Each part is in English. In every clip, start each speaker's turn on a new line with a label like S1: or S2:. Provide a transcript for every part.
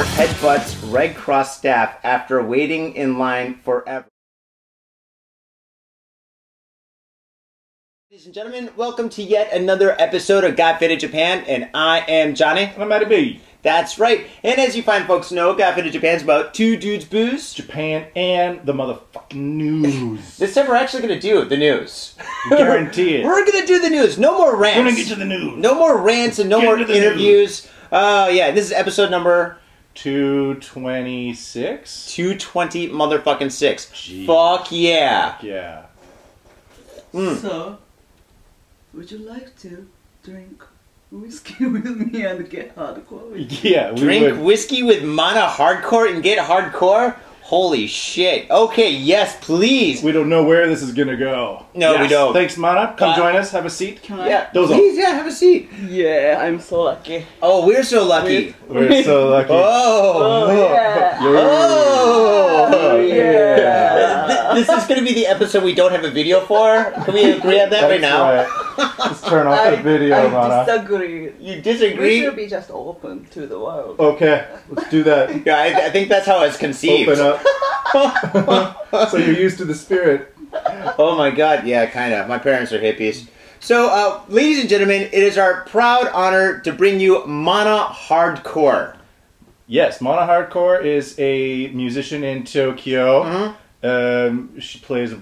S1: rebuts Red Cross staff after waiting in line forever. Ladies and gentlemen, welcome to yet another episode of Got Fit in Japan, and I am Johnny.
S2: And I'm at a B.
S1: That's right. And as you fine folks know, Got Fit in Japan's about two dudes booze.
S2: Japan and the motherfucking news.
S1: This time we're actually going to do the news.
S2: Guarantee it.
S1: We're going to do the news. No more rants.
S2: We're gonna get to the news.
S1: No more rants and no
S2: Get
S1: more
S2: into the news.
S1: interviews. Oh, yeah. This is episode number
S2: 226?
S1: 220 motherfucking six.
S2: Jeez.
S1: Fuck yeah.
S2: Yeah.
S3: So, would you like to drink whiskey with me and get hardcore with me?
S2: Yeah, we
S1: Drink
S2: would.
S1: whiskey with mana hardcore and get hardcore? Holy shit. Okay, yes, please.
S2: We don't know where this is gonna go.
S1: No, we don't.
S2: Thanks, Mana. Come
S1: Uh,
S2: join us. Have a seat.
S3: Can I?
S1: yeah,
S2: Those are-
S1: please, yeah, have a seat.
S3: Yeah, I'm so lucky.
S1: Oh, we're so lucky.
S2: We're so lucky.
S1: Oh.
S3: Oh, yeah.
S1: Oh.
S3: Oh, yeah.
S1: Th- This is going to be the episode we don't have a video for. Can we agree on that right
S2: That's
S1: now?
S2: right. Let's turn off
S3: I,
S2: the video,
S3: I
S2: Mana.
S3: disagree.
S1: You
S3: We
S1: disagree?
S3: should be just open to the world.
S2: okay, let's do that.
S1: Yeah, I, I think that's how it's conceived.
S2: Open up. so you're used to the spirit.
S1: Oh my god, yeah, kind of. My parents are hippies. So, uh, ladies and gentlemen, it is our proud honor to bring you Mana Hardcore.
S2: Yes, Mana Hardcore is a musician in Tokyo.
S1: Mhm.
S2: Um, she plays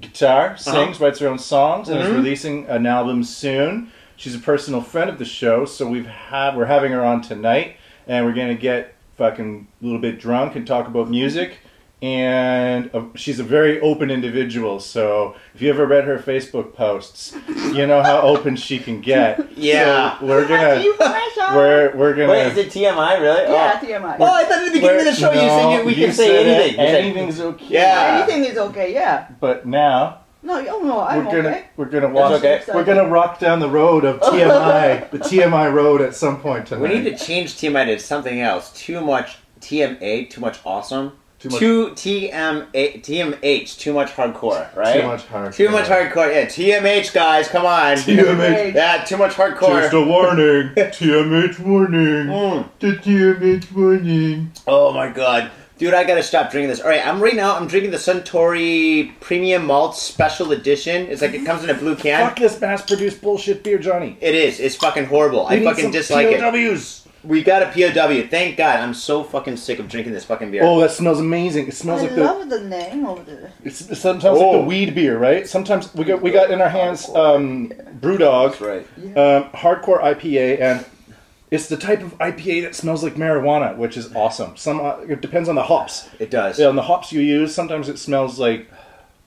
S2: guitar,
S1: Uh-huh.
S2: sings, writes her own songs, and
S1: Mhm.
S2: is releasing an album soon. She's a personal friend of the show, so we've had we're having her on tonight, and we're gonna get fucking a little bit drunk and talk about music. And uh, she's a very open individual, so if you ever read her Facebook posts, you know how open she can get.
S1: Yeah.
S2: so we're
S3: Are you
S2: gonna
S3: pressure?
S2: we're we're gonna
S1: Wait, is it TMI, really?
S3: yeah,
S1: Oh.
S3: TMI.
S1: Oh, I thought at the beginning of the show you
S2: No,
S1: said you, we
S2: you
S1: can say
S2: said it.
S1: anything. You said-
S2: Anything's okay.
S1: Yeah.
S3: Anything is okay, yeah.
S2: But now
S3: No, you no, I'm
S2: we're gonna
S3: okay.
S2: we're gonna
S1: That's
S2: walk.
S1: okay.
S2: We're gonna rock down the road of TMI, the TMI road at some point tonight.
S1: We need to change TMI to something else. Too much TMA, too much awesome.
S2: too much,
S1: Too TMA, TMH, too much hardcore, right?
S2: too much hard.
S1: Too much hardcore. Yeah, TMH, guys, come on.
S2: TMH.
S1: Yeah, too much
S2: Just
S1: hardcore.
S2: a warning. TMH warning.
S1: Mm.
S2: The TMH warning.
S1: Oh my god. Dude, I gotta stop drinking this. All right, I'm right now. I'm drinking the Suntory Premium Malt Special Edition. It's like it comes in a blue can.
S2: Fuck this mass-produced bullshit beer, Johnny.
S1: It is. It's fucking horrible.
S2: We
S1: I
S2: need
S1: fucking
S2: some
S1: dislike it.
S2: POWs.
S1: We got a POW. Thank God. I'm so fucking sick of drinking this fucking beer.
S2: Oh, that smells amazing. It
S3: I
S2: smells like the.
S3: love the name of the.
S2: It's it's sometimes like
S1: Oh.
S2: the weed beer, right? Sometimes we got we got in our hands um, BrewDog.
S1: That's right.
S2: um, hardcore IPA, and it's the type of IPA that smells like marijuana, which is awesome. Some uh, it depends on the hops.
S1: It does.
S2: Yeah, on the hops you use, sometimes it smells like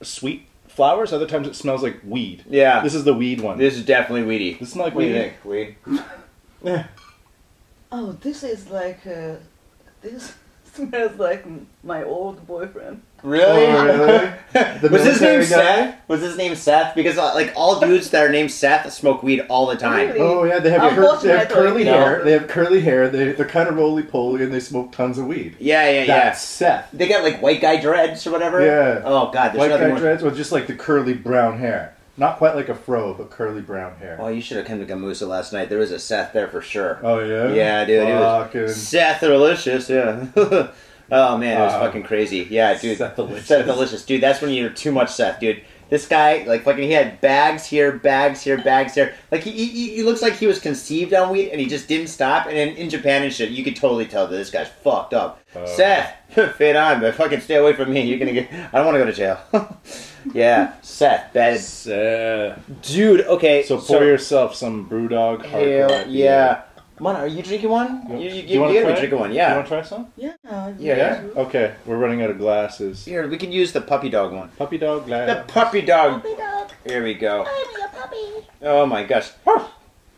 S2: sweet flowers. Other times it smells like weed.
S1: Yeah.
S2: This is the weed one.
S1: This is definitely weedy.
S2: Does it smell like
S1: What do you
S2: weed?
S1: think? Weed?
S3: Oh, this is like uh, this smells like m- my old boyfriend.
S1: Really?
S2: Oh, really? The
S1: Was his name
S2: military guy?
S1: Seth? Was his name Seth? Because uh, like all dudes that are named Seth smoke weed all the time.
S3: Really?
S2: Oh yeah, they have,
S3: Oh,
S2: cur- they have
S3: ultimately.
S2: curly
S1: No.
S2: hair. They have curly hair. They, they're kind of roly poly, and they smoke tons of weed.
S1: Yeah, yeah, yeah.
S2: That's Seth.
S1: They got like white guy dreads or whatever.
S2: Yeah.
S1: Oh god, there's
S2: White
S1: nothing
S2: guy
S1: more.
S2: dreads, or just like the curly brown hair. Not quite like a fro, but curly brown hair.
S1: Oh, you should have come to Gamusa last night. There was a Seth there for sure.
S2: Oh yeah.
S1: Yeah, dude, it was- Seth Delicious, yeah. oh man, it was
S2: Wow.
S1: fucking crazy. Yeah, dude.
S2: Sethalicious.
S1: Seth Delicious, dude. That's when you're too much Seth, dude. This guy, like fucking, he had bags here, bags here, bags here. Like he, he, he looks like he was conceived on weed, and he just didn't stop. And in, in Japan and shit, you could totally tell that this guy's fucked up.
S2: Oh.
S1: Seth, fit on, but fucking stay away from me. You're gonna get. I don't want to go to jail. yeah, Seth, bad dude. Okay,
S2: so pour yourself some BrewDog.
S1: Hell
S2: hardcore IPA.
S1: yeah. Mon, are you drinking one?
S2: You-
S1: You, you,
S2: you
S1: you,
S2: wanna
S1: gotta
S2: try
S1: be
S2: it?
S1: drinking one,
S2: You
S1: yeah.
S2: want to try some?
S3: Yeah.
S1: Yeah.
S2: Okay, we're running out of glasses.
S1: Here, we can use the puppy dog one.
S2: Puppy dog
S1: The
S2: glass.
S1: puppy dog.
S3: Puppy dog,
S1: Here we go.
S3: I'm your puppy.
S1: Oh my gosh.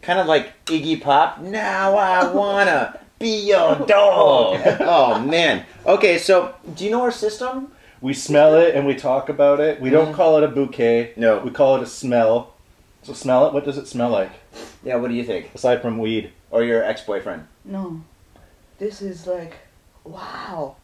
S1: Kind of like Iggy Pop. Now I wanna be your dog. Oh man. Okay, so do you know our system?
S2: We smell it and we talk about it. We don't call it a bouquet.
S1: Mm-hmm. No.
S2: We call it a smell. So smell it. What does it smell like
S1: Yeah, what do you think?
S2: aside from weed?
S1: Or your ex boyfriend?
S3: No, this is like, wow,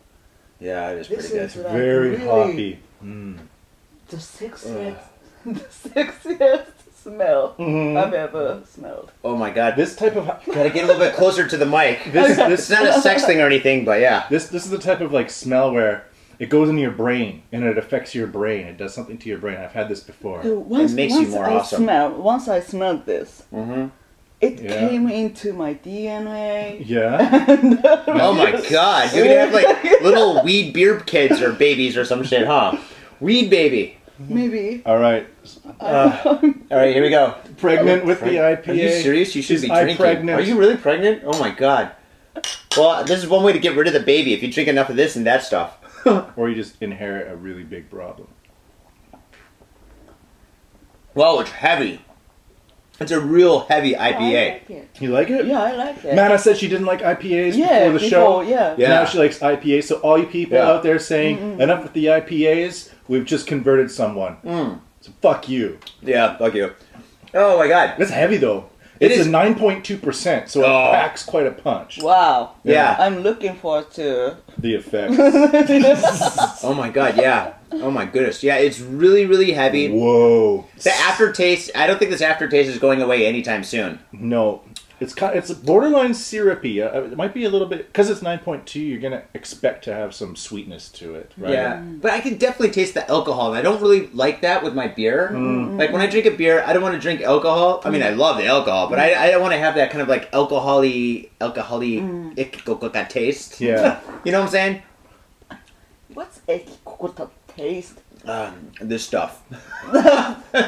S1: Yeah, it is
S3: This
S1: pretty good.
S3: is like
S2: Very
S3: really
S2: hoppy. Mm.
S3: the sexiest,
S1: Ugh.
S3: the sexiest smell
S1: Um,
S2: Mhm.
S3: I've ever smelled.
S1: Oh my god.
S2: This type of
S1: Gotta get a little bit closer to the mic.
S2: this
S3: Oh,
S1: It's
S2: this
S1: not a sex thing or anything, but yeah.
S2: this this is the type of like smell where it goes into your brain and it affects your brain. It does something to your brain. I've had this before.
S3: Once,
S1: makes you
S3: once
S1: more
S3: I
S1: awesome.
S3: smell, once I smelled this,
S1: hmm
S3: it
S2: Mm-hmm. Yeah.
S3: came into my DNA.
S2: Yeah.
S3: And
S1: Oh my god. You're gonna have like little weed beer kids or babies or some shit, huh? Weed baby.
S3: maybe
S2: All right.
S1: Alright, here we go.
S2: Pregnant with the IPA.
S1: Oh, Are you serious? You should
S2: She's
S1: be
S2: I
S1: drinking.
S2: pregnant.
S1: Are you really pregnant? Oh my god. Well, this is one way to get rid of the baby if you drink enough of this and that stuff.
S2: Or you just inherit a really big problem.
S1: Whoa, it's heavy. It's a real heavy
S3: I
S1: IPA.
S3: like it.
S2: You like it?
S3: Yeah, I like it.
S2: Mana said she didn't like IPAs
S3: yeah,
S2: before the show.
S3: Yeah.
S1: Yeah.
S2: Now she likes IPAs. So all you people
S1: Yeah.
S2: out there saying enough with the IPAs, we've just converted someone.
S1: Mm.
S2: So fuck you.
S1: Yeah, fuck you. Oh my god.
S2: That's heavy though.
S1: It
S2: It's
S1: is-
S2: a nine point two percent, so
S1: Oh.
S2: it packs quite a punch.
S3: Wow.
S1: Yeah.
S3: I'm looking forward to.
S2: The effects.
S1: Oh my god, yeah. Oh my goodness. Yeah, it's really, really heavy.
S2: Whoa.
S1: The aftertaste, I don't think this aftertaste is going away anytime soon.
S2: No, it's kind. It's borderline syrupy. Uh, it might be a little bit because it's nine point two. You're gonna expect to have some sweetness to it, right?
S1: Yeah, but I can definitely taste the alcohol, and I don't really like that with my beer.
S2: Mm.
S1: Like when I drink a beer, I don't want to drink alcohol. I mean, I love the alcohol, but
S2: Mm.
S1: I, I don't want to have that kind of like alcoholy, alcoholy ick- go- go- go- taste.
S2: Mm. Yeah.
S1: you know what I'm saying?
S3: What's a kikuta taste?
S1: Um, this stuff,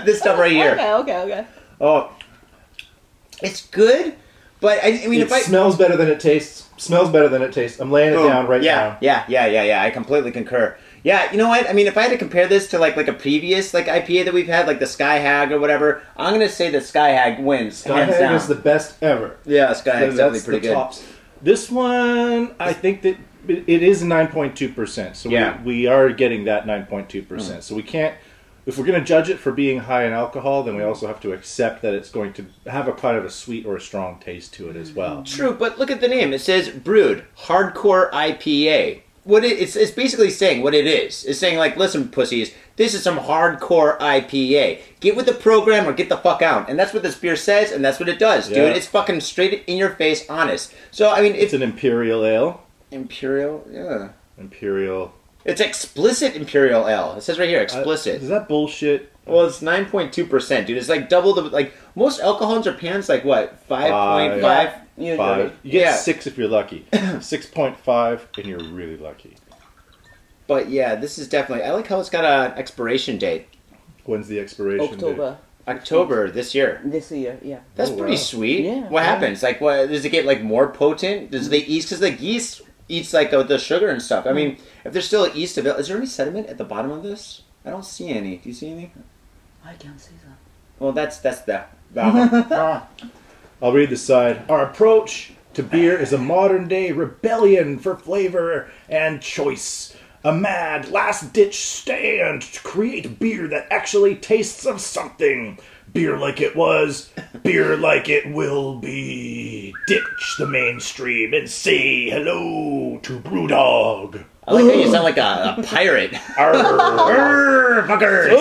S1: this stuff right here.
S3: Okay, okay, okay.
S1: Oh, it's good, but I, I mean,
S2: it
S1: if I
S2: smells better than it tastes. Smells better than it tastes. I'm laying it
S1: Boom.
S2: down right
S1: yeah, Yeah, yeah, yeah, yeah. I completely concur. Yeah, you know what? I mean, if I had to compare this to like like a previous like IPA that we've had, like the Sky Hag or whatever, I'm gonna say the Sky Hag wins
S2: now.
S1: hands
S2: Skyhag
S1: down.
S2: is the best ever.
S1: yeah, Sky Hag's
S2: That's
S1: definitely pretty good.
S2: the tops. This one, I think that it it is nine point two percent. So
S1: Yeah. Hmm.
S2: we, we are getting that nine point two percent. So we can't. If we're going to judge it for being high in alcohol, then we also have to accept that it's going to have a kind of a sweet or a strong taste to it as well.
S1: True, but look at the name. It says Brewed Hardcore IPA. What it, it's it's basically saying what it is. It's saying like, listen, pussies, this is some hardcore IPA. Get with the program or get the fuck out. And that's what this beer says, and that's what it does,
S2: Yeah.
S1: dude. It's fucking straight in your face, honest. So I mean,
S2: It's
S1: it's
S2: an imperial ale.
S1: imperial, yeah.
S2: Imperial. uh,
S1: It's explicit Imperial L. It says right here, explicit.
S2: Is that bullshit?
S1: well, it's nine point two percent, dude. It's like double the like most alcohol in Japan's like what five point five.
S3: Yeah, usually.
S2: Five. You get
S1: Yeah.
S2: six if you're lucky. six point five, and you're really lucky.
S1: But yeah, this is definitely. I like how it's got an expiration date,
S2: When's the expiration? date?
S3: October
S1: October this year.
S3: this year. Yeah.
S1: That's
S2: Oh,
S1: pretty
S2: wow.
S1: sweet.
S3: Yeah,
S1: what
S3: yeah.
S1: happens? Like, what does it get like more potent? Does the yeast? Because the yeast eats like the, the sugar and stuff. I mean, if there's still yeast available, is there any sediment at the bottom of this? I don't see any. Do you see any?
S3: I can see that.
S1: Well, that's that's the. Ah.
S2: I'll read the side. Our approach to beer is a modern day rebellion for flavor and choice. A mad last ditch stand to create beer that actually tastes of something. Beer like it was, beer like it will be. Ditch the mainstream and say hello to Brewdog.
S1: I like how you sound like a, a pirate.
S2: Arr, arr, fuckers.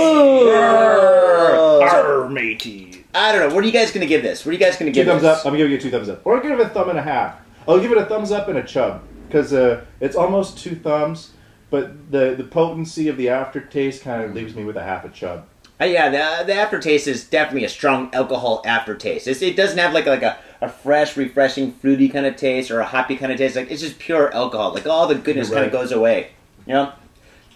S2: Arr, matey.
S1: I don't know. What are you guys gonna give this? What are you guys gonna
S2: Two
S1: give
S2: thumbs
S1: this?
S2: up. I'm giving it two thumbs up. Or I'll give it a thumb and a half. I'll give it a thumbs up and a chub because uh, it's almost two thumbs, but the the potency of the aftertaste kind of leaves me with a half a chub.
S1: Uh, yeah, the, the aftertaste is definitely a strong alcohol aftertaste. It's, it doesn't have like like a, a fresh, refreshing, fruity kind of taste or a hoppy kind of taste. Like it's just pure alcohol. Like all the goodness
S2: You're
S1: kind
S2: right.
S1: of goes away. You know.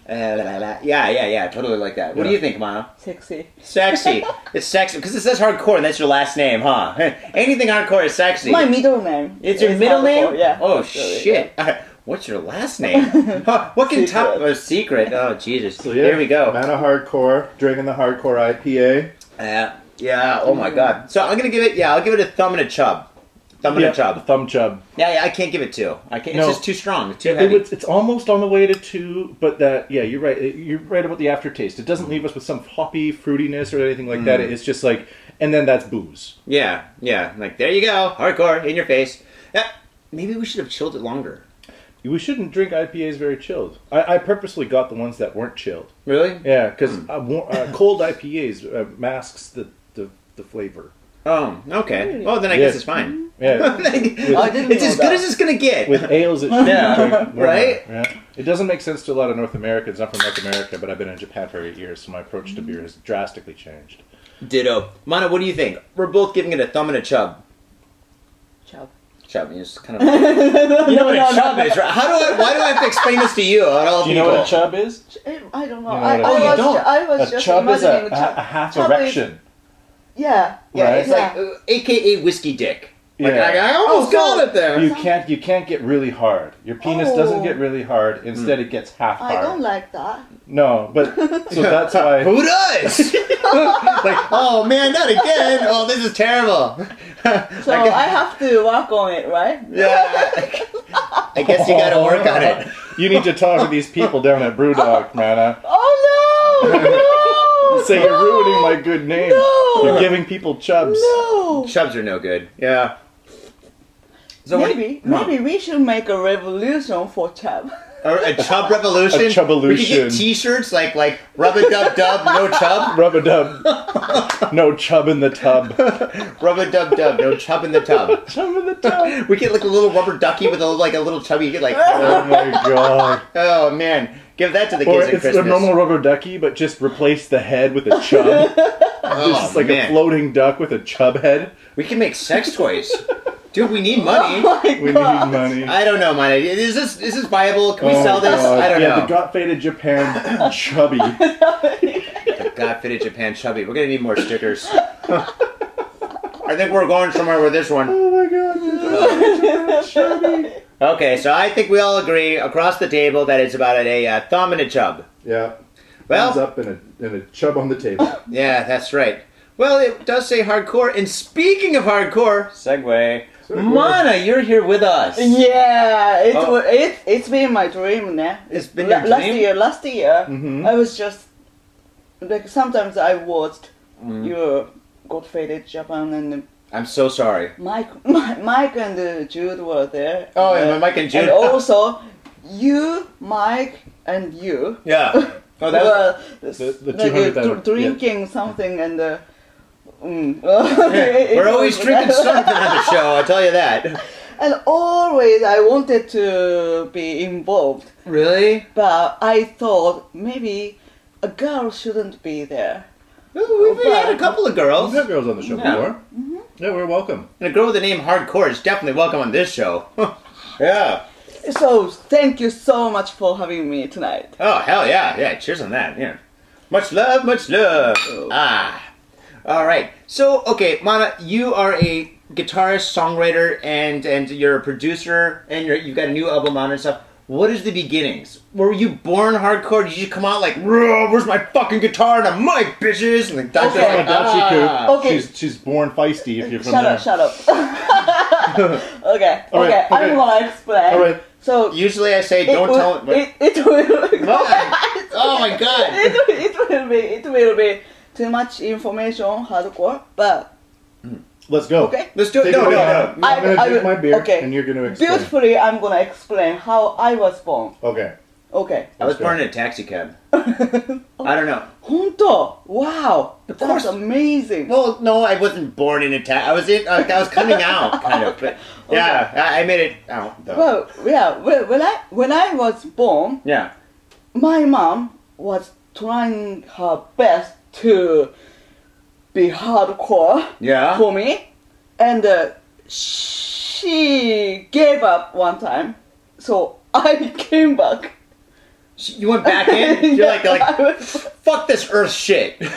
S1: Uh, la, la, la. Yeah, yeah, yeah. I Totally like that. What do
S2: Yeah.
S1: you think, Mono?
S3: Sexy.
S1: Sexy. it's sexy because it says hardcore. and That's your last name, huh? Anything hardcore is sexy.
S3: My middle name.
S1: It's your middle
S3: hardcore,
S1: name?
S3: Yeah.
S1: Oh
S3: Really,
S1: shit. What's your last name? Huh, what can top
S3: Secret.
S1: a secret? Oh Jesus.
S2: So, yeah,
S1: Here we go.
S2: Man of hardcore, drinking the hardcore IPA.
S1: Yeah. Yeah. Oh my god. So I'm gonna give it. Yeah, I'll give it a thumb and a chub. Thumb and a chub.
S2: Thumb chub.
S1: Yeah, yeah. I can't give it two. I can't.
S2: No.
S1: It's just too strong. It's too
S2: It
S1: heavy.
S2: was, it's almost on the way to two, but that yeah, you're right. It- You're right about the aftertaste. It doesn't leave us with some hoppy fruitiness or anything like
S1: Mm.
S2: that. It's just like, and then that's booze.
S1: Yeah. Yeah. Like there you go. Hardcore in your face. Yeah. Maybe we should have chilled it longer.
S2: We shouldn't drink IPAs very chilled. I, I purposely got the ones that weren't chilled. Mm.
S1: Really?
S2: Yeah, because uh, war- uh, cold IPAs uh, masks the, the the flavor.
S1: Oh, okay. Well, then I guess
S2: Yeah.
S1: it's fine.
S2: Yeah,
S4: I didn't
S1: it's
S4: know
S1: as good
S4: that.
S1: as it's gonna get.
S2: with ales it should
S1: Yeah,
S2: be drink warmer.
S1: right?
S2: Yeah. It doesn't make sense to a lot of North Americans. I'm from North America, but I've been in Japan for eight years, so my approach to beer has drastically changed.
S1: Ditto. Mana, what do you think? We're both giving it a thumb and a chub.
S3: Chub.
S1: Chub. You just kind of. You know what a chub is, right? How do I? Why do I have to explain this to you? Out of all
S2: Do you know what a
S1: people?
S2: chub is?
S3: eh, I don't know.
S2: You know what
S3: I,
S2: I
S3: I
S2: mean.
S3: was,
S2: You
S3: ju-
S2: don't.
S3: I was
S2: a
S3: just
S2: chub is a,
S3: imagining
S2: a,
S3: chub.
S2: a half
S3: Chub is-
S2: erection.
S3: yeah.
S1: Yeah, it's
S3: Right.
S1: like uh, AKA whiskey dick. Like
S2: Yeah.
S1: I, I almost
S3: Oh,
S1: got
S3: so-
S1: it there.
S2: You can't you can't get really hard. Your penis
S3: Oh.
S2: doesn't get really hard. Instead, it gets half
S3: I
S2: hard.
S3: don't like that.
S2: no, but so that's why.
S1: Who does? like, oh man, not again! Oh, this is terrible. I
S3: So I,
S1: guess-
S3: have to work on it, right?
S1: Yeah. I guess you gotta work on it.
S2: You need to talk to these people down at BrewDog, man.
S3: Oh no! No!
S2: Say
S3: Oh, no!
S2: you're ruining my good name.
S3: No!
S2: You're giving people chubs.
S3: No.
S1: Chubs are no good. Yeah. So what do
S3: Maybe,
S1: you- Huh.
S3: maybe we should make a revolution for chub.
S1: A, a chub revolution.
S2: A chub-olution.
S1: We could get T-shirts like like rub a dub dub no chub,
S2: Rub a dub. No chub in the tub.
S1: rub a dub dub no chub in the tub.
S2: Chub in the tub.
S1: We get like a little rubber ducky with a like a little chubby. You get like
S2: Oh my god.
S1: oh man, give that to the
S2: Or
S1: kids at
S2: it's a
S1: Christmas.
S2: normal rubber ducky, but just replace the head with a chub. It's
S1: oh
S2: just like
S1: man,
S2: a floating duck with a chub head.
S1: we can make sex toys, dude. We need money.
S3: Oh my
S2: We need
S3: god.
S2: money.
S1: I don't know, man. Is this is this viable? Can we
S2: Oh,
S1: sell this?
S2: God.
S1: I don't
S2: yeah,
S1: know.
S2: the got faded Japan chubby. Oh
S1: God fitted Japan chubby. We're gonna need more stickers. I think we're going somewhere with this one.
S2: Oh my god, the got faded Japan chubby.
S1: Okay, so I think we all agree across the table that it's about a uh, thumb and a chub.
S2: Yeah. Thumbs
S1: Well,
S2: up and a, and a chub on the table.
S1: yeah, that's right. Well, it does say hardcore. And speaking of hardcore, segue.
S2: Segue.
S1: Mana, you're here with us.
S3: Yeah, it
S1: Oh.
S3: wa- it it's been my dream, nah.
S1: It's been
S3: La-
S1: your
S3: last
S1: dream?
S3: year. Last year,
S2: Mhm.
S3: I was just like sometimes I watched your God Faded Japan and
S1: I'm so sorry.
S3: Mike, Mi- Mike and uh, Jude were there.
S1: Oh,
S3: Uh,
S1: yeah, my Mike and Jude.
S3: And also, you, Mike, and you
S1: Yeah. Oh, that was,
S3: were
S2: The- the
S3: like,
S2: 200
S3: uh,
S2: hour-
S3: dr-
S2: yeah.
S3: drinking something and. Uh, mm. It
S1: we're always
S3: was-
S1: drinking something on the show. I tell you that.
S3: And always I wanted to be involved,
S1: Really?
S3: but I thought maybe a girl shouldn't be there.
S1: We've had a couple of girls.
S2: We've had girls on the show
S1: Yeah.
S2: before.
S3: Mm-hmm.
S2: Yeah, we're welcome.
S1: And a girl with the name Hardcore is definitely welcome on this show. yeah.
S3: So thank you so much for having me tonight.
S1: Oh, hell yeah. Yeah, cheers on that. Yeah. Much love, much love. Ah. All right. So, okay, Mana, you are a guitarist, songwriter, and and you're a producer, and you're, you've got a new album out and stuff. What is the beginnings? Were you born hardcore? Did you just come out like, "Ruh, where's my fucking guitar and a mic, bitches? And like, that's
S3: Okay. uh,
S1: like,
S2: uh,
S1: ah.
S3: Okay.
S2: She's, she's born feisty if you're from
S3: shut
S2: there.
S3: up! Shut up! okay, okay,
S2: All right, okay.
S3: I'm gonna explain.
S2: All right.
S3: So
S1: Usually I say,
S3: it
S1: don't
S3: will,
S1: tell it.
S3: it. It will.
S1: Why? Oh my god.
S3: it, will- it will be. It will be too much information, hardcore. But
S2: Let's go.
S3: okay.
S1: Let's do it.
S2: Take
S1: No, no,
S2: it away
S1: no.
S2: now. I'm going to
S3: I- I
S2: drink
S3: will-
S2: my beer,
S3: okay.
S2: and you're going to explain.
S3: Beautifully, I'm gonna explain how I was born.
S2: Okay.
S3: Okay.
S1: I was
S2: Okay.
S1: born in a taxi cab. I don't know.
S3: 本当 Wow! That's
S1: course.
S3: amazing!
S1: Well, no, I wasn't born in a taxi. I was in. Uh, I was coming out, kind of. But yeah, I, I made it out though.
S3: Well, yeah, when when I, when I was born,
S1: yeah.
S3: my mom was trying her best to be hardcore
S1: Yeah.
S3: for me, and uh, she gave up one time, so I came back.
S1: Sh- You went back in. You're like, you're
S3: I
S1: like,
S3: was-
S1: fuck this earth shit.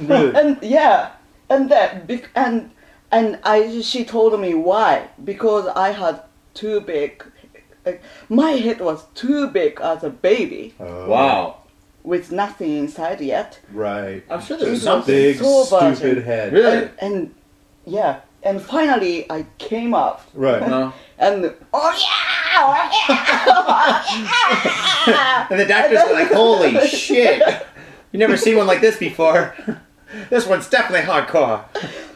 S2: Really.
S3: and yeah, and that bec- and and I she told me why because I had too big, like, my head was too big as a baby
S2: Oh,
S1: Wow.
S3: with nothing inside yet,
S2: Right.
S1: I'm sure
S3: She's
S1: there's
S3: not
S1: something.
S2: Big,
S3: So virgin.
S2: stupid head.
S1: Really?
S3: and yeah, and finally I came up
S2: Right.
S1: No.
S3: and oh yeah, oh yeah, oh yeah.
S1: And the doctors were like, holy shit. You never seen one like this before. This one's definitely hardcore.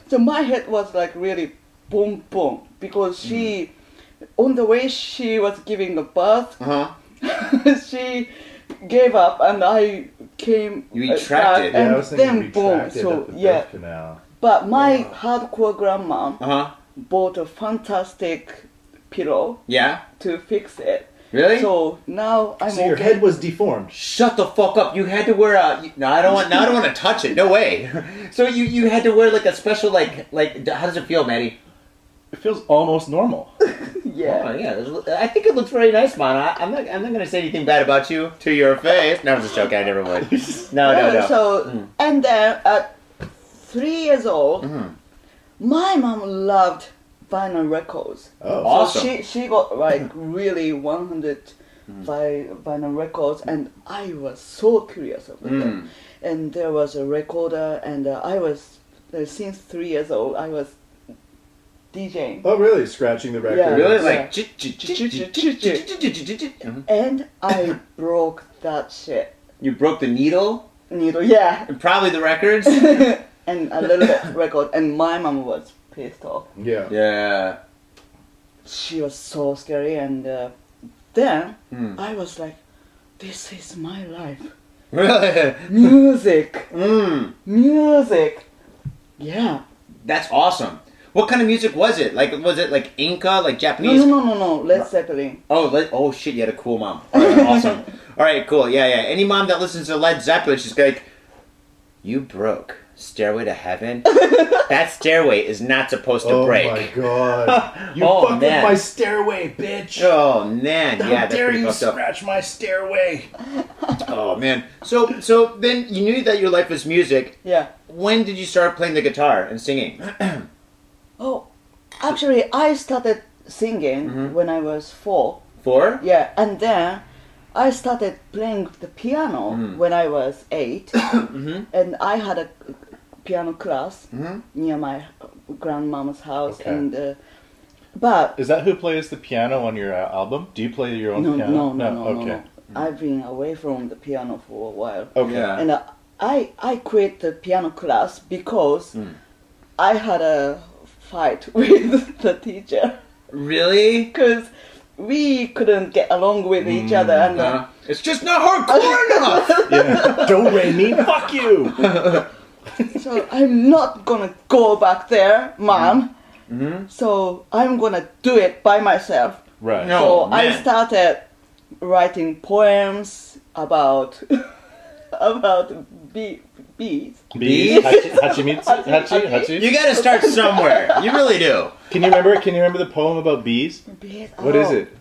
S3: So my head was like really boom boom because she,
S1: Mm.
S3: on the way she was giving the birth,
S1: Uh huh.
S3: she gave up and I came
S1: You retracted.
S3: back
S1: Yeah,
S3: and
S2: yeah, I was thinking
S3: then boom
S2: retracted
S3: so
S2: at the
S3: yeah
S2: birth canal.
S3: But my hardcore grandma
S1: Uh huh.
S3: bought a fantastic pillow
S1: Yeah.
S3: to fix it.
S1: Really?
S3: So now I'm
S2: So your
S3: okay.
S2: head was deformed.
S1: Shut the fuck up! You had to wear a. you- No, I don't want. No, I don't want to touch it. No way. So you you had to wear like a special like like. How does it feel, Maddie?
S5: It feels almost normal.
S1: Oh
S3: yeah.
S1: yeah, there's- I think it looks very nice, man. I, I'm not. I'm not gonna say anything bad about you to your face. No, I'm just joking. I never would. No, no,
S3: Uh,
S1: no.
S3: So
S1: Mm.
S3: and then at three years old,
S1: Mhm.
S3: my mom loved vinyl records.
S2: Oh.
S1: Awesome. Mm-hmm. Mm.
S3: So she she got like really 100 vi- vinyl records, and I was so curious about
S1: Mm.
S3: them. And there was a recorder, and uh, I was uh, since three years old, I was DJing.
S2: Oh, really? Scratching the record.
S3: Yeah.
S1: Really?
S3: Yeah. Mm-hmm.
S1: Like. ch- ch- ch- ch- ch- ch- ch- ch- ch- ch- Mhm.
S3: And I broke that shit
S1: You broke the needle
S3: needle, yeah,
S1: and probably the records.
S3: and a little bit record. And my mom was pissed off.
S2: Yeah.
S1: yeah.
S3: She was so scary, and uh, then
S1: Mm.
S3: I was like, "This is my life,
S1: Really?
S3: music."
S1: Mm.
S3: Music. Yeah.
S1: That's awesome. What kind of music was it? Like, was it like Inca, like
S3: No,
S1: Japanese?
S3: no, no, no, no. Led Zeppelin.
S1: Oh, let, oh shit! You had a cool mom. All right, awesome. All right, cool. Yeah, yeah. Any mom that listens to Led Zeppelin, she's like, "You broke Stairway to Heaven. that stairway is not supposed to
S2: Oh
S1: break."
S2: my god. You
S1: Oh,
S2: fucked
S1: man.
S2: up my stairway, bitch.
S1: Oh man,
S2: How
S1: yeah, that's
S2: dare
S1: pretty
S2: you
S1: fucked up.
S2: scratch my stairway?
S1: Oh man. So, so then you knew that your life was music.
S3: Yeah.
S1: When did you start playing the guitar and singing?
S3: Oh, actually, I started singing
S1: Mhm.
S3: when I was four.
S1: Four.
S3: Yeah, and then I started playing the piano
S1: Mm.
S3: when I was 8
S1: Mhm.
S3: and I had a piano class
S1: Mhm.
S3: near my grandmama's house.
S5: Okay.
S3: And uh, but
S5: Is that who plays the piano on your uh, album? Do you play your own
S3: no, no,
S5: piano?
S3: no, no, no,
S5: okay.
S3: no. I've been away from the piano for a while.
S5: Okay.
S1: Yeah.
S3: and uh, I I quit the piano class because
S1: Mm.
S3: I had a fight with the teacher
S1: Really?
S3: because we couldn't get along with each
S1: Hmm.
S3: other and uh,
S1: Huh? It's just not hardcore enough.
S5: Yeah. Don't rain me. Fuck you.
S1: Uh-huh.
S3: so I'm not gonna go back there, mom.
S1: Mm-hmm.
S3: So I'm gonna do it by myself.
S5: Right.
S1: No.
S3: so
S1: Oh,
S3: I
S1: man.
S3: started writing poems about about bee, bees.
S5: B. Hachi, Hachimitsu. Hachi.
S3: Hachi-
S5: Hachi.
S1: You gotta start somewhere. You really do.
S5: Can you remember? Can you remember the poem about bees?
S3: bees
S5: What is
S3: oh.
S5: it?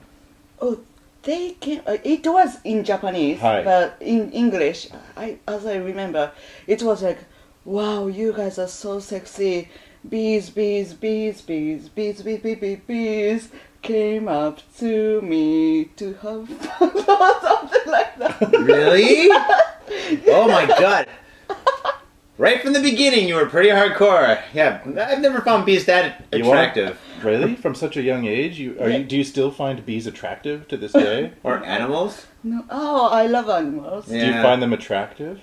S3: Oh, they came. Uh, it was in Japanese,
S5: Hi.
S3: but in English, I as I remember, it was like, "Wow, you guys are so sexy." Bees, bees, bees, bees, bees, bees, bees, bees, bees came up to me to have fun," or something like that.
S1: Really? Oh my god. Right from the beginning, you were pretty hardcore. Yeah, I've never found bees that
S5: You wanna-
S1: attractive.
S5: Really? From such a young age, you are
S3: Yeah.
S5: you? Do you still find bees attractive to this day?
S1: Or animals?
S3: No, oh, I love animals.
S1: Yeah.
S3: Yeah.
S5: Do you find them attractive?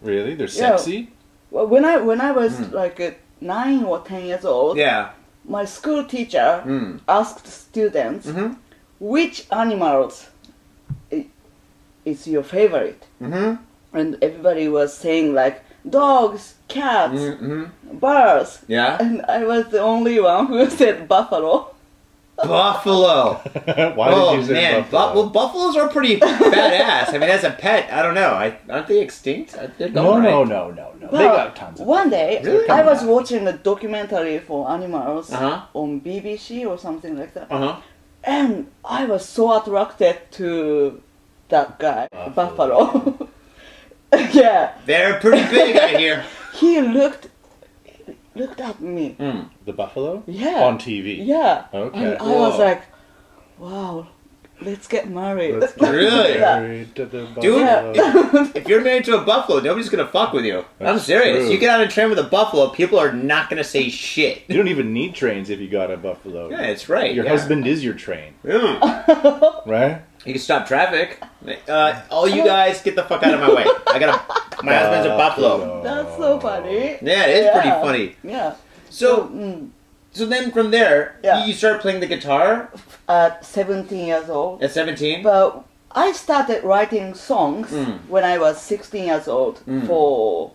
S5: Really? They're
S3: Yeah.
S5: sexy.
S3: Well, when I when I was
S5: Hmm.
S1: Mm.
S3: like uh, nine or ten years old,
S1: Yeah.
S3: my school teacher
S1: Mm.
S3: asked students.
S1: Mhm.
S3: which animals i- is your favorite?
S1: Mhm.
S3: And everybody was saying like dogs, cats,
S1: Mhm. mhm.
S3: birds,
S1: Yeah.
S3: and I was the only one who said buffalo.
S1: Buffalo.
S5: Why
S1: oh
S5: did you say
S1: man, Bu-
S5: buffalo?
S1: well, buffaloes are pretty badass. I mean, as a pet, I don't know. I, aren't they extinct? I- they're
S5: no,
S1: gone,
S5: no,
S1: right?
S5: no, no, no.
S3: But
S5: they got tons of.
S3: one day
S1: Really?
S3: I was watching a documentary for animals
S1: Uh-huh.
S3: on BBC or something like that,
S1: Uh huh.
S3: and I was so attracted to that guy
S5: Buffalo.
S3: buffalo. yeah,
S1: They're pretty big, I hear.
S3: he looked looked at me.
S1: Mm.
S5: The buffalo.
S3: Yeah.
S5: On TV.
S3: Yeah.
S5: Okay.
S3: And I was
S1: Whoa.
S3: like, wow, let's get married.
S2: Let's
S1: get Really?
S3: Yeah.
S5: Married to the
S1: Dude,
S5: buffalo.
S1: If you're married to a buffalo, nobody's gonna fuck with you. I'm
S5: That's
S1: serious.
S5: true.
S1: You get on a train with a buffalo, people are not gonna say shit.
S5: You don't even need trains if you got a buffalo.
S1: Yeah, it's right.
S5: Your
S1: yeah.
S5: husband is your train,
S1: Yeah.
S5: right?
S1: You can stop traffic. Uh, all you guys, get the fuck out of my way. I got a. My husband's a
S2: Oh,
S1: buffalo.
S3: That's so funny.
S1: Yeah, it is pretty
S3: Yeah.
S1: funny.
S3: Yeah. So,
S1: So,
S3: mm,
S1: so then from there,
S3: Yeah.
S1: you started playing the guitar
S3: at 17 years old,
S1: at seventeen.
S3: but I started writing songs
S1: Mm.
S3: when I was 16 years old
S1: Mm.
S3: for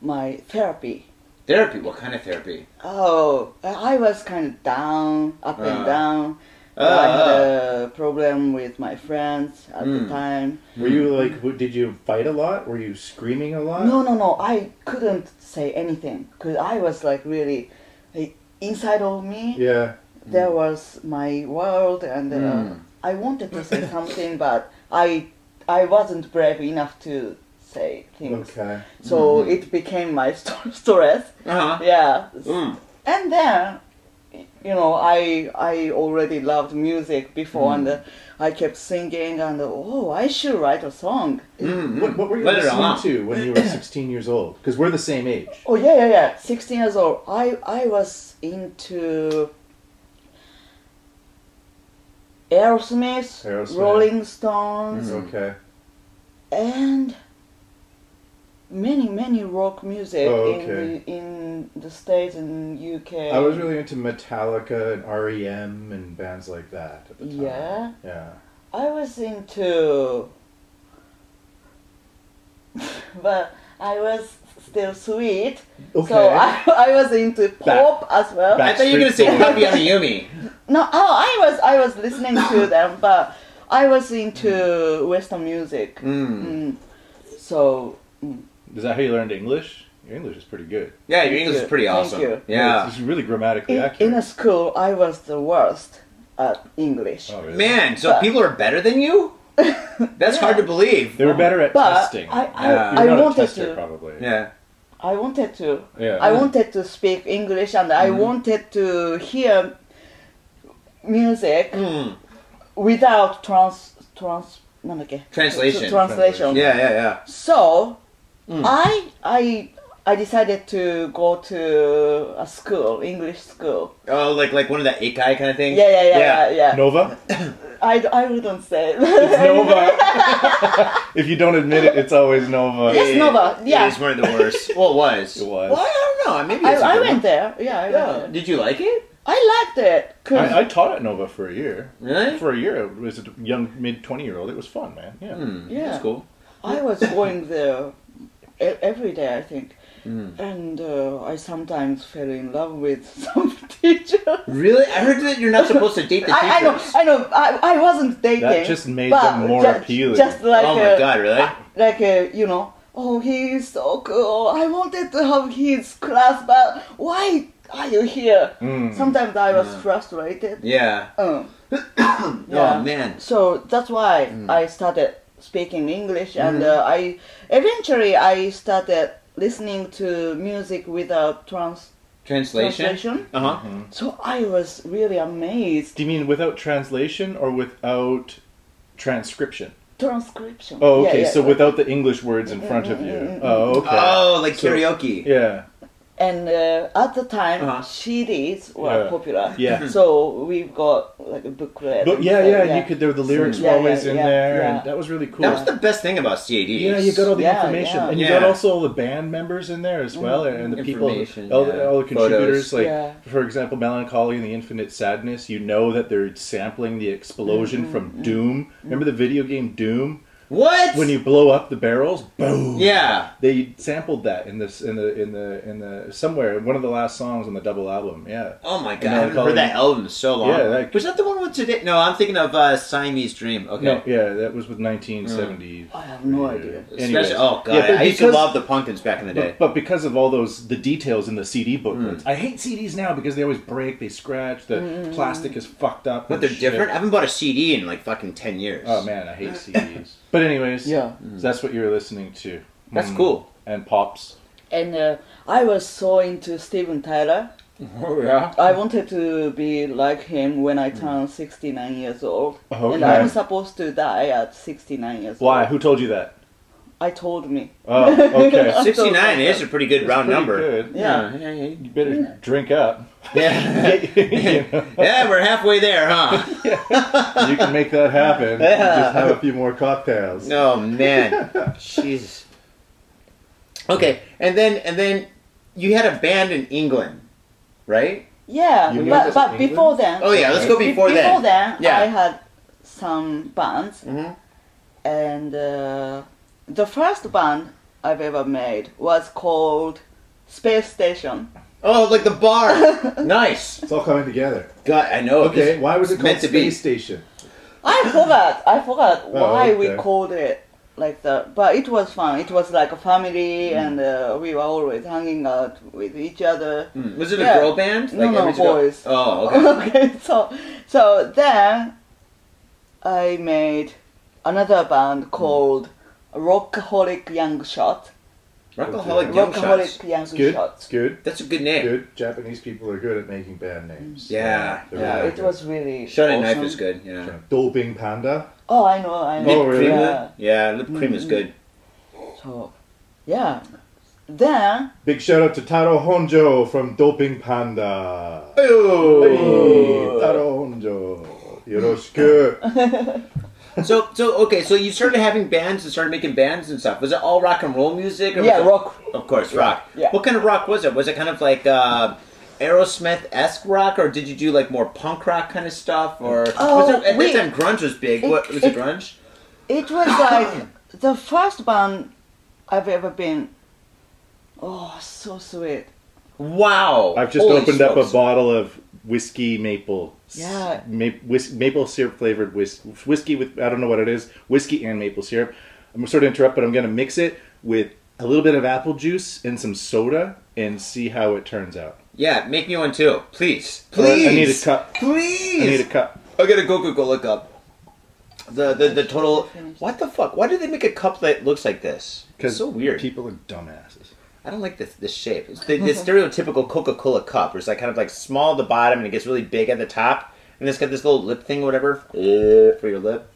S3: my therapy.
S1: Therapy. What kind of therapy?
S3: Oh, I was kind of down, up
S1: Ah.
S3: and down.
S1: Ah,
S3: I
S1: ah.
S3: had a problem with my friends at
S1: Mm.
S3: the time.
S2: Were you like? w- Did you fight a lot? Were you screaming a lot?
S3: No, no, no. I couldn't say anything because I was like really like, inside of me.
S2: Yeah.
S3: There was my world, and uh,
S2: Hmm.
S1: Mm.
S3: I wanted to say something, but I I wasn't brave enough to say things.
S2: Okay. Hmm.
S3: So it became my st- stress.
S1: Uh
S2: Uh-huh.
S1: huh.
S3: Yeah.
S2: Hmm.
S1: Mm.
S3: And then, you know, I I already loved music before,
S2: Hmm.
S3: and uh, I kept singing, and oh, I should write a song.
S1: Mm.
S2: What, what were you
S1: Let it all
S2: listening
S1: out.
S2: to when you were 16 years old? Because we're the same age.
S3: Oh yeah, yeah, yeah. Sixteen years old. I I was into Aerosmith,
S2: Aerosmith. Mm-hmm.
S3: Rolling Stones,
S1: Mm.
S2: Okay.
S3: and many many rock music
S2: Oh,
S3: in the in the states and UK.
S2: I was really into Metallica and REM and bands like that at the time.
S3: Yeah.
S2: Yeah.
S3: I was into, but I was still sweet.
S2: Okay.
S3: So I, I was into pop as well.
S2: Back-
S1: I thought you were gonna say
S2: Backstreet Boys.
S1: Puppy on the Yumi.
S3: No, oh, I was I was listening to them, but I was into Western music.
S1: Mm.
S3: Mm. So
S2: Is that how you learned English? Your English is pretty good.
S1: Yeah, your
S3: Thank
S1: English is
S3: you.
S1: pretty
S3: Thank
S1: awesome.
S3: you.
S1: Yeah.
S2: It's really grammatically
S3: in,
S2: accurate.
S3: in a school, I was the worst at English.
S2: oh, really?
S1: Man, so
S3: But-
S1: people are better than you? That's hard to believe.
S2: They were better at
S3: But
S2: testing.
S3: I I,
S1: Yeah.
S2: You're
S3: I
S2: not a
S3: wanted
S2: tester,
S3: to.
S2: probably.
S1: Yeah.
S3: I wanted to.
S2: Yeah.
S3: I wanted to speak English, and I
S1: Mhm.
S3: wanted to hear music
S1: Mm.
S3: without trans trans. なんだっけ?
S1: Translation.
S3: Translation.
S1: Yeah, yeah, yeah.
S3: So
S1: Mm.
S3: I I I decided to go to a school, English school.
S1: Oh, like like one of that ikai kind of thing.
S3: Yeah, yeah, yeah, yeah. yeah.
S2: Nova?
S3: I, I wouldn't say.
S2: It's Nova. if you don't admit it, it's always Nova.
S3: Yes, Nova, yeah.
S1: it is one of the worst. well, it was.
S2: It was.
S1: Well, I don't know. Maybe
S3: I,
S1: it's a
S3: I
S1: good
S3: went there. Yeah, I
S1: one.
S3: went
S1: Yeah.
S3: there.
S1: Did you like it?
S3: I liked it. 'cause-
S2: I, I taught at Nova for a year.
S1: Really?
S2: For a year, it was a young mid twenty year old. It was fun, man. Yeah.
S1: Hmm,
S3: Yeah.
S1: That's cool.
S3: I was going there e- every day, I think,
S1: Mm.
S3: and uh, I sometimes fell in love with some teacher.
S1: Really? I heard that you're not supposed to date the teachers.
S3: I, I know, I know, I, I wasn't dating.
S2: just made
S3: but
S2: them more
S3: ju-
S2: appealing.
S3: Just like,
S1: oh
S3: uh,
S1: my god, really?
S2: Eh?
S3: like uh, you know, oh he's so cool. I wanted to have his class, but why are you here?
S2: Mm.
S3: Sometimes I was
S1: Yeah.
S3: frustrated.
S1: Yeah.
S3: Uh,
S1: Oh
S3: Yeah.
S1: man.
S3: so that's why
S2: Mm.
S3: I started speaking English,
S2: Mm-hmm.
S3: and uh, I eventually I started listening to music without trans-
S1: Translation.
S3: translation.
S1: Uh huh.
S3: So I was really
S2: Mm-hmm.
S3: amazed.
S2: Do you mean without translation or without transcription?
S3: Transcription.
S2: Oh,
S3: Yeah,
S2: okay.
S3: yeah, Mm-hmm,
S2: so
S3: yeah.
S2: without the English words in front of you. Oh, okay.
S1: Oh, like
S2: So-
S1: karaoke.
S2: Yeah.
S3: and uh, at the time
S1: Uh-huh.
S3: CDs were
S2: Yeah.
S3: popular.
S2: Yeah.
S3: So we've got like a booklet.
S2: But
S3: and
S2: yeah,
S3: stuff,
S2: yeah, You could. There were the lyrics were
S3: Mm-hmm. Yeah, yeah,
S2: always in
S3: yeah,
S2: there,
S3: yeah.
S2: and that was really cool.
S1: That was the best thing about CDs.
S2: Yeah, you got all the
S3: Yeah,
S2: information,
S3: yeah. Mm-hmm.
S2: and you
S1: Yeah.
S2: got also all the band members in there as well, and the people,
S1: Information,
S2: all,
S1: yeah.
S2: the, all the contributors.
S1: Photos.
S2: Like,
S3: Yeah.
S2: for example, Melancholy and the Infinite Sadness. You know that they're sampling the explosion
S3: Mm-hmm.
S2: from Doom. Remember the video game Doom
S1: What?
S2: when you blow up the barrels? Boom.
S1: Yeah.
S2: They sampled that in this in the in the in the somewhere in one of the last songs on the double album. Yeah.
S1: Oh my god, I
S2: And
S1: haven't
S2: Melancholy.
S1: heard that album in so long.
S2: Yeah, like-
S1: was that the one with today? No, I'm thinking of uh, Siamese Dream. Okay.
S2: No, yeah, that was with 1970.
S3: I have no idea.
S2: Anyways.
S1: Especially, oh god,
S2: Yeah, but
S1: I used to
S2: because-
S1: love the Pumpkins back in the day.
S2: But, but because of all those the details in the CD
S1: Hmm.
S2: booklets, I hate CDs now because they always break, they scratch, the plastic is fucked up.
S1: But
S2: and
S1: they're
S2: Oh, shit.
S1: different. I haven't bought a CD in like fucking ten years.
S2: Oh man, I hate CDs. But anyways,
S3: Yeah.
S2: so that's what you were listening to.
S1: Hmm. That's
S2: Mm.
S1: cool.
S2: And pops.
S3: And uh, I was so into Steven Tyler.
S1: Oh yeah.
S3: I wanted to be like him when I turned 69 years old.
S2: Oh,
S3: And
S2: Hmm. okay.
S3: I'm supposed to die at 69 years
S2: Why?
S3: old.
S2: Who told you that?
S3: I told me.
S2: Oh, okay.
S1: Sixty nine is a pretty good round
S2: Pretty
S1: number.
S2: good.
S3: Yeah.
S1: Yeah.
S2: You better drink up.
S1: Yeah.
S2: you, know,
S1: yeah, we're halfway there, huh?
S2: you can make that happen.
S1: Yeah.
S2: Just have a few more cocktails.
S1: Oh man. Jesus. Okay, and then and then you had a band in England, right?
S3: Yeah,
S2: You moved us
S3: but,
S2: to
S3: but
S2: England?
S3: before then.
S1: Oh yeah, let's go
S3: be-
S1: before
S3: Before
S1: that.
S3: then,
S1: Yeah.
S3: I had some bands.
S1: Mhm.
S3: And uh, the first band I've ever made was called Space station.
S1: Oh, like the bar. nice.
S2: It's all coming together.
S1: God, I know. it
S2: Okay,
S1: was-
S2: why was
S1: Oh,
S2: it
S1: it's
S2: called
S1: meant to be.
S2: Space Station?
S3: I forgot. I forgot
S1: Oh,
S3: why we
S2: okay.
S3: called it like that. But it was fun. It was like a family,
S1: Mm-hmm.
S3: and uh, we were always hanging out with each other.
S1: Hmm, Was it a
S3: Yeah.
S1: girl band?
S3: No,
S1: Like
S3: no,
S1: every girl-
S3: boys.
S1: Oh, okay.
S3: okay, so so then I made another
S1: Mm.
S3: band called Rockaholic Young Shot.
S1: Rockaholic Young Shots.
S3: Rockaholic Young
S2: It's good. It's
S3: Shot.
S2: good.
S1: That's a good name.
S2: Good. Japanese people are good at making band names.
S1: Yeah,
S2: They're
S3: Yeah,
S2: really
S3: it
S2: good.
S3: was really.
S1: Shonen
S3: awesome.
S1: Knife is good. Yeah.
S2: Dolbing Panda.
S3: Oh, I know, I know.
S2: Oh, really?
S3: Yeah.
S1: Lip Cream? Yeah, Lip Cream is good.
S3: So, yeah. Then
S2: Big shout out to Taro Honjo from Doping Panda.
S1: Mm-hmm.
S2: Hey, Taro Honjo. Yoroshiku.
S1: So, so okay, so you started having bands and started making bands and stuff. Was it all rock and roll music? Or
S3: yeah,
S1: was it-
S3: rock
S1: Of course, rock.
S3: Yeah.
S1: What kind of rock was it? Was it kind of like uh, Aerosmith esque rock, or did you do like more punk rock kind of stuff? Or
S3: Oh,
S1: was there, at
S3: we-
S1: that time grunge was big. what was it,
S3: it-
S1: grunge?
S3: It was like the first band I've ever been. Oh, so sweet.
S1: Wow!
S5: I've just
S1: Holy
S5: opened up a
S1: smokes.
S5: bottle of whiskey maple. s-
S3: Yeah.
S5: Ma- whis- maple syrup flavored whis- whiskey with, I don't know what it is, whiskey and maple syrup. I'm sort of interrupt, but I'm going to mix it with a little bit of apple juice and some soda and see how it turns out.
S1: Yeah, make me one too, please,
S5: All right,
S1: please.
S5: I need a cup.
S1: Please.
S5: I need a cup.
S1: I gotta go Google look up the the, the total. What the fuck? Why do they make a cup that looks like this? It's so weird.
S5: People are dumbasses.
S1: I don't like this this shape. It's the, the stereotypical Coca Cola cup, where it's like kind of like small at the bottom and it gets really big at the top, and it's got this little lip thing, or whatever, eh, for your lip.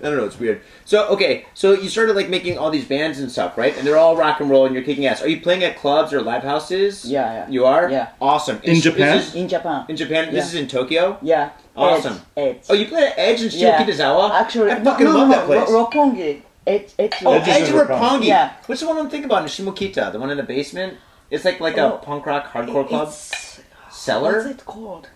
S1: I don't know. It's weird. So okay, so you started like making all these bands and stuff, right? And they're all rock and roll, and you're kicking ass. Are you playing at clubs or live houses?
S3: Yeah, yeah.
S1: You are.
S3: Yeah.
S1: Awesome.
S5: In
S1: Is-
S5: Japan?
S1: is this-
S3: In Japan.
S1: in Japan. This
S3: Yeah.
S1: is in Tokyo.
S3: Yeah.
S1: Awesome.
S3: Edge.
S1: Oh, you play at Edge and Shiro
S3: Yeah.
S1: Kitazawa?
S3: Actually,
S1: I fucking
S3: no, no,
S1: love
S3: no,
S1: that place.
S3: Ro- Roppongi. Edge, edge.
S1: oh,
S5: Edge is
S1: Edge
S5: in
S1: Roppongi.
S3: Yeah.
S1: What's the one I'm thinking about in Shimokita? The one in the basement? It's like like a
S3: Oh,
S1: punk rock hardcore club
S3: It's, what's
S1: cellar.
S3: it called?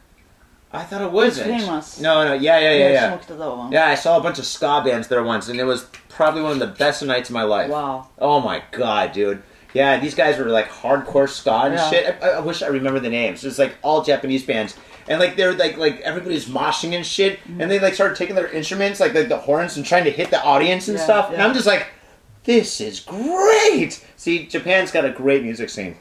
S1: I thought it was
S3: It's
S1: Edge.
S3: famous.
S1: No, no, yeah, yeah, yeah, yeah.
S3: Shimokitazawa one.
S1: Yeah, I saw a bunch of ska bands there once, and it was probably one of the best nights of my life.
S3: Wow.
S1: Oh my god, dude. Yeah, these guys were like hardcore ska and
S3: Yeah.
S1: shit. I, I wish I remember the names. It's like all Japanese bands, and like they're like like everybody's moshing and shit,
S3: Mm-hmm.
S1: and they like started taking their instruments, like, like the horns, and trying to hit the audience and
S3: Yeah,
S1: stuff. And
S3: yeah.
S1: I'm just like, this is great. See, Japan's got a great music scene,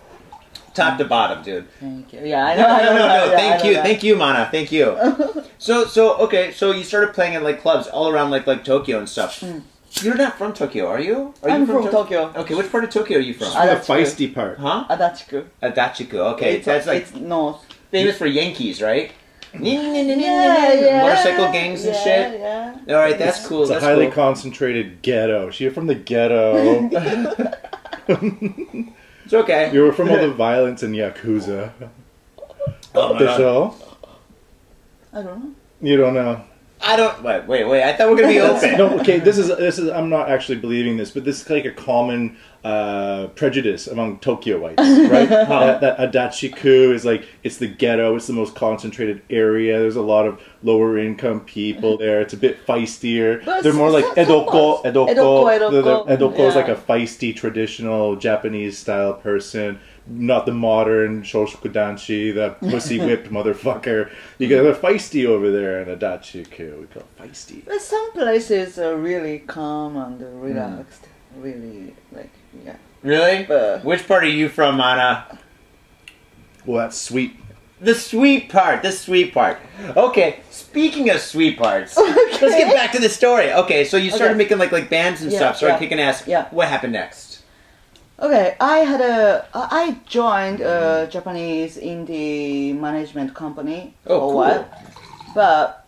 S1: top to bottom, dude.
S3: Thank you. Yeah, I know.
S1: No,
S3: I
S1: no,
S3: know
S1: no,
S3: that.
S1: no.
S3: Yeah, I
S1: Thank
S3: know
S1: you,
S3: that.
S1: thank you, Mana. Thank you. so, so okay. So you started playing at like clubs all around like like Tokyo and stuff. You're not from Tokyo, are you? Are
S3: Hmm. I'm
S1: you
S3: from
S1: Tok-
S3: Tokyo.
S1: Okay, which part of Tokyo are you from?
S3: I-
S5: the
S3: that's weird.
S5: feisty part.
S1: Huh?
S3: Adachiku.
S1: Adachiku. Okay,
S3: it's,
S1: that's like
S3: it's north.
S1: famous for Yankees, right?
S3: Yeah, yeah.
S1: Motorcycle gangs and
S3: yeah,
S1: shit.
S3: Yeah.
S1: All right, that's cool.
S5: It's a
S1: that's
S5: highly
S1: cool.
S5: concentrated ghetto. She was from the ghetto.
S1: it's okay.
S5: you were from all the violence in Yakuza.
S1: Oh my
S5: The
S1: God.
S5: show?
S3: I don't know.
S5: You don't know.
S1: I don't. Wait, wait, wait. I thought we are gonna be open.
S5: No, okay. This is this is. I'm not actually believing this, but this is like a common uh, prejudice among Tokyoites, right? that, that Adachiku is like it's the ghetto. It's the most concentrated area. There's a lot of lower income people there. It's a bit feistier.
S3: But
S5: They're more like
S3: so-
S5: edoko,
S3: sometimes-
S5: edoko.
S3: edoko,
S5: The- the-
S3: edoko.
S5: edoko is
S3: Yeah.
S5: like a feisty, traditional Japanese style person. Not the modern Shoshukudanshi, the pussy whipped motherfucker. You guys are feisty over there in Adachiku. We call it feisty.
S3: But some places are really calm and relaxed. Really, like, yeah.
S1: Really?
S3: Uh.
S1: Which part are you from, Mana?
S5: Well, that's sweet.
S1: The sweet part, the sweet part. Okay, speaking of sweet parts, let's get back to the story. Okay, so you started
S3: Okay.
S1: making like like bands and
S3: Yeah,
S1: stuff, started
S3: yeah,
S1: kicking ass.
S3: yeah.
S1: What happened next?
S3: Okay, I had a I joined a Japanese indie management company
S1: Oh,
S3: for a
S1: cool.
S3: while, but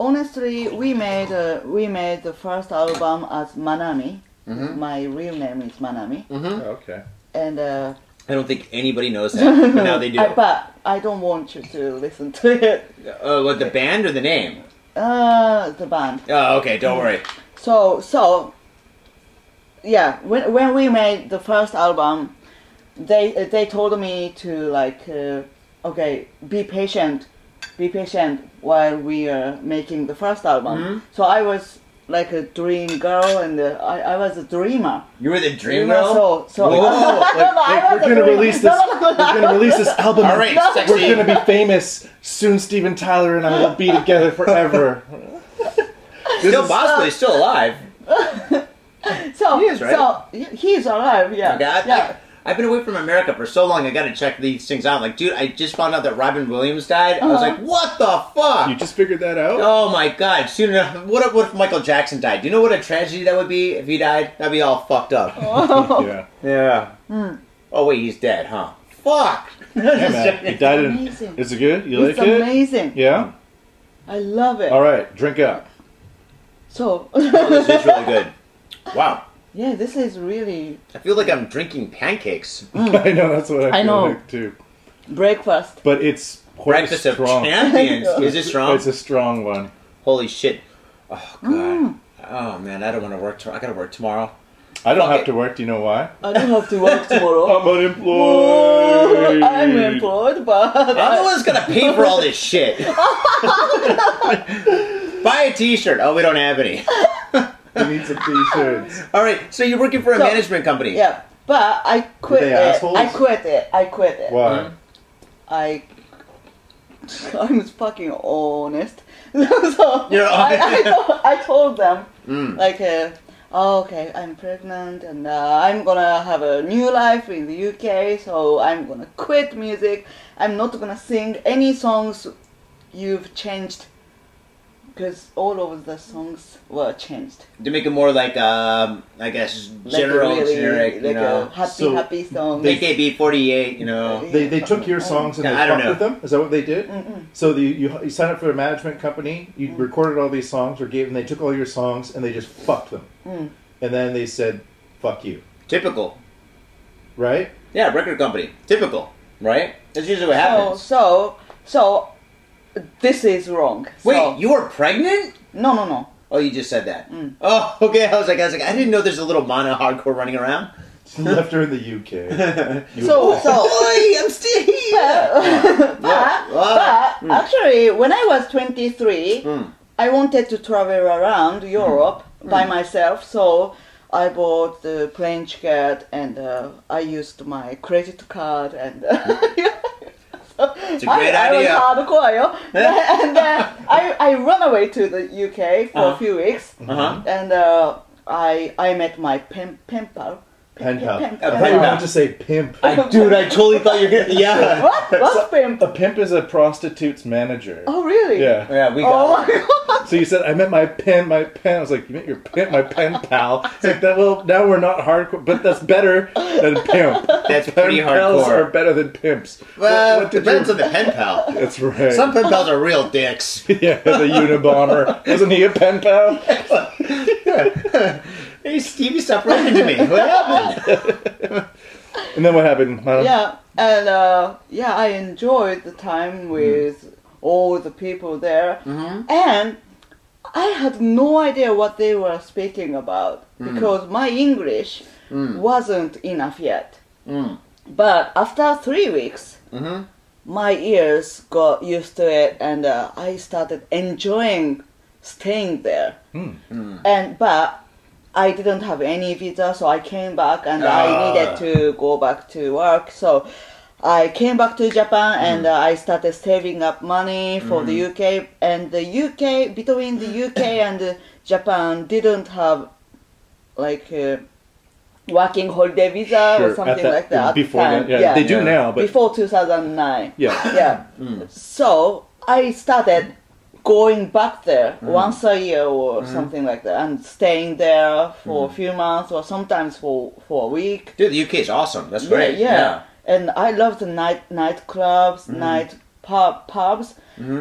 S3: honestly, we made uh we made the first album as Manami.
S1: Mm-hmm.
S3: My real name is Manami,
S1: Mm.
S5: Oh, okay.
S3: and uh,
S1: I don't think anybody knows that, but now they do.
S3: I, but I don't want you to listen to it.
S1: Uh, what, the band or the name?
S3: Uh, the band.
S1: Oh, okay, don't worry.
S3: So so yeah, when when we made the first album, they uh, they told me to like uh, okay, be
S1: Mm-hmm.
S3: patient, be patient while we are making the first album. So I was like a dream girl, and uh, I, I was a dreamer.
S1: You were the dream
S3: Dreamer,
S1: girl.
S3: So, so
S1: Whoa, like-
S3: No, no, I
S5: Like,
S3: was a
S5: we're gonna
S3: dreamer.
S5: release
S3: No,
S5: this.
S3: no, no,
S5: We're
S3: no.
S5: gonna release this album.
S1: All right, sexy.
S5: We're gonna be famous soon. Steven Tyler and I will be together forever.
S1: Still, Bosley's still alive.
S3: So
S1: He is, right?
S3: so he- he's alive. Yeah.
S1: Okay, I,
S3: yeah.
S1: I, have been away from America for so long. I got to check these things out. Like, dude, I just found out that Robin Williams died. I was
S3: Uh-huh.
S1: like, what the fuck?
S5: You just figured that out.
S1: Oh my god! Soon enough, what if, what if Michael Jackson died? Do you know what a tragedy that would be if he died? That'd be all fucked up.
S5: Yeah.
S1: Yeah. Oh wait, he's dead, huh? Fuck.
S5: Hey, man, it died in-
S3: Amazing.
S5: Is it good? You
S3: It's
S5: like it?
S3: amazing.
S5: Yeah.
S3: I love it.
S5: All right. Drink up.
S3: So
S1: Oh, this is really good. Wow.
S3: yeah, this is really
S1: I feel like I'm drinking pancakes.
S5: I know that's what I,
S3: Mm. I
S5: feel
S3: know.
S5: like too.
S3: breakfast.
S5: But it's quite
S1: Breakfast of
S5: strong.
S1: champions. Is it strong?
S5: It's a strong one.
S1: Holy shit. Oh god.
S3: Mm.
S1: Oh man, I don't want to work. tomorrow. I gotta work tomorrow.
S5: I don't
S1: Fuck
S5: have
S1: it.
S5: to work. Do you know why?
S3: I don't have to work tomorrow.
S5: I'm
S3: Oh.
S5: unemployed.
S3: I'm employed, but
S1: I'm
S5: Ah.
S1: the one's gonna pay for all this shit. Buy a T-shirt. Oh, we don't have any.
S2: We need some t-shirts.
S1: All right. So you're working for a
S3: So-
S1: management company.
S3: yeah. But I quit
S2: they
S3: it.
S2: assholes?
S3: I quit it. I quit it.
S2: Why?
S3: I I'm fucking honest. so
S1: You're
S3: I, I, told, I told them
S1: Mm.
S3: like, uh, oh, okay, I'm pregnant and uh, I'm gonna have a new life in the UK. So I'm gonna quit music. I'm not gonna sing any songs you've changed because all of the songs were changed.
S1: To make it more like, um, I guess,
S3: Like
S1: general,
S3: really,
S1: generic, you
S3: like
S1: know,
S3: a happy,
S2: So
S3: happy song.
S1: AKB48, you know.
S2: They, they took your songs and they
S1: I don't
S2: fucked
S1: know.
S2: with them. Is that what they did?
S3: Mm-mm.
S2: So the, you you signed up for a management company. You recorded all these songs or gave them. They took all your songs and they just fucked them.
S3: Mm.
S2: And then they said, "Fuck you."
S1: Typical.
S2: Right?
S1: Yeah, record company. Typical, right? That's usually what
S3: So
S1: happens.
S3: so so this is wrong.
S1: Wait,
S3: So-
S1: you were pregnant?
S3: no no no.
S1: Oh, you just said that.
S3: Mm.
S1: Oh, okay. I was like, I was like, I didn't know there's a little mono hardcore running around.
S2: She left her in the UK. You-
S3: So so.
S1: Oi, I'm still here.
S3: But,
S1: Yeah.
S3: but, but actually, when I was 23,
S1: Mm.
S3: I wanted to travel around Europe by myself, so I bought the plane ticket and uh, I used my credit card and.
S1: It's a great
S3: I,
S1: idea.
S3: I was hardcore, yo. and then I, I run away to the UK for
S1: Uh-huh.
S3: a few weeks,
S1: Uh huh.
S3: and uh, I I met my pen, pen pal.
S2: Pen pal.
S3: Pen
S1: A
S2: I
S3: pal.
S2: thought you were
S1: pal.
S2: about to say pimp.
S1: I, dude, I totally thought you were gonna. Yeah.
S3: What? What's pimp?
S5: A pimp is a prostitute's manager.
S3: Oh, really?
S5: Yeah.
S1: Yeah, we
S3: Oh
S1: got.
S3: my god.
S5: So you said I met my pen, my pen. I was like, you met your pen, my pen pal. It's like that. Well, now we're not hardcore, but that's better than pimp.
S1: That's
S5: Pen
S1: pretty
S5: pals are
S1: hardcore.
S5: better than pimps.
S1: Well,
S5: What- what did
S1: depends
S5: you-
S1: on the pen pal.
S5: That's right.
S1: Some pen pals are real dicks.
S5: yeah, the Unabomber. Wasn't he a pen pal?
S1: Hey, Stevie, stop running to me. What happened?
S5: And then what happened? Madam?
S3: yeah, and uh, yeah, I enjoyed the time with all the people there,
S1: Mm-hmm.
S3: and I had no idea what they were speaking about
S1: Mm.
S3: because my English wasn't enough yet.
S1: Mm.
S3: But after three weeks,
S1: Mhm.
S3: my ears got used to it, and uh, I started enjoying staying there.
S5: Hmm.
S3: And but. I didn't have any visa, so I came back and I
S1: Ah.
S3: needed to go back to work. So I came back to
S5: Hmm.
S3: Japan and uh, I started saving up money for the UK. And the UK, between the UK and uh, Japan, didn't have like a working holiday visa
S5: Sure,
S3: or
S5: at
S3: something
S5: that-
S3: like that. at the
S5: Before
S3: time.
S5: that, yeah, they do
S1: Yeah.
S5: now, but
S3: Before 2009.
S5: yeah,
S3: Yeah.
S1: Hmm.
S3: So I started going back there
S1: Hmm.
S3: once a year or something like that and staying there for
S1: Hmm.
S3: a few months or sometimes for, for a week.
S1: Dude, the UK is awesome. That's great.
S3: Yeah, yeah. And I love the night nightclubs,
S1: Hmm.
S3: night pub pubs.
S1: Mm-hmm.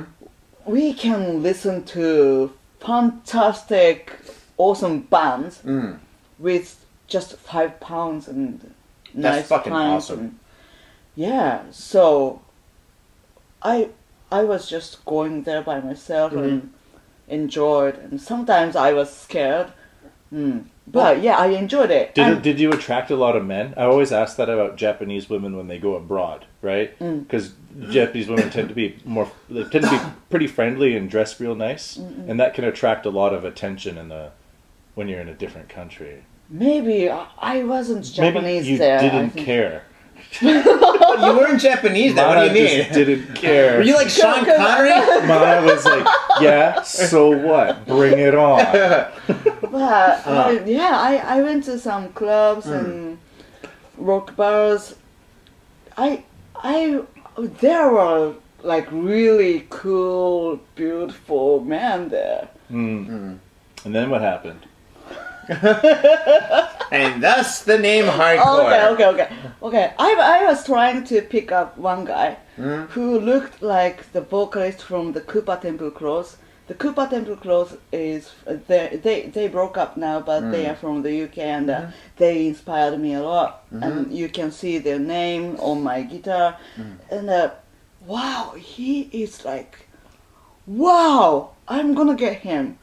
S3: We can listen to fantastic, awesome bands
S1: yeah. Mm.
S3: with just five pounds and
S1: That's
S3: nice
S1: fucking
S3: pints
S1: awesome.
S3: and- yeah, so I I was just going there by myself and enjoyed. And sometimes I was scared Mm. But yeah, I enjoyed it.
S5: Did,
S3: And-
S5: did you attract a lot of men? I always ask that about Japanese women when they go abroad, right? Because Japanese women tend to be more, they tend to be pretty friendly and dress real nice, and that can attract a lot of attention in the when you're in a different country.
S3: maybe I, I wasn't Japanese
S5: Maybe you
S3: there. I
S5: didn't
S3: think.
S5: care.
S1: Oh, You weren't Japanese then. What
S5: Mana
S1: do you
S5: just
S1: mean?
S5: didn't care.
S1: Were you like Sean Connery?
S5: Mana was like, yeah, so what? Bring it on.
S3: But I, yeah, I, I went to some clubs and rock bars. I I there were like really cool, beautiful men there.
S1: Hmm.
S5: Hmm. And then what happened?
S1: And thus the name hardcore.
S3: Oh, Okay, okay, okay, okay. I I was trying to pick up one guy who looked like the vocalist from the Koopa Temple Cross. The Koopa Temple Cross is they they they broke up now, but they are from the UK and uh, they inspired me a lot. And you can see their name on my guitar, and uh, wow, he is like, wow, I'm gonna get him.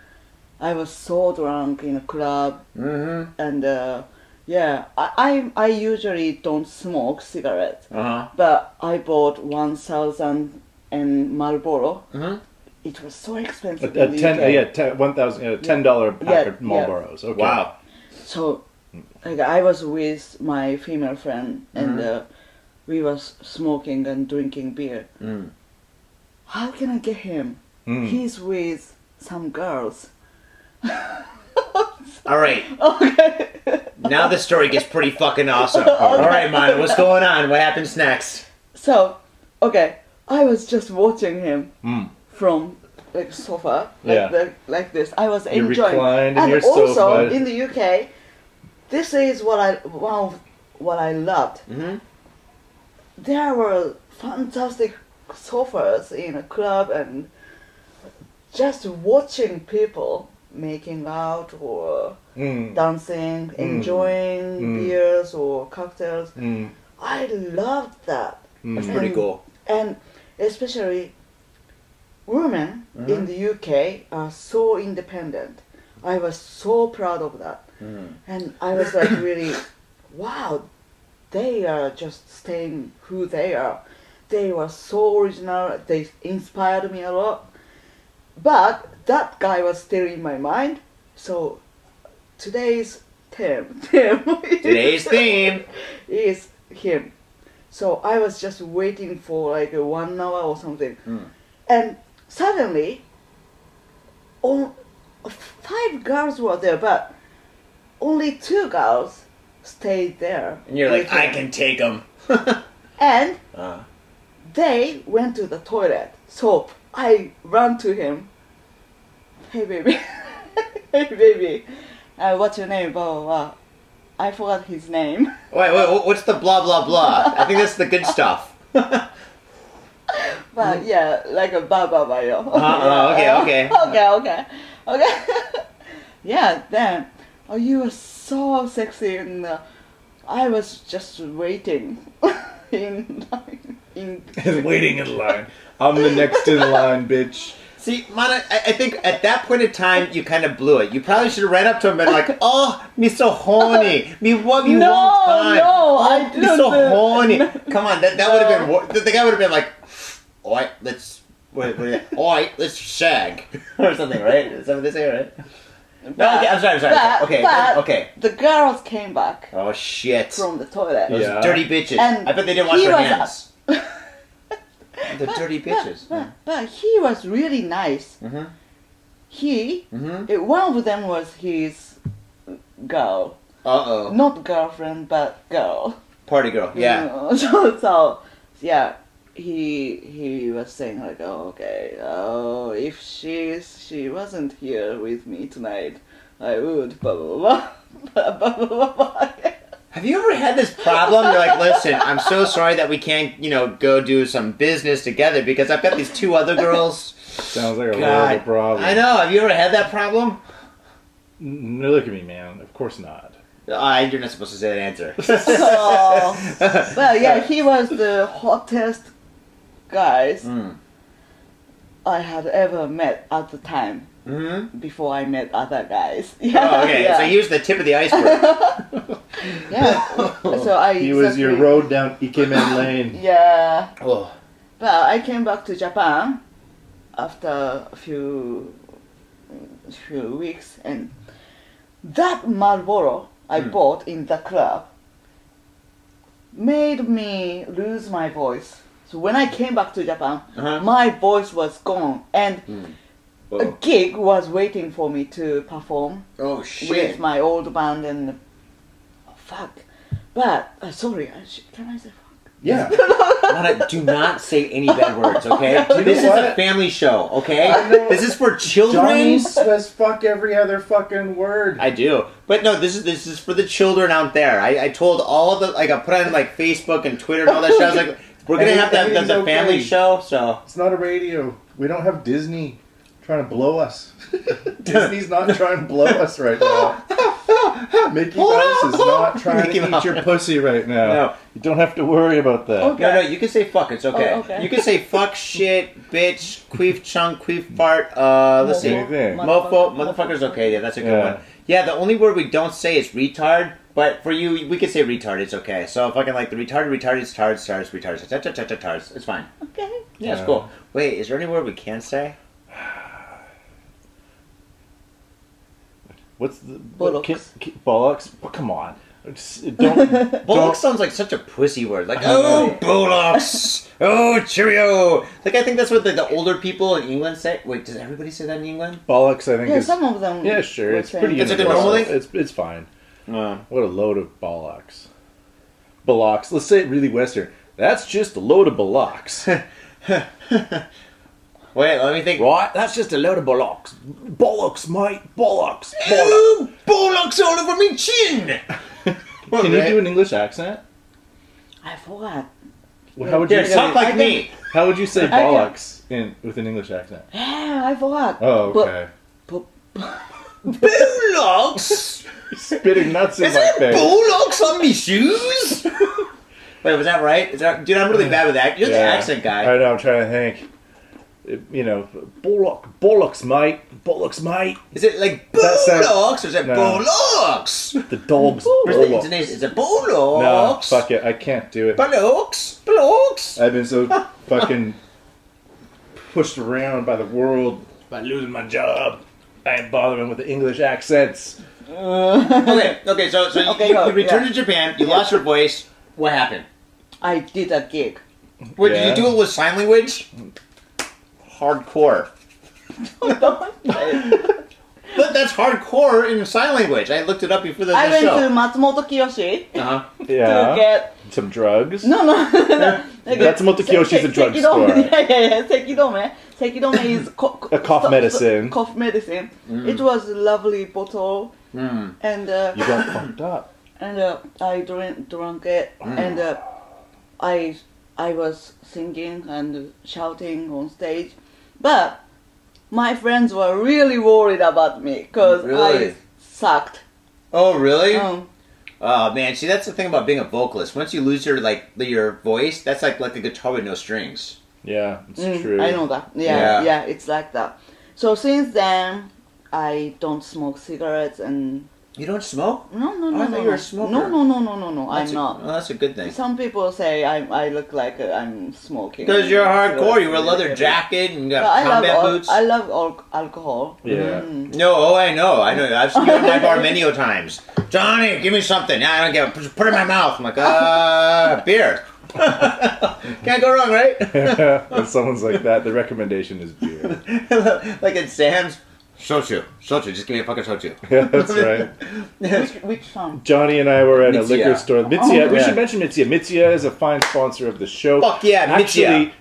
S3: I was so drunk in a club
S1: Mm-hmm.
S3: and uh, yeah, I, I I usually don't smoke cigarettes,
S1: Uh-huh.
S3: but I bought one thousand and Marlboro.
S1: Mhm.
S3: It was so
S5: A,
S3: expensive. in
S5: a
S3: the
S5: ten,
S3: UK.
S5: yeah, ten, one thousand, yeah, ten dollar
S3: Yeah,
S5: pack of
S3: yeah.
S5: Marlboros. Okay.
S1: Wow.
S3: So, like, I was with my female friend, and uh, we was smoking and drinking beer.
S1: Mm.
S3: How can I get him?
S5: Mm.
S3: He's with some girls.
S1: All right.
S3: Okay.
S1: Now the story gets pretty fucking awesome. All right, Mana, what's going on? What happens next?
S3: So, okay, I was just watching him
S5: Mm.
S3: from like sofa, like,
S5: Yeah.
S3: the, like this. I was
S5: You
S3: enjoying,
S5: reclined in
S3: and
S5: your
S3: also
S5: sofa.
S3: in the UK, this is what I one of what I loved.
S5: Mm-hmm.
S1: Mhm.
S3: There were fantastic sofas in a club, and just watching people making out or
S5: Mm.
S3: dancing, enjoying
S5: Mm.
S3: beers or cocktails.
S5: Mm.
S3: I loved that
S1: That's
S5: Mm.
S1: pretty cool.
S3: and especially women in the UK are so independent. I was so proud of that, and I was like really, wow, they are just staying who they are. They were so original. They inspired me a lot. But that guy was still in my mind. So today's theme, theme
S1: Today's theme.
S3: is him. So I was just waiting for like a one hour or something,
S1: Mm.
S3: and suddenly, all five girls were there, but only two girls stayed there.
S1: And you're like,
S3: with
S1: I
S3: him.
S1: can take them.
S3: And
S1: Uh,
S3: they went to the toilet, so I ran to him. Hey baby, hey baby, uh, what's your name? Blah blah blah. I forgot his name.
S1: wait, wait, what's the blah, blah, blah? I think that's the good stuff.
S3: But yeah, like a ba ba ba yo.
S1: uh, Mm. okay, okay.
S3: okay, okay, okay. yeah, then oh, you were so sexy, and uh, I was just waiting in line. In
S5: Waiting in line.
S2: I'm the next in line, bitch.
S1: See, Mana, I, I think at that point in time, you kind of blew it. You probably should have ran up to him and been like, "Oh, me so horny, me want me
S3: No,
S1: one time,
S3: no,
S1: oh,
S3: I
S1: me so
S3: didn't.
S1: horny." Come on, that, that would have been
S3: No.
S1: wor- the, the guy would have been like, "All right, let's wait, wait, all right, let's shag or something, right? Is that what they say, right?" no, okay, I'm sorry, I'm sorry.
S3: but-
S1: okay,
S3: but-
S1: okay.
S3: the girls came back
S1: Oh shit,
S3: from the toilet.
S1: those
S5: Yeah.
S1: dirty bitches.
S3: And
S1: I bet they didn't wash
S3: he
S1: their
S3: was
S1: hands. the dirty bitches.
S3: But, but he was really nice.
S1: Mhm.
S3: He,
S1: Mm-hmm.
S3: eh, one of them was his girl,
S1: Uh oh,
S3: not girlfriend, but girl.
S1: party girl. Yeah.
S3: Mm, so, so yeah, he he was saying like, oh, okay, oh, if she's she wasn't here with me tonight, I would blah blah blah blah blah blah. blah.
S1: Have you ever had this problem? You're like, listen, I'm so sorry that we can't, you know, go do some business together because I've got these two other girls.
S5: Sounds like
S1: God.
S5: a world of
S2: Oh,
S5: problem.
S1: I know. Have you ever had that problem?
S5: N- no, look at me, man. Of course not.
S1: Uh, you're not supposed to say that answer.
S3: So, well, yeah, he was the hottest guys
S1: Mm.
S3: I had ever met at the time.
S1: Mm-hmm.
S3: before I met other guys.
S1: Oh, okay.
S3: yeah.
S1: So he was the tip of the iceberg.
S3: yeah. so I
S2: He was your
S3: exactly-
S2: road down Ikemen Lane.
S3: Yeah.
S1: oh.
S3: Well, I came back to Japan after a few few weeks, and that Marlboro I
S1: Hmm.
S3: bought in the club made me lose my voice. So when I came back to Japan,
S1: Uh-huh. Hmm.
S3: my voice was gone, and a
S1: Oh.
S3: gig was waiting for me to perform
S1: oh
S3: with
S1: shit.
S3: my old band. And oh, fuck, but uh, sorry, I sh- can I say?
S2: Yeah.
S1: Lana, do not say any bad words, okay?
S2: know
S1: this is a
S2: what?
S1: family show, okay?
S2: I know.
S1: This is for children.
S2: Johnny says fuck every other fucking word.
S1: I do, but no. This is this is for the children out there. I, I told all the like I put on like Facebook and Twitter and all that shit. I was like, we're gonna have that the,
S2: Everything's
S1: the family
S2: okay.
S1: show. So
S2: It's not a radio. We don't have Disney trying to blow us. Disney's not trying to blow us right now. Mickey Mouse is not trying
S1: Mickey
S2: to
S1: Mouse.
S2: eat your pussy right now.
S1: No.
S2: You don't have to worry about that.
S3: Okay.
S1: no, no, you can say fuck. It's okay.
S3: Oh, okay.
S1: You can say fuck, shit, bitch, queef, chunk, queef, fart. Uh, let's see,
S2: Mofo. Anything.
S1: mofo, motherfucker's okay. Yeah, that's a good
S2: Yeah.
S1: one. Yeah, the only word we don't say is retard. But for you, we can say retard. It's okay. So fucking like the retarded, retarded, tards, tards, retards, tards, tards, tards, tards. It's fine.
S3: Okay.
S1: Yeah, it's
S2: Yeah.
S1: cool. Wait, is there any word we can say?
S2: What's the
S3: Bollocks.
S2: Ki- ki- bollocks? Oh, come on. It's- Don't
S1: Bullock sounds like such a pussy word. Like,
S2: I know.
S1: oh, bullocks. oh, cheerio. Like, I think that's what the, the older people in England say. Wait, does everybody say that in England?
S2: bollocks. I think.
S3: Yeah,
S2: is,
S3: some of them.
S2: yeah, sure.
S3: were
S2: It's
S3: saying-
S2: pretty.
S1: Is it the
S2: universal.
S1: normal thing?
S2: It's it's fine.
S1: No.
S2: What a load of bollocks. Bollocks. Let's say it really Western. That's just a load of bollocks.
S1: Wait, let me think.
S2: right? That's just a load of bollocks. Bollocks, mate. Bollocks. Bollocks.
S1: Oh, bullocks all over me chin.
S2: Can you do an English accent?
S3: I forgot.
S2: Well, How would you
S1: Here,
S2: say,
S1: talk like
S3: I
S1: me.
S2: How would you say
S3: I don't-
S2: bollocks in with an English accent?
S3: Yeah, I forgot.
S2: Oh, okay.
S1: Bullocks?
S2: Spitting nuts in
S1: Is
S2: my
S1: there
S2: face.
S1: bullocks on me shoes? Wait, was that right? Is that, dude, I'm really bad with that. You're the
S2: Yeah.
S1: accent guy.
S2: I know. I'm trying to think. It- You know, bollock, bollocks, mate. Bollocks, mate.
S1: Is it like
S2: That sounds-
S1: bullocks or is it
S2: No.
S1: bullocks?
S2: The dog's
S1: Where's the
S2: bollocks.
S1: intonation? Is it
S2: No,
S1: bullocks?
S2: fuck it. I can't do it.
S1: Blokes, blokes.
S2: I've been so fucking pushed around by the world by losing my job. I ain't bothering with the English accents.
S1: Okay, okay. So, so you-
S3: Okay,
S1: you,
S3: go,
S1: you returned
S3: yeah.
S1: to Japan. You lost your voice. What happened?
S3: I did a gig.
S1: Wait,
S2: Yeah.
S1: did you do it with sign language? Hardcore. but that's hardcore in sign language. I looked it up before the,
S3: I went
S1: show.
S3: to Matsumoto Kiyoshi
S1: uh-huh.
S3: to get
S2: Some drugs.
S3: no no no.
S2: Matsumoto Kiyoshi's a drugstore.
S3: Sekidome- Yeah yeah yeah. Sekidome. Sekidome is co- co-
S2: A cough
S3: so- so-
S2: medicine. Mm.
S3: cough medicine. It was a lovely bottle,
S1: Mm.
S3: and uh,
S2: You got fucked up.
S3: and uh, I drank drank it,
S1: Mm.
S3: and uh, I I was singing and shouting on stage, but my friends were really worried about me because I
S1: Really?
S3: sucked.
S1: Oh, really?
S3: Um,
S1: Oh man, see that's the thing about being a vocalist. Once you lose your like your voice, that's like like a guitar with no strings.
S2: Yeah, it's
S3: Mm,
S2: true.
S3: I know that. Yeah, yeah,
S1: Yeah.
S3: it's like that. So since then, I don't smoke cigarettes and
S1: You don't smoke?
S3: no, no,
S1: Oh,
S3: no,
S1: I
S3: no,
S1: thought you
S3: no.
S1: were a smoker.
S3: No, no, no, no, no, no.
S1: That's
S3: I'm
S1: a-
S3: not.
S1: well, that's a good thing.
S3: Some people say I I look like uh, I'm smoking
S1: Because you're hardcore. You wear a leather
S3: cigarettes.
S1: jacket and you
S3: But
S1: got
S3: I love
S1: combat
S3: al-
S1: boots.
S3: I love al- alcohol.
S2: Yeah.
S3: Mm.
S1: No, oh, I know, I know. I've seen you in my bar many a times. Johnny, give me something. I don't give a Just put it in my mouth. I'm like, uh, beer. Can't go wrong, right?
S2: when someone's like that, the recommendation is beer.
S1: like at Sam's, soju, soju. Just give me a fucking soju.
S2: Yeah, that's right.
S3: Which which song?
S2: Johnny and I were at a
S1: Mitsuya.
S2: liquor store. Mitsuya,
S3: Oh,
S2: we
S1: yeah.
S2: should mention Mitsuya. Mitsuya is a fine sponsor of the show.
S1: Fuck yeah, Mitsuya.
S2: Actually,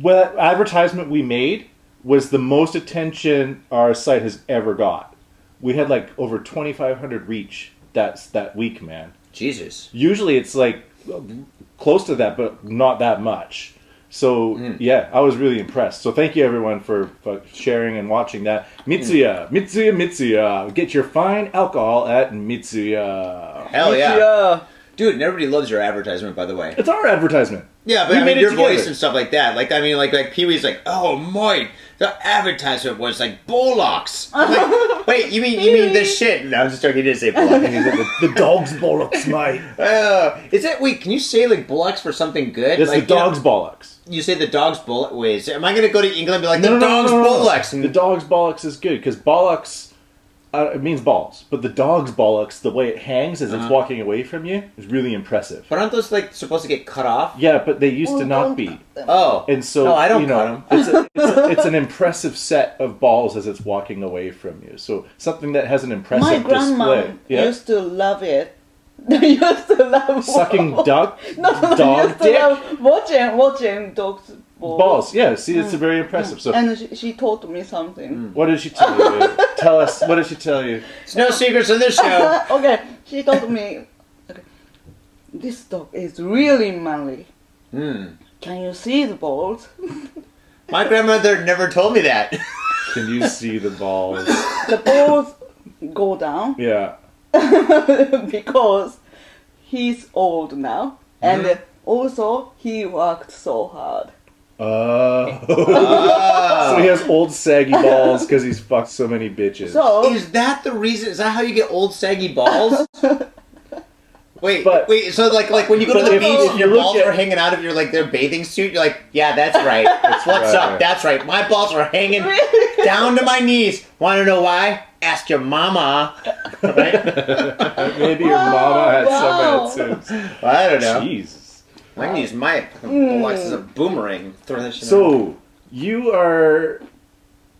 S2: what advertisement we made was the most attention our site has ever got. We had like over 2,500 reach that's that week, man.
S1: Jesus.
S2: Usually it's like close to that, but not that much. So
S1: Mm.
S2: yeah, I was really impressed. So thank you everyone for, for sharing and watching that. Mitsuya, Mitsuya, Mitsuya. Get your fine alcohol at Mitsuya.
S1: Hell yeah.
S3: Yeah.
S1: dude. And everybody loves your advertisement, by the way.
S2: It's our advertisement.
S1: Yeah, but
S2: We
S1: I
S2: made
S1: mean,
S2: it
S1: your
S2: together.
S1: voice and stuff like that. Like, I mean, like, like Pee Wee's like, oh, Moit, the advertisement was like Bullocks. I'm like, Wait, you mean you mean this shit? No, I'm just joking. He did say Bullocks.
S2: the, the dog's bollocks, mate.
S1: uh, is that wait? Can you say like Bullocks for something good?
S2: It's
S1: like,
S2: the
S1: you know,
S2: dog's bollocks.
S1: You, say the dog's bullet. Wait, is- am I going to go to England and be like the dog's Bullocks? And
S2: The dog's bollocks is good because bollocks uh, it means balls, but the dog's bollocks, the way it hangs as
S1: Uh-huh.
S2: it's walking away from you, is really impressive.
S1: but aren't those like supposed to get cut off?
S2: Yeah, but they used to
S3: Well,
S2: not
S3: don't
S2: be,
S1: Oh,
S2: and so
S1: No, I don't
S2: you know,
S1: cut 'em.
S2: It's, a, it's, a, it's an impressive set of balls as it's walking away from you. So something that has an impressive
S3: My grandma
S2: display. Yeah.
S3: used to love it. They used to love
S2: Sucking duck,
S3: No, they
S2: dog
S3: used to
S2: dick,
S3: love watching watching dogs ball.
S2: balls. Yeah, see, it's very impressive. So,
S3: And she, she taught me something.
S2: what did she tell you? tell us. What did she tell you?
S1: it's no secrets in this show.
S3: okay, she told me, okay, this dog is really manly.
S1: Hmm.
S2: Mm.
S3: Can you see the balls?
S1: My grandmother never told me that.
S2: Can you see the balls?
S3: The balls go down
S2: Yeah.
S3: because he's old now, and also he worked so hard.
S2: Oh. so
S1: Oh.
S2: he has old saggy balls because he's fucked so many bitches.
S3: So
S1: Is that the reason? Is that how you get old saggy balls? Wait,
S2: But-
S1: wait. So like, like when you go to
S2: But
S1: the
S2: if-
S1: beach
S2: if
S1: and
S2: you
S1: your
S2: look
S1: balls
S2: at-
S1: are hanging out of your like their bathing suit, you're like, yeah, that's right. That's what's
S2: right,
S1: up.
S2: right.
S1: That's right. My balls are hanging down to my knees. Want to know why? Ask your mama. Right?
S2: Maybe your
S3: Wow,
S2: mama had
S3: wow.
S2: some attitudes.
S1: Well, I don't know.
S2: Jesus.
S1: I can use my box as a boomerang. Throw that shit. out.
S2: So you are.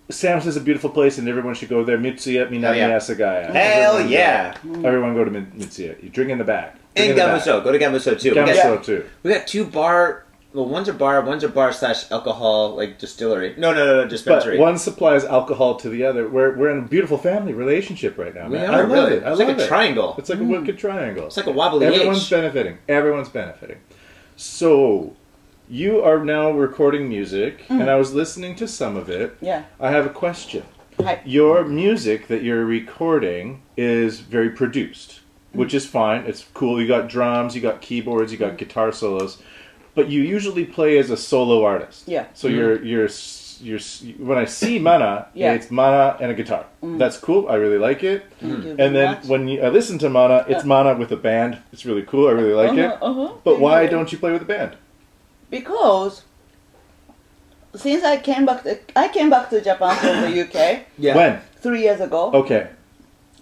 S2: Samson is a beautiful place, and everyone should go there. Mitsuya Minami
S1: yeah.
S2: Asagaya.
S1: hell
S2: Everyone go.
S1: yeah,
S2: Everyone go to Min- Mitsuya. You drink in the back.
S1: and
S2: Drink in the back.
S1: Gamuso. Go to Gamuso too. We got-
S2: Gamuso too.
S1: We got two bar. Well, one's a bar, one's a bar slash alcohol like distillery. No, no, no, no dispensary.
S2: But one supplies alcohol to the other. We're, we're in a beautiful family relationship right now.
S1: we
S2: man.
S1: are
S2: I love
S1: Oh, really.
S2: it. I
S1: it's
S2: love
S1: like a
S2: it.
S1: triangle. Mm.
S2: It's like a wicked triangle.
S1: It's like a wobbly
S2: Everyone's
S1: H.
S2: benefiting. Everyone's benefiting. So, you are now recording music,
S1: Mm.
S2: and I was listening to some of it.
S3: yeah,
S2: I have a question.
S3: Hi.
S2: Your music that you're recording is very produced, which is fine. It's cool. You got drums, you got keyboards, you got guitar solos, but you usually play as a solo artist.
S3: Yeah.
S2: So you're you're s-
S1: Mm-hmm.
S2: you're s- when I see mana,
S3: Yeah. Mm.
S2: it's mana and a guitar. That's cool. I really like it.
S3: Thank you very
S2: Mm. And then
S3: much.
S2: when you, I listen to Mana, it's Mana with a band. It's really cool. I really like it.
S3: Uh-huh, uh-huh.
S2: But why
S3: Yeah.
S2: don't you play with a band?
S3: Because since I came back, to, I came back to Japan from the UK
S1: Yeah.
S2: When?
S3: three years ago,
S2: Okay,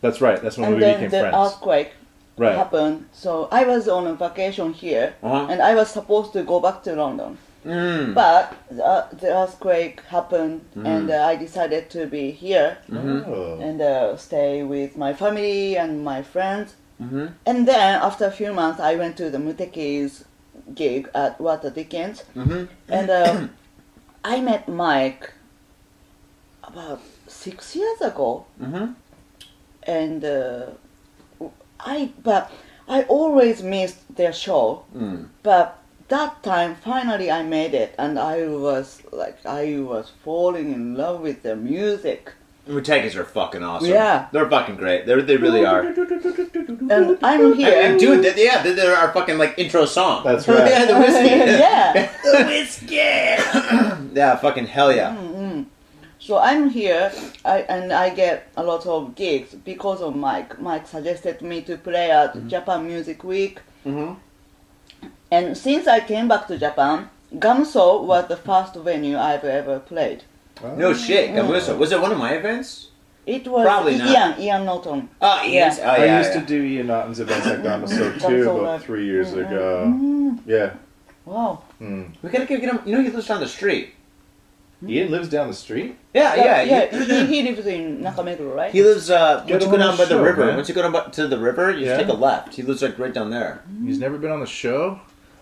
S2: that's right. That's when
S3: and
S2: we
S3: then
S2: became
S3: the
S2: friends.
S3: earthquake
S2: right.
S3: happened. So I was on a vacation here,
S1: Uh-huh.
S3: and I was supposed to go back to London,
S1: Mm.
S3: but the, ear- the earthquake happened, and uh, I decided to be here
S1: Mm-hmm.
S2: Oh.
S3: and uh, stay with my family and my friends.
S1: Mhm.
S3: And then after a few months, I went to the Muteki's gig at Walter Dickens,
S1: Mhm.
S3: and uh, I met Mike about six years ago,
S1: Mhm.
S3: and uh, I but I always missed their show,
S1: Mm.
S3: but that time finally I made it, and I was like I was falling in love with the music.
S1: Mutekas are fucking awesome.
S3: Yeah.
S1: They're fucking great. They they really are.
S3: And
S1: I
S3: I'm
S1: mean,
S3: here.
S1: dude, they, yeah, they- they're our fucking like intro song.
S2: That's right.
S1: yeah, the whiskey.
S3: Yeah.
S1: the whiskey. yeah, fucking hell yeah.
S3: Mm-mm. So I'm here, I, and I get a lot of gigs because of Mike. Mike suggested me to play at
S1: Mm-hmm.
S3: Japan Music Week,
S1: Mhm.
S3: and since I came back to Japan, Gamso was the first venue I've ever played.
S1: No shit, Gamuso. Was it one of my events?
S3: It was
S1: Probably not.
S3: Ian Ian Norton.
S1: Oh, yes. Oh, yeah,
S2: I used
S1: yeah.
S2: to do Ian Otten's events at Gamaso
S3: That's
S2: too
S3: all
S2: about
S3: that-
S2: three years
S1: Mm-hmm.
S3: Mm,
S2: ago.
S3: mm,
S2: Yeah.
S3: wow.
S2: Mm.
S1: We gotta go get him. You know, he lives down the street.
S2: Ian lives down the street.
S1: Yeah, Uh, yeah,
S3: yeah.
S1: you-
S3: he, he lives in Nakameguro, right?
S1: He lives uh,
S2: Get
S1: once you go
S2: him on
S1: down
S2: the
S1: by the
S2: show,
S1: river.
S2: man.
S1: Once you go down by, to the river, you just
S2: Yeah.
S1: take a left. He lives like right down there.
S2: He's never been on the show.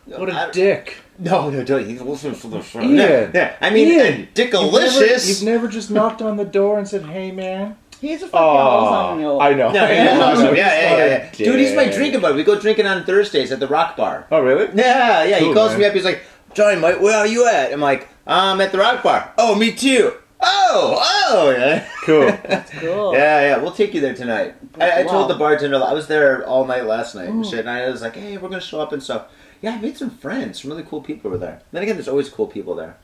S2: What a
S1: I-
S2: dick!
S1: No, no, don't. He's listening for the show.
S2: Ian.
S1: Yeah, yeah. I mean,
S2: Ian,
S1: and Dickalicious.
S2: You've never, just knocked on the door and said, "Hey, man."
S3: He's a fucking awesome.
S2: Oh,
S3: yo.
S2: I know.
S1: No, yeah, yeah,
S2: I know.
S1: awesome. yeah, yeah, yeah, yeah.
S2: Sorry.
S1: Dude, he's my
S2: Dick.
S1: drinking buddy. We go drinking on Thursdays at the Rock Bar.
S2: Oh, really?
S1: Yeah, yeah.
S2: Cool,
S1: he calls
S2: man.
S1: me up. He's like, Johnny, mate, where are you at? I'm like, I'm at the Rock Bar. Oh, me too. Oh, oh, yeah.
S2: Cool.
S3: That's cool.
S1: Yeah, yeah, we'll take you there tonight. I, I
S3: Oh. Wow. Mm.
S1: told the bartender I was there all night last night and shit, and I was like, hey, we're gonna show up and stuff. Yeah, I made some friends. Some really cool people were there. Then again, there's always cool people there.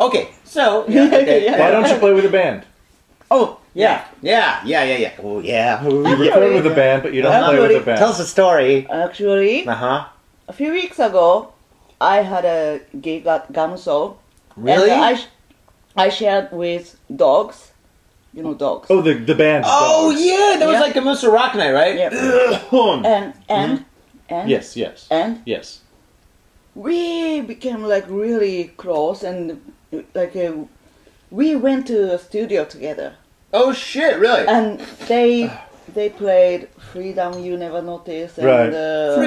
S1: Okay, so yeah, okay.
S3: Yeah.
S2: Why don't you play with a band?
S1: Oh yeah, yeah, yeah, yeah, yeah. Oh yeah.
S2: You record with a band, but you don't play with a band.
S1: Tell us a story.
S3: Actually,
S1: Uh huh.
S3: a few weeks ago, I had a gay ga- gum show.
S1: Really?
S3: And I, sh- I shared with dogs. You know, dogs.
S2: oh, the the band.
S1: oh yeah, that was
S3: Yeah.
S1: like a Monster Rock night, right? Yeah.
S3: And, and, and,
S2: Mm-hmm. Yes, yes,
S3: and
S2: yes.
S3: we became like really close and like uh, we went to a studio together.
S1: oh shit, really?
S3: And they they played Freedom You Never Notice and
S2: Right.
S3: uh,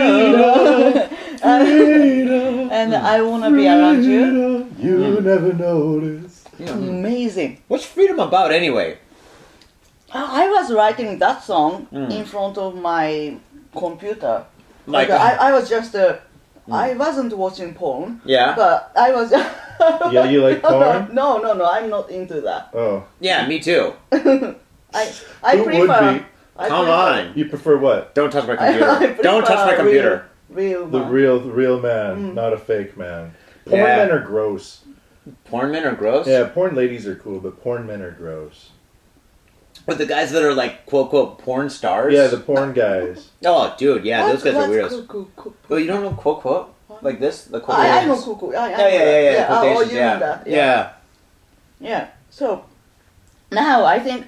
S2: Freedom.
S3: I, and I Wanna Be Around You.
S2: You never noticed.
S1: Yeah.
S3: Amazing.
S1: What's freedom about anyway?
S3: I I was writing that song in front of my computer.
S1: Like,
S3: Like, I, I was just uh, I wasn't watching porn,
S1: yeah,
S3: but I was.
S2: Yeah, you like porn?
S3: No, no, no. I'm not into that.
S2: Oh,
S1: yeah, me too.
S3: I I
S2: Who would
S3: prefer.
S2: be?
S3: I
S1: Come
S3: prefer
S1: on,
S2: you prefer what?
S1: don't touch my
S3: I- I
S1: computer. Don't
S3: prefer
S1: touch my
S3: real-
S1: computer.
S3: Real,
S2: The
S3: man.
S2: real, the real
S3: Hmm.
S2: man, not a fake man. Porn
S1: Yeah.
S2: men are gross.
S1: Porn men are gross.
S2: Yeah, porn ladies are cool, but porn men are gross.
S1: But the guys that are like quote quote porn stars.
S2: Yeah, the porn guys.
S1: Oh, dude, yeah,
S3: What-
S1: those guys are
S3: what's
S1: weirdos.
S3: cuckoo, cuckoo?
S1: Well, you don't know quote quote like this. The quote.
S3: Oh, I, I know cuckoo. I, I
S1: Yeah, yeah,
S3: know
S1: yeah,
S3: that.
S1: yeah.
S3: oh, oh,
S1: quotations,
S3: you
S1: yeah.
S3: know that.
S1: yeah.
S3: Yeah. So now I think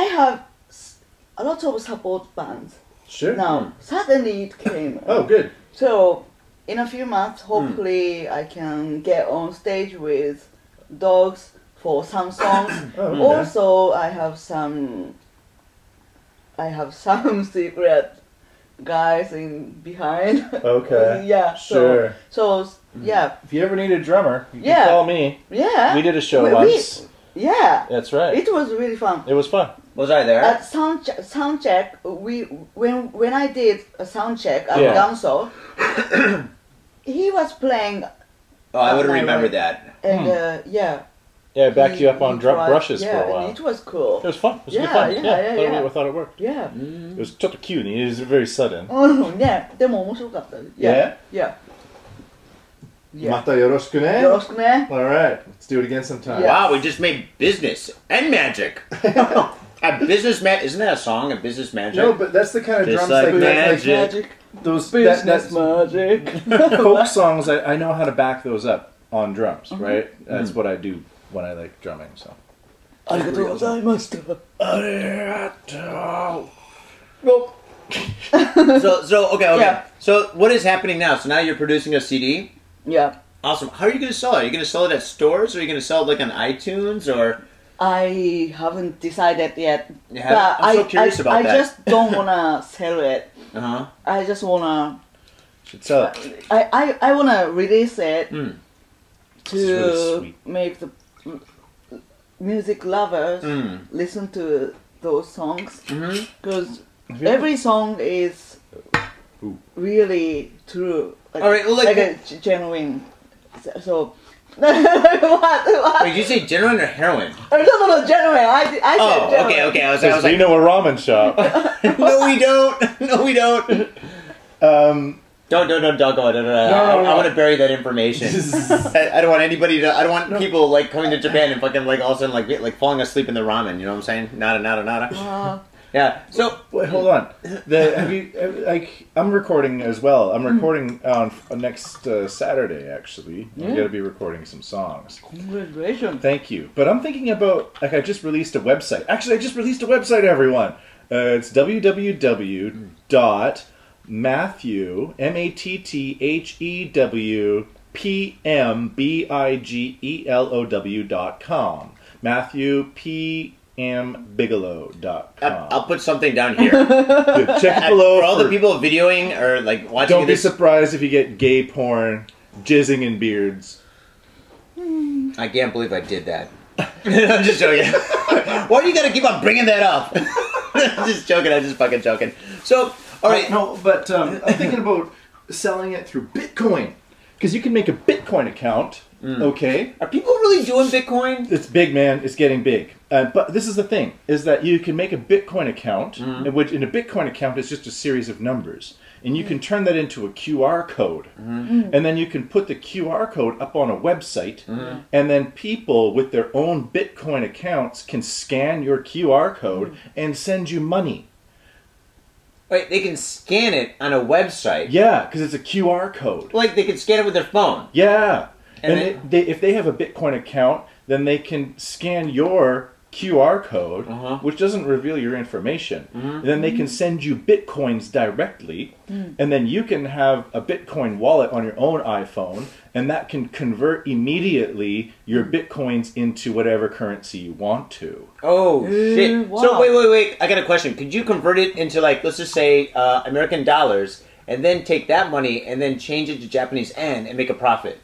S3: I have s- a lot of support bands.
S2: Sure.
S1: Mm.
S3: Now suddenly it came.
S2: Oh, good.
S3: So in a few months,
S1: Mm.
S3: hopefully I can get on stage with dogs for some songs.
S2: Oh,
S1: Mm.
S2: okay.
S3: also, I have some. I have some secret guys in behind.
S2: Okay.
S3: yeah.
S2: Sure.
S3: So, so
S1: Mm.
S3: yeah,
S2: If you ever need a drummer, you
S3: Yeah.
S2: can call me.
S3: yeah.
S2: We did a show
S3: We- we-
S2: once.
S3: Yeah,
S2: That's right.
S3: it was really fun.
S2: It was fun.
S1: Was I there?
S3: At sound check, sound check, we when when I did a sound check at
S2: Yeah.
S3: Gamso, he was playing
S1: oh, I would have
S3: my
S1: remembered
S3: right.
S1: that.
S3: and uh, yeah.
S2: Yeah, I backed
S3: he-
S2: you up on
S3: he
S2: drum
S3: tried-
S2: brushes
S3: yeah,
S2: for a
S3: and
S2: while.
S3: It was cool.
S2: It was fun. It was good
S3: Yeah,
S2: fun.
S3: yeah, yeah,
S2: thought it-
S3: yeah. Hmm.
S2: I thought it worked.
S3: Yeah.
S2: It was took a cue. and It was very sudden.
S3: Oh yeah. でも面白かった。Yeah. Yeah. Yeah.
S2: Mata yoroshiku
S3: よろしくね。
S2: All right, let's do it again sometime.
S3: Yeah.
S1: Wow, we just made business and magic. a business man isn't that a song? A business magic.
S2: No, but that's the kind of
S1: Just
S2: drums
S1: like
S2: like, that,
S1: magic.
S2: like
S3: Magic.
S2: those that,
S3: Business
S2: that
S3: magic.
S2: folk songs. I, I know how to back those up on drums, right? That's
S1: Mm.
S2: what I do when I like drumming. So.
S3: ありがとうございました。
S1: Well, so so okay okay.
S3: Yeah.
S1: So what is happening now? So now you're producing a CD.
S3: Yeah.
S1: Awesome. How are you going to sell it? Are you going to sell it at stores? Or are you going to sell it like on iTunes or?
S3: I haven't decided yet.
S1: Yeah,
S3: but
S1: I'm so
S3: I-
S1: curious
S3: I,
S1: about
S3: I
S1: that.
S3: just don't wanna sell it.
S1: Uh huh.
S3: I just wanna
S2: Should sell it.
S3: I, I, I wanna release it
S1: Mm.
S3: to
S2: Hmm. is really sweet.
S3: make the m- music lovers
S2: Hmm.
S1: Mm.
S3: listen to those songs
S1: Mhm.
S3: because
S2: you
S3: every song is
S2: Ooh.
S3: really true. Like,
S1: All right, well, like-
S3: like a g- genuine. So. so what? what?
S1: Wait, did you say genuine or heroin?
S3: No, no, no, genuine. I, did- I said
S1: Oh,
S3: genuine.
S1: okay, okay. I was, I
S2: Says,
S1: was
S2: "Do
S1: like,
S2: you know a ramen shop.
S1: no, we don't. No, we don't.
S2: um,
S1: Don't, don't, don't, don't go. No, no, no. I,
S2: No, no,
S1: I
S2: no.
S1: want to bury that information. I, I don't want anybody to. I don't want people like coming to Japan and fucking like all of a sudden like be- like falling asleep in the ramen. You know what I'm saying? Nada, nada, nada.
S3: Uh,
S1: Yeah. So
S2: Wait, hold on. The have you have- like I'm recording as well. I'm recording on on next uh, Saturday actually. I'm gonna be recording some songs.
S3: congratulations.
S2: Thank you. But I'm thinking about like I just released a website. Actually, I just released a website. Everyone, uh, it's www dot Matthew M A T T H E W P M B I G E L O W dot com. Matthew P M Bigelow dot
S1: I,
S2: com.
S1: I'll put something down here
S2: Yeah, check it
S1: I,
S2: below.
S1: for all the
S2: for-
S1: people videoing or like watching.
S2: Don't be
S1: this,
S2: surprised if you get gay porn, jizzing in beards.
S1: I can't believe I did that. I'm just joking. Why do you gotta keep on bringing that up? I'm just joking. I'm just fucking joking. So all right.
S2: no, but um, I'm thinking about selling it through Bitcoin. because you can make a Bitcoin account.
S1: Mm.
S2: Okay,
S1: Are people really doing Bitcoin?
S2: it's big, man. It's getting big. Uh, but this is the thing: is that you can make a Bitcoin account,
S1: Mm.
S2: in which in a Bitcoin account is just a series of numbers, and you can turn that into a QR code,
S1: Mm.
S2: and then you can put the QR code up on a website,
S1: Mm.
S2: and then people with their own Bitcoin accounts can scan your QR code
S1: Mm.
S2: and send you money.
S1: Wait, they can scan it on a website.
S2: Yeah, because it's a QR code.
S1: Like they can scan it with their phone.
S2: Yeah.
S1: And
S2: And, they, they, if they have a Bitcoin account, then they can scan your QR code,
S1: Uh-huh. Mm-hmm.
S2: which doesn't reveal your information. And then they can send you Bitcoins directly. And then you can have a Bitcoin wallet on your own iPhone, and that can convert immediately your Bitcoins into whatever currency you want to. Eh,
S1: Oh
S3: Ooh,
S1: shit! So
S3: wow.
S1: wait, wait, wait! I got a question. Could you convert it into like let's just say uh, American dollars, and then take that money and then change it to Japanese yen and make a profit?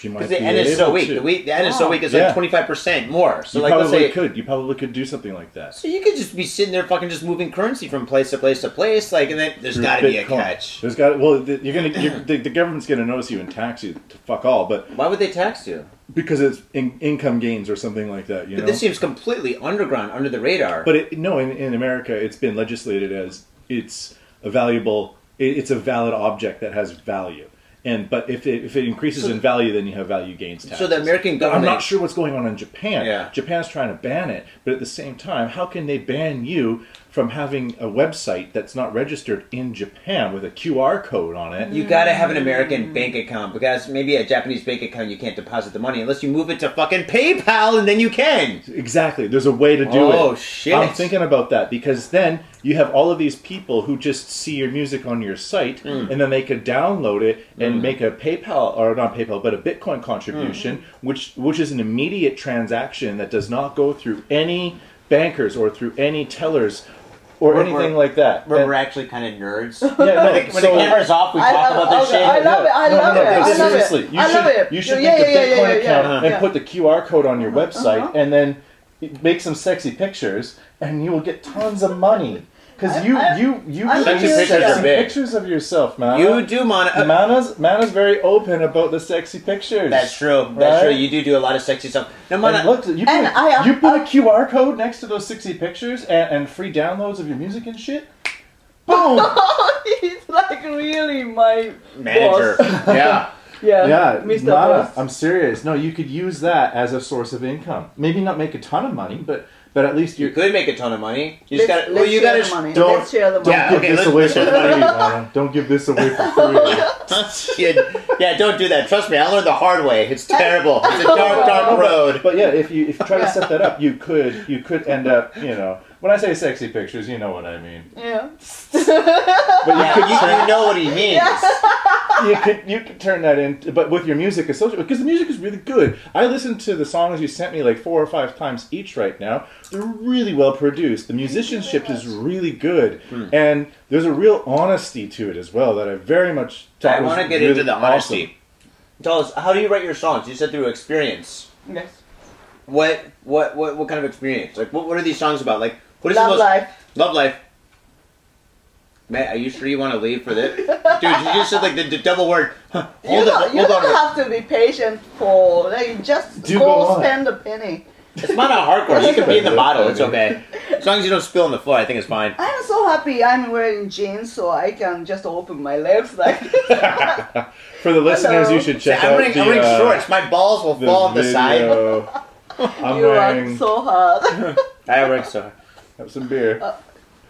S2: You might
S1: Because the
S2: be
S1: yen is so
S2: able
S1: weak.
S2: to. Oh.
S1: The, we, the yen is so
S3: Wow.
S1: weak. It's
S2: Yeah.
S1: like twenty five percent more. So
S2: you
S1: like let's
S2: probably
S1: say.
S2: could. You probably could do something like that.
S1: So you could just be sitting there fucking just moving currency from place to place to place, like, and then there's
S2: through
S1: got to be a
S2: Bitcoin.
S1: catch.
S2: There's got well, the, you're gonna you're, the, the government's gonna notice you and tax you to fuck all, but
S1: Why would they tax you?
S2: because it's in, income gains or something like that, you
S1: But
S2: know.
S1: this seems completely underground, under the radar.
S2: but it, no, in, in America, it's been legislated as it's a valuable, it, it's a valid object that has value, and but if it if it increases
S1: So-
S2: in value, then you have value gains tax.
S1: so the American
S2: I'm
S1: government.
S2: not sure what's going on in Japan.
S1: Yeah.
S2: Japan's trying to ban it, but at the same time, how can they ban you from having a website that's not registered in Japan with a QR code on it?
S1: You gotta have an American bank account because maybe a Japanese bank account you can't deposit the money unless you move it to fucking PayPal and then you can.
S2: Exactly. There's a way to do it.
S1: Oh, shit.
S2: I'm thinking about that because then you have all of these people who just see your music on your site
S1: Hmm.
S2: and then they could download it and make a PayPal or not PayPal but a Bitcoin contribution,
S1: Hmm.
S2: which which is an immediate transaction that does not go through any bankers or through any tellers or
S1: We're-
S2: anything
S1: we're-
S2: like that.
S1: We're,
S2: And-
S1: we're actually kind of nerds.
S2: yeah, no,
S1: Like, when
S2: so-
S1: the camera's off, we
S3: I
S1: talk
S3: love-
S1: about this
S3: okay,
S1: shit.
S3: I love it. I
S2: No, no,
S3: love
S2: no,
S3: it.
S2: no,
S3: I love
S2: seriously,
S3: it.
S2: You
S3: I
S2: should,
S3: love it.
S2: You should
S3: yeah,
S2: make
S3: yeah,
S2: a
S3: yeah,
S2: Bitcoin
S3: yeah, yeah,
S2: account
S3: yeah.
S2: and put the QR code on your website,
S3: uh-huh.
S2: and then make some sexy pictures, and you will get tons of money. Because
S3: I'm-
S2: you,
S3: I'm-
S2: you, you,
S3: I'm
S2: take
S3: curious,
S2: sexy
S3: yeah.
S2: pictures of yourself, man.
S1: You do mon. uh,
S2: Mana's Mana's very open about the sexy pictures.
S1: that's true. That's
S2: Right?
S1: true. You do do a lot of sexy stuff. No,
S2: And
S1: Mana,
S2: look, you put,
S3: And I-
S2: you put a QR code next to those sexy pictures and, and free downloads of your music and shit. Boom!
S3: He's like really my
S1: manager.
S3: boss.
S1: yeah.
S3: Yeah,
S2: Yeah,
S3: Mr.
S2: Nana,
S3: Boss.
S2: I'm serious. No, you could use that as a source of income. Maybe not make a ton of money, but but at least
S1: You
S2: you
S1: could make a ton of money. You just
S3: let's,
S1: gotta. Well,
S3: let's
S1: you
S3: share
S1: gotta.
S3: the
S1: sh-
S3: money.
S2: don't-
S3: let's share the money.
S2: don't
S1: Yeah,
S2: give
S1: okay,
S2: this
S1: let's-
S2: away for free. Nana. Don't give this away for free.
S1: yeah, yeah, don't do that. Trust me, I learned the hard way. It's terrible. It's a dark, dark road.
S2: But yeah, if you if you try to
S3: Yeah.
S2: set that up, you could you could end up you know when I say sexy pictures, you know what I mean.
S3: Yeah.
S2: But you
S1: Yeah,
S2: could
S1: you, you know what he means.
S2: you could you could turn that into but with your music associated because the music is really good. I listened to the songs you sent me like four or five times each right now. They're really well produced. The musicianship is really good,
S1: Hmm.
S2: and there's a real honesty to it as well that I very much.
S1: I
S2: thought was
S1: want to get
S2: really
S1: into the
S2: awesome.
S1: honesty. Tell us, how do you write your songs? You said through experience.
S3: Yes.
S1: What, what, what, what kind of experience? Like, what, what are these songs about? Like, what is the
S3: Love
S1: most-
S3: life.
S1: Love life. Matt, are you sure you want to leave for this, dude? You just said like the, the double word. Huh,
S3: You
S1: Hold on,
S3: don't, you
S1: hold
S3: don't
S1: on.
S3: have to be patient for like just
S2: Do go
S3: go
S2: on.
S3: spend a penny.
S1: It's not a hardcore. You can be in the bottle. It's okay. As long as you don't spill on the floor, I think it's fine.
S3: I'm so happy I'm wearing jeans so I can just open my legs like
S2: For the listeners, you should
S1: See,
S2: check
S1: I'm
S2: out
S1: wearing,
S2: the
S1: I'm wearing
S2: uh,
S1: shorts. My balls will
S2: the
S1: fall off the side.
S2: video. I'm
S3: you
S2: wearing
S3: are so hard.
S1: I work so.
S2: have some beer.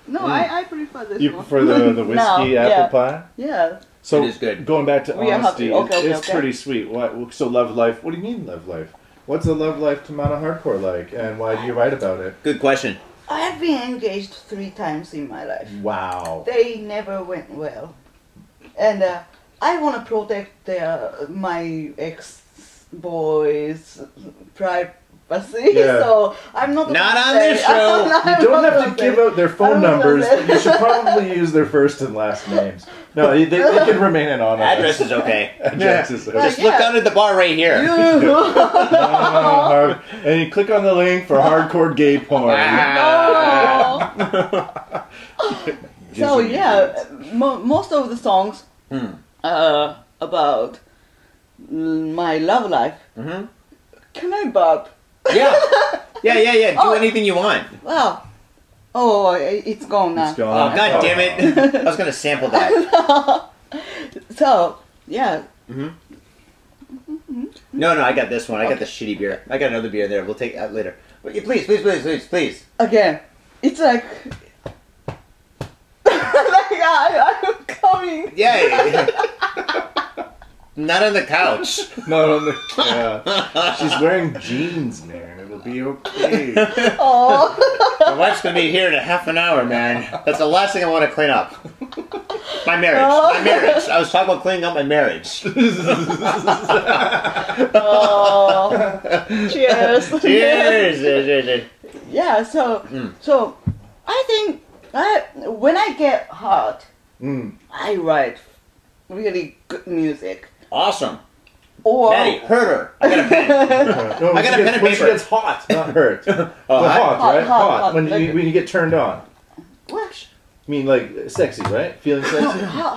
S3: No,
S1: Mm.
S3: I, I prefer this
S2: you
S3: one.
S2: prefer the the whiskey
S3: No,
S2: apple
S3: yeah.
S2: pie?
S3: Yeah.
S2: So
S1: It is good.
S2: Going back to
S3: We have
S2: honesty,
S3: to- Oh, okay, okay,
S2: it's
S3: okay.
S2: pretty sweet. What? So love life. What do you mean love life? What's the love life to Mana Hardcore like, and why do you write about it?
S1: Good question.
S3: I've been engaged three times in my life.
S2: Wow.
S3: They never went well. And uh, I want to protect their, my ex boy's privacy,
S2: Yeah.
S3: so I'm not.
S1: Not
S3: gonna
S1: on
S3: say-
S1: this show.
S3: I'm not-
S2: You
S3: I'm
S2: don't
S3: not
S2: have to
S3: gonna
S2: give
S3: say.
S2: out their
S3: I
S2: phone
S3: don't know
S2: numbers,
S3: that.
S2: but you should probably use their first and last names. No, they, they, they can remain anonymous.
S1: Address is okay.
S2: Address is okay.
S1: Just look
S3: Yeah.
S1: under the bar right here.
S2: Mana Hard- and you click on the link for hardcore gay porn.
S1: Ah.
S3: Oh. so yeah, mo- most of the songs
S1: Hmm.
S3: are about my love life.
S2: Mm-hmm.
S1: Mhm.
S3: Can I bob?
S1: Yeah. Yeah, yeah, yeah. Do
S3: Oh.
S1: anything you want.
S3: Wow. Oh, it's gone now.
S2: It's gone.
S1: Oh, god damn it. I was going to sample that.
S3: So, yeah.
S1: No, no, I got this one. I got the shitty beer. I got another beer there. We'll take that later. But yeah, please, please, please, please, please.
S3: Again, it's like. like I, I'm coming.
S1: Yay. Not on the couch.
S2: Not on the. Yeah. She's wearing jeans, man. It'll be okay.
S3: Oh,
S1: My wife's gonna be here in a half an hour, man. That's the last thing I want to clean up. My marriage.
S2: Oh.
S1: My marriage. I was talking about cleaning up my marriage.
S3: oh. cheers.
S1: Cheers. Mm. Cheers.
S3: yeah. So, so I think I when I get hot,
S2: Mm.
S3: I write really good music.
S1: Awesome.
S3: Or
S1: Maddie, hurt her. I got a pen.
S2: No, when
S1: I got
S2: she
S1: a
S2: gets-
S1: pen and
S2: when she
S1: paper.
S2: gets hot, not hurt.
S1: Oh,
S2: Well,
S1: I-
S2: hot,
S3: Hot,
S2: right?
S3: hot,
S2: Hot.
S3: hot,
S2: When,
S3: like
S2: you,
S3: it.
S2: when you get turned on.
S3: what?
S2: I mean, like, sexy, right? Feeling sexy?
S3: Hot, hot,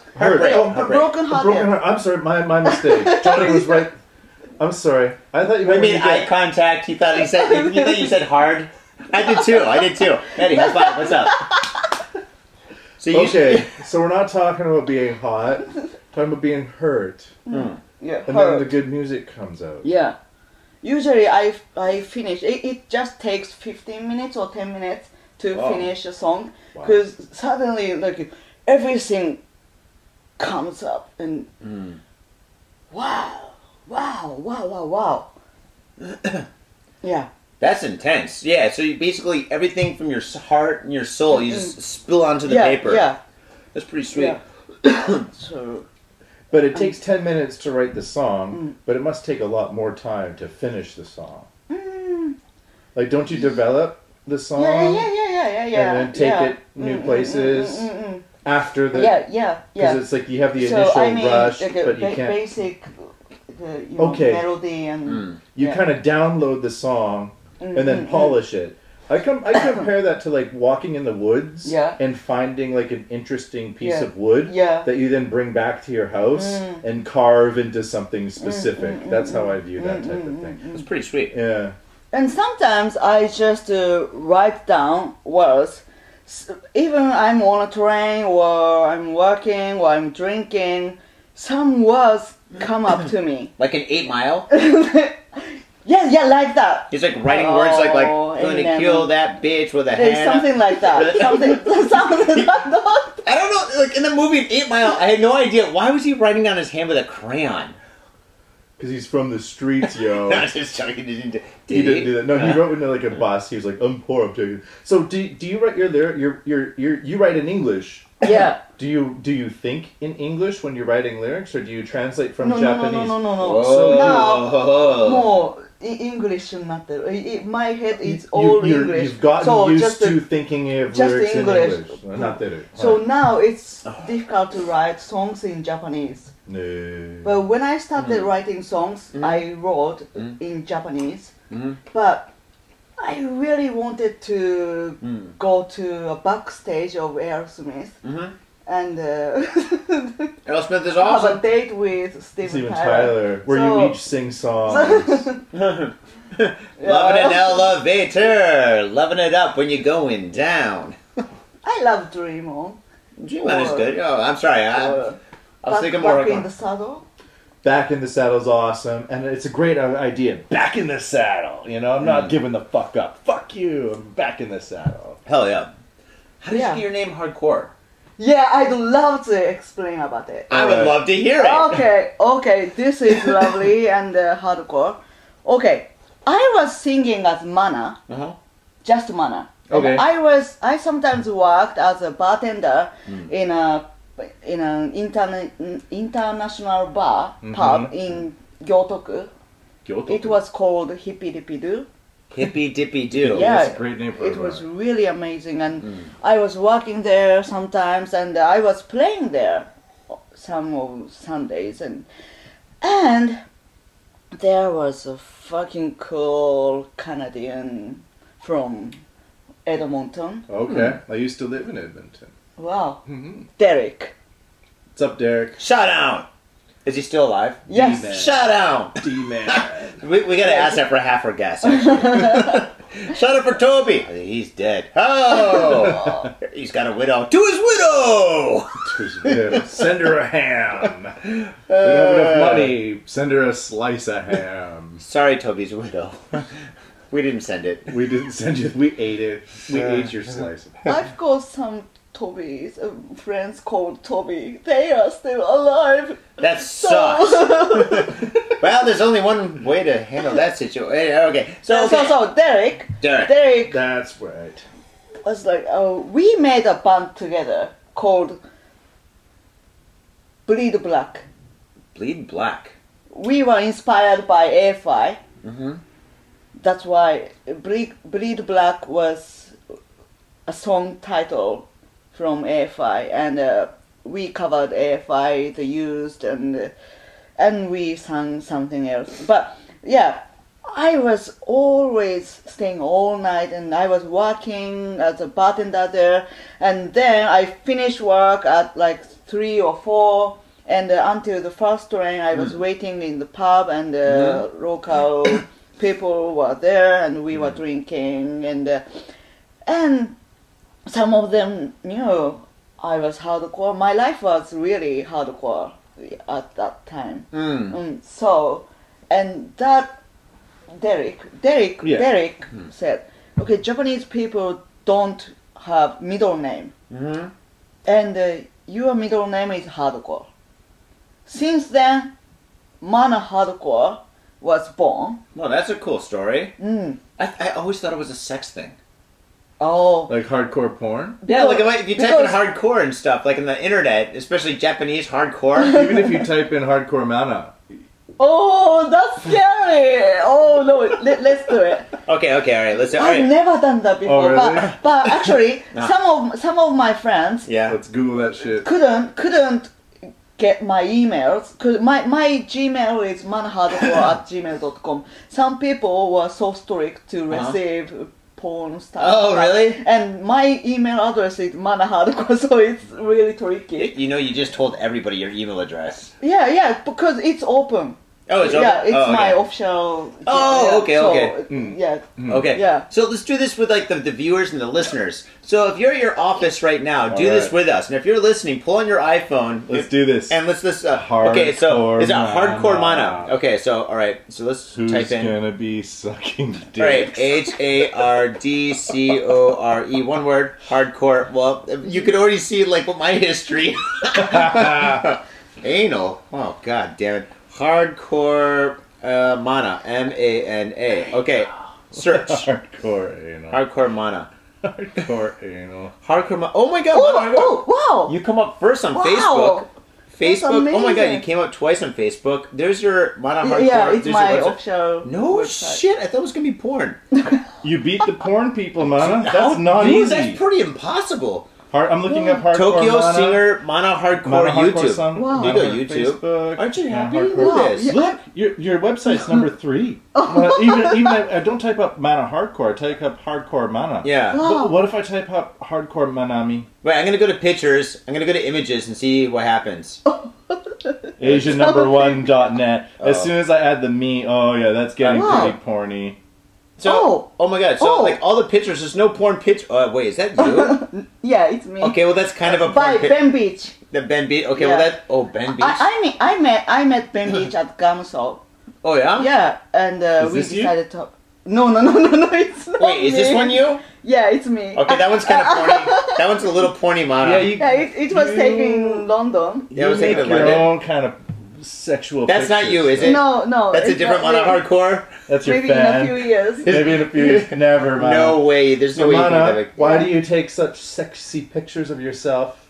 S2: Hurt.
S1: Heartbreak.
S2: Oh,
S1: Heartbreak.
S3: Broken
S2: a
S3: heart.
S2: broken heart. I'm sorry, my, my mistake. Johnny was right. I'm sorry. I thought
S1: We
S2: you meant when
S1: made
S2: you
S1: eye
S2: get,
S1: contact. He thought he said. You, you thought you said hard. I did too. I did too. Maddie, high five. What's up? So you
S2: Okay, so we're not talking about being hot. Talking about being hurt,
S3: Yeah,
S2: and
S3: hurt.
S2: then the good music comes out.
S3: Yeah. Usually I, I finish, it, it just takes 15 minutes or 10 minutes to
S2: Wow.
S3: finish a song
S2: Wow.
S3: because suddenly like everything comes up and
S2: Mm.
S3: wow, wow, wow, wow, wow. yeah,
S1: That's intense. Yeah. So you basically everything from your s- heart and your soul, you just spill onto the
S3: yeah,
S1: paper.
S3: yeah,
S1: That's pretty sweet.
S3: yeah. so,
S2: But
S3: Um,
S2: it takes ten minutes to write the
S3: mm.
S2: song, but it must take a lot more time to finish the song. Like, don't you develop the song
S3: Mm. yeah, yeah, yeah, yeah, yeah, yeah.
S2: and then take
S3: yeah.
S2: it new
S3: Mm, mm,
S2: places
S3: mm, mm, mm.
S2: after the?
S3: Yeah, yeah,
S2: Because
S3: yeah.
S2: it's like you have the initial
S3: so I mean,
S2: rush,
S3: like a
S2: but you
S3: ba-
S2: can't.
S3: basic, uh, you know,
S2: Okay.
S3: melody and.
S2: you
S3: yeah. Mm-hmm,
S2: kind of download the song and then polish it. I com- I compare that to like walking in the woods
S3: Yeah.
S2: and finding like an interesting piece
S3: Yeah.
S2: of wood
S3: Yeah. Mm.
S2: that you then bring back to your house and carve into something specific. That's how I view that type
S3: mm,
S2: of thing.
S1: That's pretty sweet.
S2: Yeah.
S3: And sometimes I just uh, write down words. S even I'm on a train or I'm working or I'm drinking, some words come up to me.
S1: Like an eight mile.
S3: Yeah, yeah, like that.
S1: He's like writing words like like
S3: Oh,
S1: gonna
S3: amen.
S1: kill that bitch with a
S3: There's
S1: hand.
S3: something like that. Something, something like that.
S1: I don't know. Like in the movie Eight Mile, I had no idea why was he writing down his hand with a crayon.
S2: Because he's from the streets, yo.
S1: I was just joking. He didn't do,
S2: He
S1: did
S2: didn't do that. No, he wrote into like a bus. He was like, "I'm poor, I'm taking." So, do, do you write your lyric? Your your your you write in English.
S3: Yeah.
S2: Do you do you think in English when you're writing lyrics, or do you translate from
S3: No, no, no,
S2: Japanese?
S3: no, no, no, no.
S1: Oh.
S3: More I- English, not the- I- I- My head
S2: You-
S3: is all
S2: you're-
S3: English.
S2: You've gotten
S3: so
S2: used
S3: just
S2: to
S3: the-
S2: thinking of
S3: just
S2: lyrics
S3: English.
S2: in English. Not that it.
S3: So now it's
S1: Oh.
S3: difficult to write songs in Japanese.
S2: no.
S3: But when I
S1: Mm.
S3: started writing songs, I wrote in Japanese.
S1: Mm-hmm.
S3: But I really wanted to
S1: Mm.
S3: go to a backstage of Aerosmith
S1: Mhm.
S3: and uh,
S1: Aerosmith is
S3: have
S1: awesome.
S3: a date with Steven,
S2: Steven
S3: Tyler.
S2: Tyler, where
S3: So-
S2: you each sing songs.
S1: Loving an
S3: Yeah.
S1: elevator, loving it up when you're going down.
S3: I love Dream On.
S1: Dream on is
S3: Or-
S1: good. Oh, I'm sorry. I,
S3: or
S1: I was
S3: Back-
S1: thinking more.
S3: back
S1: like
S3: in the
S1: on-
S3: saddle.
S2: Back in the saddle's awesome, and it's a great uh, idea. Back in the saddle, you know. I'm
S3: Hmm.
S2: not giving the fuck up. Fuck you. I'm back in the saddle.
S1: Hell yeah. How did you
S3: Yeah.
S1: get your name hardcore?
S3: Yeah, I'd love to explain about it.
S1: I would
S2: Alright.
S1: love to hear it.
S3: okay, okay, this is lovely and uh, hardcore. Okay, I was singing as Mana,
S1: Uh-huh.
S3: just Mana. And
S2: Okay.
S3: I was I sometimes worked as a bartender in a in an interna- international bar pub in Gyotoku.
S2: Kyoto.
S3: It was called Hippy Dippy Doo.
S1: Hippy dippy do.
S3: Yeah.
S2: That's a great name for
S3: It
S2: a
S3: was
S2: bar.
S3: really amazing, and I was working there sometimes, and I was playing there some of Sundays, and and there was a fucking cool Canadian from Edmonton.
S2: Okay,
S3: hmm.
S2: I used to live in Edmonton.
S3: Wow,
S2: Mhm.
S3: Derek.
S2: What's up, Derek?
S1: Shut down. Is he still alive?
S3: Yes.
S2: D-Man.
S1: Shut down.
S2: D-Man.
S1: We, we gotta ask that for half our gas. actually. Shut up for Toby. He's dead. Oh, he's got a widow. To his widow.
S2: Send her a ham. We
S1: Uh,
S2: don't have enough money. Send her a slice of ham.
S1: Sorry, Toby's widow. we didn't send it.
S2: We didn't send you. We ate it. We ate your slice.
S3: I've got some Toby's uh, friends called Toby. They are still alive.
S1: That sucks. well, there's only one way to handle that situation. Okay, so,
S3: So, so, so Derek,
S1: Derek.
S3: Derek
S2: That's right.
S3: was like, oh, we made a band together called Bleed Black.
S1: bleed black.
S3: We were inspired by AFI.
S1: Mm-hmm.
S3: That's why Bleed, Bleed Black was a song title from AFI, and uh, we covered AFI, the used, and uh, and we sang something else. But yeah, I was always staying all night, and I was working as a bartender there, and then I finished work at like three or four. And uh, until the first train, I was waiting in the pub, and uh, local people were there, and we were drinking, and uh, and some of them knew I was hardcore. My life was really hardcore at that time.
S1: Mm.
S3: Mm, so, and that Derek, Derek,
S2: Yeah.
S3: Derek
S1: Mm.
S3: said, okay, Japanese people don't have middle name,
S1: Mm-hmm.
S3: and uh, your middle name is hardcore. Since then, Mana Hardcore was born.
S1: Well, that's a cool story.
S3: Mm.
S1: I, I always thought it was a sex thing.
S3: Oh,
S2: Like hardcore porn.
S1: Yeah, like if, I- if you type in
S3: because-
S1: hardcore and stuff, like in the internet, especially Japanese hardcore.
S2: Even if you type in hardcore mana,
S3: oh, that's scary. oh no, let, let's do it.
S1: okay, okay, all right, let's. All
S3: I've
S1: right.
S3: never done that before,
S2: really?
S3: but but actually,
S1: Oh, Ah.
S3: some of some of my friends
S1: Yeah.
S2: let's Google that shit.
S3: couldn't couldn't get my emails because my, my gmail is manhardcore at gmail.com some people were so strict to
S1: Uh-huh.
S3: receive porn stuff
S1: Oh,
S3: but-
S1: really?
S3: and my email address is manhardcore so it's really tricky
S1: You know, you just told everybody your email address.
S3: yeah yeah because it's open
S1: Oh, it's
S3: yeah
S1: open?
S3: it's
S1: Oh,
S3: my
S1: okay.
S3: official
S1: Oh,
S3: yeah,
S1: okay,
S3: so, uh,
S1: okay. Hmm.
S2: Mm.
S3: yeah
S1: Okay.
S3: Yeah.
S1: So let's do this with like the, the viewers and the listeners. So if you're at your office right now, do
S2: All
S1: this
S2: right.
S1: with us. And if you're listening, pull on your iPhone.
S2: Let's do this.
S1: And let's this. Uh, okay. So
S2: Hardcore
S1: is it hardcore
S2: mana.
S1: mono? Okay. So all right. So let's
S2: Who's
S1: type in.
S2: gonna be sucking dick?
S1: All right. H A R D C O R E. One word. Hardcore. Well, you could already see like what my history. Anal. Oh god damn it. Hardcore uh, mana. M A N A. Okay. Search.
S2: Hardcore anal.
S1: Hardcore mana.
S2: Hardcore anal.
S1: Hardcore. Mo- oh my god! Mono-
S3: oh, oh wow
S1: You come up first on
S3: Wow.
S1: Facebook.
S3: That's
S1: Facebook. Oh my god!
S3: amazing.
S1: You came up twice on Facebook. There's your Mana
S3: Y-
S1: Hardcore.
S3: yeah it's
S1: there's your
S3: my
S1: website.
S3: official
S1: No
S3: website.
S1: shit! I thought it was gonna be porn.
S2: You beat the porn people, mana.
S1: How-
S2: That's not
S1: Dude,
S2: easy.
S1: That's pretty impossible.
S2: Hard, I'm looking up hardcore
S1: Tokyo
S2: mana,
S1: singer Mana Hardcore
S2: mana hardcore
S1: YouTube.
S2: song,
S3: Wow.
S1: You go
S2: hardcore
S1: YouTube.
S2: Facebook,
S1: Aren't you
S2: mana
S1: happy
S2: hardcore-
S1: with
S3: Wow,
S1: this?
S3: yeah. Oh.
S2: Look, your your website's number three. Well, even even I, I don't type up mana hardcore. I type up hardcore mana.
S1: Yeah.
S3: Wow.
S2: But what if I type up hardcore manami?
S1: Wait, I'm gonna go to pictures. I'm gonna go to images and see what happens.
S2: AsiaNumber1.net.
S1: Oh.
S2: As soon as I add the me, oh yeah, that's getting
S3: Wow.
S2: pretty porny.
S1: So,
S3: Oh.
S1: my god! So,
S3: Oh.
S1: like all the pictures, there's no porn pitch. Uh, wait, is that you?
S3: yeah it's me
S1: okay, well that's kind of a
S3: by
S1: porn pic-
S3: Ben Beach
S1: The Ben Beach. Okay,
S3: Yeah.
S1: well that. Oh, Ben Beach.
S3: I, I mean, I met I met Ben Beach at Gamso.
S1: oh yeah.
S3: Yeah, and uh,
S2: Is
S3: we
S2: this you?
S3: decided to. No, no, no, no, no. It's not
S1: Wait, is this
S3: me.
S1: one you?
S3: Yeah, it's me.
S1: Okay, that one's kind of porny. That one's a little porny, Mana.
S2: Yeah, you,
S3: Yeah, it, it was
S2: you-
S3: taken in London.
S1: Yeah, I
S2: you
S1: Uh, was thinking
S2: make
S1: of
S2: your
S1: London.
S2: own kind of sexual.
S1: That's not you,
S2: pictures.
S1: Is it-
S3: No, no.
S1: That's a
S3: it's
S1: different
S3: not
S1: Mana
S3: me.
S1: hardcore.
S2: That's your
S3: Maybe
S2: fan.
S3: in a few years.
S2: Maybe in a few years. Never mind.
S1: No way. There's no way you can
S2: Romana,
S1: have it.
S2: why do you take such sexy pictures of yourself?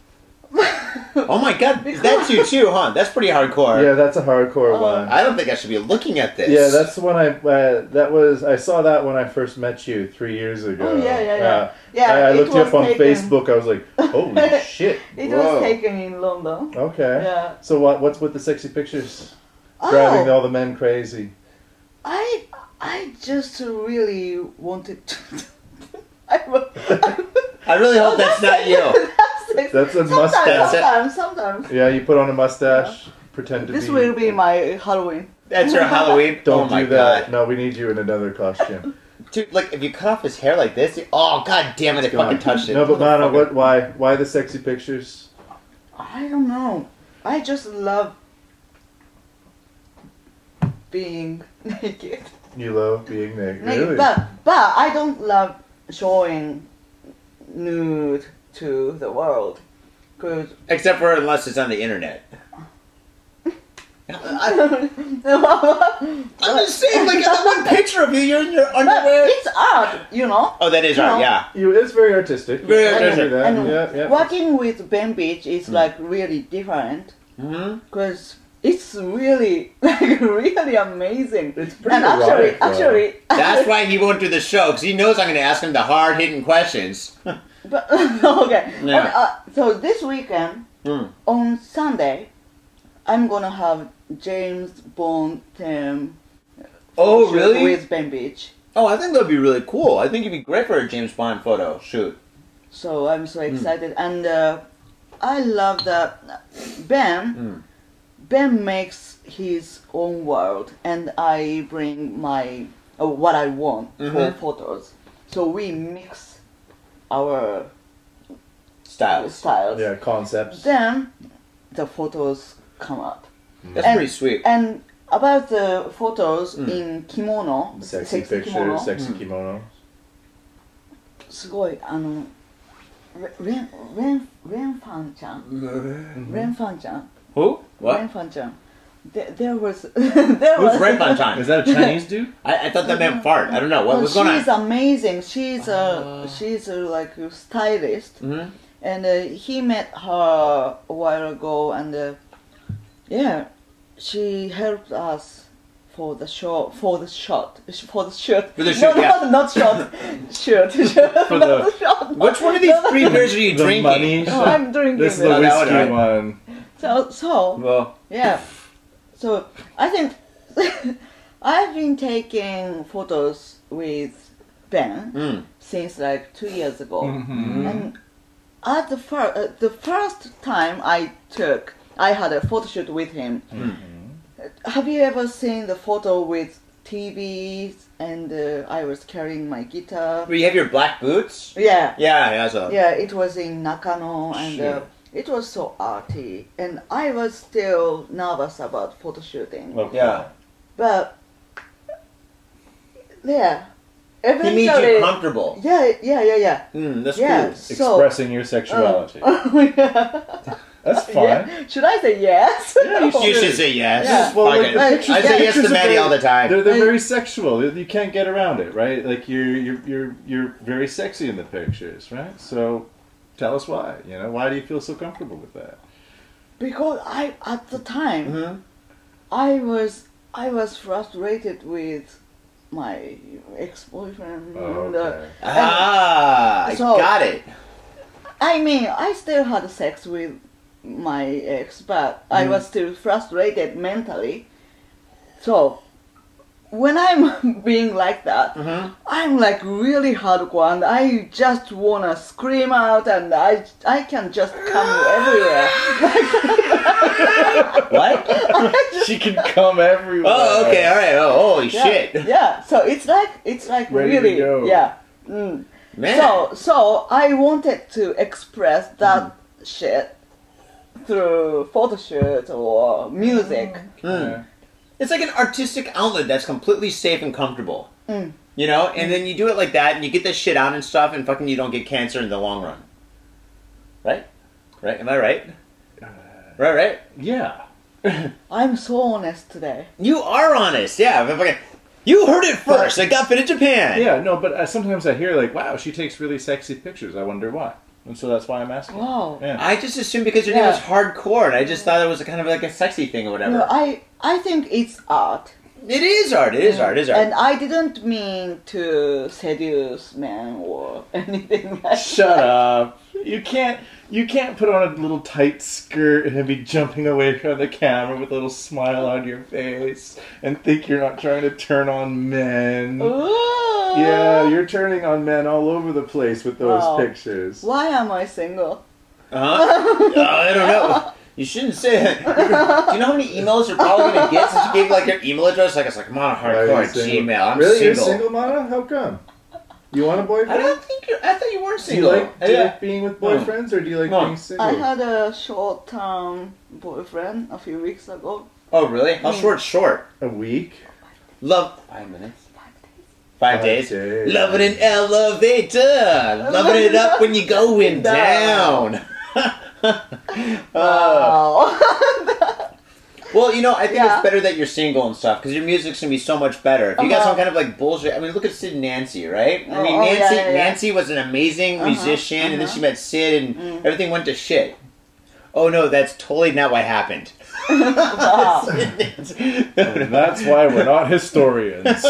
S1: Oh my god, that's you too, huh? That's pretty hardcore.
S2: Yeah, that's a hardcore
S3: Oh.
S2: one.
S1: I don't think I should be looking at this.
S2: Yeah, that's the one I. Uh, that was I saw that when I first met you three years ago.
S3: Oh yeah, yeah, yeah.
S2: Uh,
S3: yeah,
S2: I, I
S3: it
S2: looked you
S3: was
S2: up on
S3: taken,
S2: Facebook. I was like, "Holy shit!"
S3: It
S1: Whoa.
S3: was taken in London.
S2: Okay.
S3: Yeah.
S2: So what? What's with the sexy pictures? Driving
S3: Oh,
S2: all the men crazy.
S3: I I just really wanted to. I was.
S1: I really hope Oh, that's not you.
S3: That's, it.
S2: That's a
S3: sometimes,
S2: mustache.
S3: Sometimes, sometimes.
S2: Yeah, you put on a mustache.
S5: pretend to
S3: This
S5: be.
S3: will be my Halloween.
S1: That's your Halloween.
S5: Don't
S1: oh
S5: do
S1: my
S5: that.
S1: god,
S5: No, we need you in another costume.
S1: dude! Like if you cut off his hair like this, you- oh god damn it! I fucking touched it.
S5: no, but Mana,
S1: Motherfucker.
S5: what? Why? Why the sexy pictures?
S3: I don't know. I just love being naked.
S5: You love being naked.
S3: Naked,
S5: Really?
S3: But but I don't love showing nude to the world. Cause
S1: Except for unless it's on the internet. I'm just saying, like that one picture of you, you're in your
S3: but
S1: underwear.
S3: it's art, you know.
S1: Oh, that is
S3: You
S1: right.
S3: know.
S1: Yeah.
S5: you, it's very artistic.
S1: Very
S5: I can do
S1: artistic.
S5: that.
S3: And
S5: Yeah, yeah. Hmm.
S3: working with Ben Beach is like really different
S1: Mm-hmm.
S3: because it's really like really amazing.
S5: It's pretty
S3: and actually,
S5: erotic, though.
S3: actually,
S1: That's why he won't do the show because he knows I'm going to ask him the hard hitting questions.
S3: But okay.
S1: Yeah.
S3: And, uh, so this weekend
S1: Mm.
S3: on Sunday, I'm gonna have James Bond theme
S1: Oh,
S3: shoot with Ben Beach.
S1: Oh, I think that'd be really cool. I think it'd be great for a James Bond photo shoot.
S3: So I'm so
S1: Hmm.
S3: excited, and uh, I love that Ben.
S1: Hmm.
S3: Ben makes his own world, and I bring my uh, what I want for
S1: Mhm.
S3: photos. So we mix our
S1: Styles.
S3: styles.
S5: yeah, concepts.
S3: Then the photos come up.
S1: That's
S3: And-
S1: pretty sweet.
S3: And about the photos
S1: Mm.
S3: in kimono,
S5: Sexy, pictures,
S3: kimono,
S5: sexy
S1: Hmm.
S5: kimono.
S3: すごいあのレレンレンレンファンちゃん、レンファンちゃん、
S1: Who?
S3: レン
S1: What?
S3: ファンちゃん。There, there was there was
S1: Who's Red Bonton?
S2: Is that a Chinese dude?
S1: I, I thought that meant fart. I don't know. What
S3: no,
S1: was going on?
S3: Oh, she's amazing. She's a
S1: Ah.
S3: she's a, like a stylist,
S1: Mhm.
S3: and uh, he met her a while ago, and uh, yeah, she helped us for the shot for the shot for the shirt
S1: For the shoot,
S3: no,
S1: yeah.
S3: not, not shot shirt shirt
S2: For
S3: not
S2: the-
S3: shot.
S1: Which one of these three beers are you
S2: the
S1: drinking?
S2: money.
S3: No, I'm drinking
S2: This is
S3: it.
S2: the
S1: Oh, that one,
S2: whiskey one.
S3: so so
S1: Well,
S3: yeah, so I think I've been taking photos with Ben
S1: mm.
S3: since like two years ago.
S2: Mhm.
S1: Mm-hmm.
S3: And at the first, uh, the first time I took, I had a photo shoot with him.
S1: Mm-hmm.
S3: Uh, Have you ever seen the photo with TVs and uh, I was carrying my guitar?
S1: But you have your black boots?
S3: Yeah,
S1: Yeah, yeah, so.
S3: yeah, it was in Nakano and uh, it was so arty. And I was still nervous about photo shooting,
S2: Okay.
S1: Yeah.
S3: but yeah, eventually,
S1: He made you comfortable.
S3: yeah, yeah, yeah, yeah.
S1: Mm, that's
S3: Yeah.
S1: cool.
S3: So- uh,
S2: Expressing your sexuality.
S3: Oh,
S2: That's fine.
S3: Yeah. Should I say yes?
S2: Yeah, you
S1: You should say yes.
S3: Yeah.
S2: Well, like,
S1: Fuck it.
S3: the
S1: I
S3: pictures-
S1: say
S3: the
S1: yes to
S2: pictures are
S1: Maddie
S2: very-
S1: all the time.
S2: They're, they're
S3: I-
S2: very sexual. You- You can't get around it, right? Like you're you're you're you're very sexy in the pictures, right? So tell us why. You know, why do you feel so comfortable with that?
S3: because I at the time
S2: Mm-hmm.
S1: Mhm.
S3: I was I was frustrated with my ex boyfriend.
S2: Oh, Okay.
S1: Ah, I
S3: So-
S1: got it.
S3: I mean, I still had sex with my ex, but I
S2: Mm-hmm.
S3: was still frustrated mentally. So when I'm being like that,
S2: Mm-hmm.
S1: Mhm.
S3: I'm like really hardcore, and I just wanna scream out, and I I can just come everywhere.
S1: What?
S2: She can come everywhere.
S1: Oh, okay, all right. Oh, holy
S3: Yeah,
S1: shit,
S3: Yeah. So it's like it's like
S2: Ready to
S3: really
S2: go.
S3: yeah. Mm.
S1: man.
S3: So so I wanted to express that shit through photo shoot or music.
S1: Mm.
S2: Yeah.
S1: It's like an artistic outlet that's completely safe and comfortable.
S3: Mm.
S1: You know, and then you do it like that, and you get this shit out and stuff, and fucking you don't get cancer in the long run. Right? Right? Am I right? Right? Right?
S2: Yeah.
S3: I'm so honest today.
S1: You are honest, yeah. but fucking- you heard it first. It got fit in Japan.
S2: Yeah. No, but uh, sometimes I hear like, "Wow, she takes really sexy pictures." I wonder why, and so that's why I'm asking.
S3: Wow.
S2: Yeah.
S1: I just assumed because your name
S3: Yeah.
S1: was hardcore, and I just thought it was kind of like a sexy thing or whatever.
S3: No, I I think it's art.
S1: it is art. It is art. It is art.
S3: And I didn't mean to seduce men or anything. Like
S2: Shut up. You can't you can't put on a little tight skirt and be jumping away from the camera with a little smile on your face and think you're not trying to turn on men.
S3: Ooh.
S2: Yeah, you're turning on men all over the place with those
S3: Wow.
S2: pictures.
S3: Why am I single?
S1: Uh-huh. Uh, I don't know. You shouldn't say that. Do you know how many emails you're probably gonna get since you gave like your email address? Like it's like mono hardcore
S5: Right,
S1: at
S5: you're single.
S1: Gmail. I'm
S5: really? You're
S1: single.
S5: single, Mana? How come? You want a boyfriend?
S1: I don't think you. I thought you weren't
S5: do you
S1: single.
S5: like, do you
S1: Yeah.
S5: like being with boyfriends or do you like
S1: No.
S5: being single?
S3: I had a short-term boyfriend a few weeks ago.
S1: Oh really? How short? Short.
S5: a week?
S1: Love. Five minutes. Five days.
S5: days.
S1: Love in an elevator. Loving it up when you going
S3: Down.
S1: down. Uh, Well, you know, I think
S3: Yeah.
S1: it's better that you're single and stuff because your music's gonna be so much better. If you got
S3: Uh-huh.
S1: some kind of like bullshit, I mean, look at Sid and Nancy, right? I
S3: Oh,
S1: mean,
S3: oh, yeah,
S1: Nancy
S3: yeah, yeah.
S1: Nancy was an amazing
S3: Uh-huh, Mm.
S1: musician, and then she met Sid, and everything went to shit. Oh no, that's totally not what happened.
S3: Wow.
S2: And that's why we're not historians. That's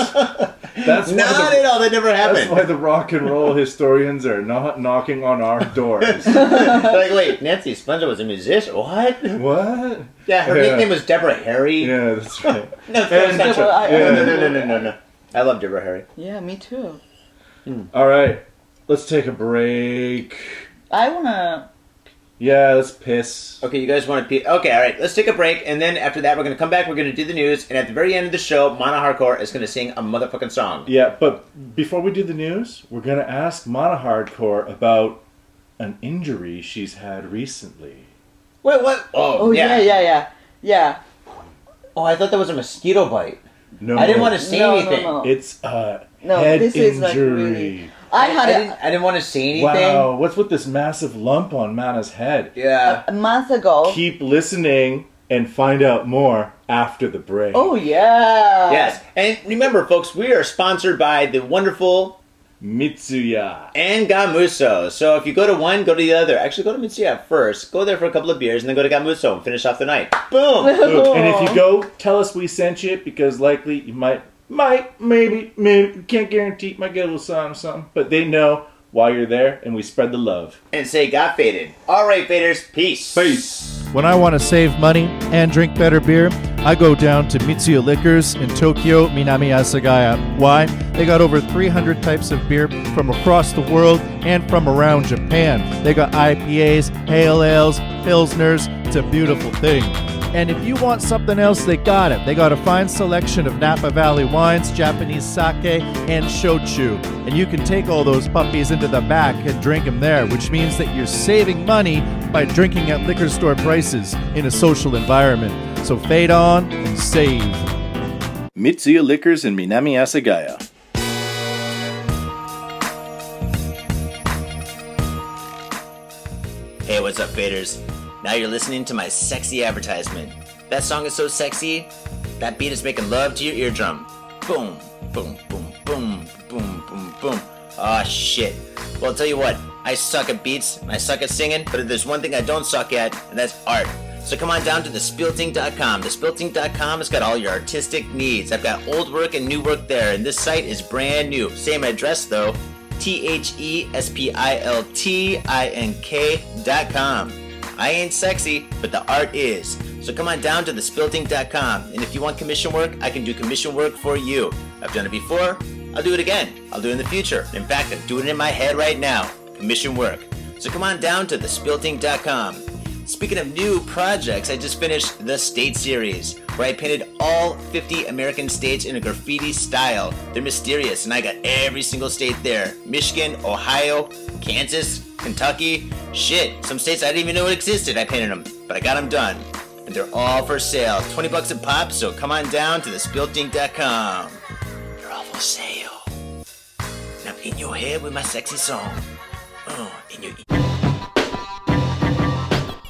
S1: Not
S2: why the,
S1: at all. That never
S2: That's why
S1: happened.
S2: the rock and roll historians are not knocking on our doors.
S1: like, wait, Nancy Spencer was a musician. What?
S2: what?
S1: Yeah, her
S2: Yeah.
S1: nickname was Deborah Harry.
S2: Yeah, that's right.
S1: No, that's not true.
S3: Deborah, I- I
S1: no, no,
S2: remember
S1: no, no, no, no, no. I love Deborah Harry.
S3: yeah, me too.
S2: All right, let's take a break.
S3: I wanna.
S2: Yeah, let's piss.
S1: Okay, you guys want to pee? Okay, all right. Let's take a break, and then after that, we're gonna come back. We're gonna do the news, and at the very end of the show, Mono Hardcore is gonna sing a motherfucking song.
S2: Yeah, but before we do the news, we're gonna ask Mana Hardcore about an injury she's had recently.
S1: Wait, what? Oh,
S3: Oh yeah, yeah, yeah, yeah.
S1: Oh, I thought that was a mosquito bite.
S2: No,
S1: I didn't want to say
S3: No, no,
S1: anything.
S3: no.
S2: It's a
S3: No,
S2: head
S3: this
S2: injury.
S3: is, like, really- I had
S1: I
S3: a
S1: didn't, I didn't want to say anything.
S2: Wow, what's with this massive lump on Mana's head?
S1: Yeah.
S3: a month ago.
S2: Keep listening and find out more after the break.
S3: Oh yeah.
S1: Yes, and remember, folks, we are sponsored by the wonderful
S2: Mitsuya.
S1: and Gamuso. So if you go to one, go to the other. Actually, go to Mitsuya first. Go there for a couple of beers, and then go to Gamuso and finish off the night. Boom.
S2: Look, and if you go, tell us we sent you it because likely you might, might, maybe, maybe, can't guarantee, might get a little sign or something, but they know why you're there and we spread the love.
S1: and say, "Got faded." All right, faders. Peace.
S2: When I want to save money and drink better beer, I go down to Mitsuya Liquors in Tokyo, Minami Asagaya. Why? They got over 300 types of beer from across the world and from around Japan. They got IPAs, pale ales, pilsners. It's a beautiful thing. And if you want something else, they got it. They got a fine selection of Napa Valley wines, Japanese sake, and shochu. And you can take all those puppies into the back and drink them there, which means that you're saving money by drinking at liquor store prices in a social environment. So fade on and save. Mitsuya Liquors in Minami Asagaya.
S1: Hey, what's up, faders? Now you're listening to my sexy advertisement. That song is so sexy. That beat is making love to your eardrum. Boom, boom, boom, boom, boom, boom, boom. Ah, shit. Well, I'll tell you what. I suck at beats and I suck at singing, but if there's one thing I don't suck at, and that's art. So come on down to thespilting.com. Thespilting.com has got all your artistic needs. I've got old work and new work there, and this site is brand new. Same address though. T H E S P I L T I N K dot com. I ain't sexy, but the art is. So come on down to thespilting.com. And if you want commission work, I can do commission work for you. I've done it before, I'll do it again. I'll do it in the future. In fact, I'm doing it in my head right now. Commission work. So come on down to thespilting.com. Speaking of new projects, I just finished the State Series, where I painted all 50 American states in a graffiti style. They're mysterious, and I got every single state there Michigan, Ohio, Kansas, Kentucky. Shit, some states I didn't even know existed, I painted them, but I got them done. And they're all for sale 20 bucks a pop, so come on down to thespiltink.com. They're all for sale. And I'm in your head with my sexy song. Oh, in your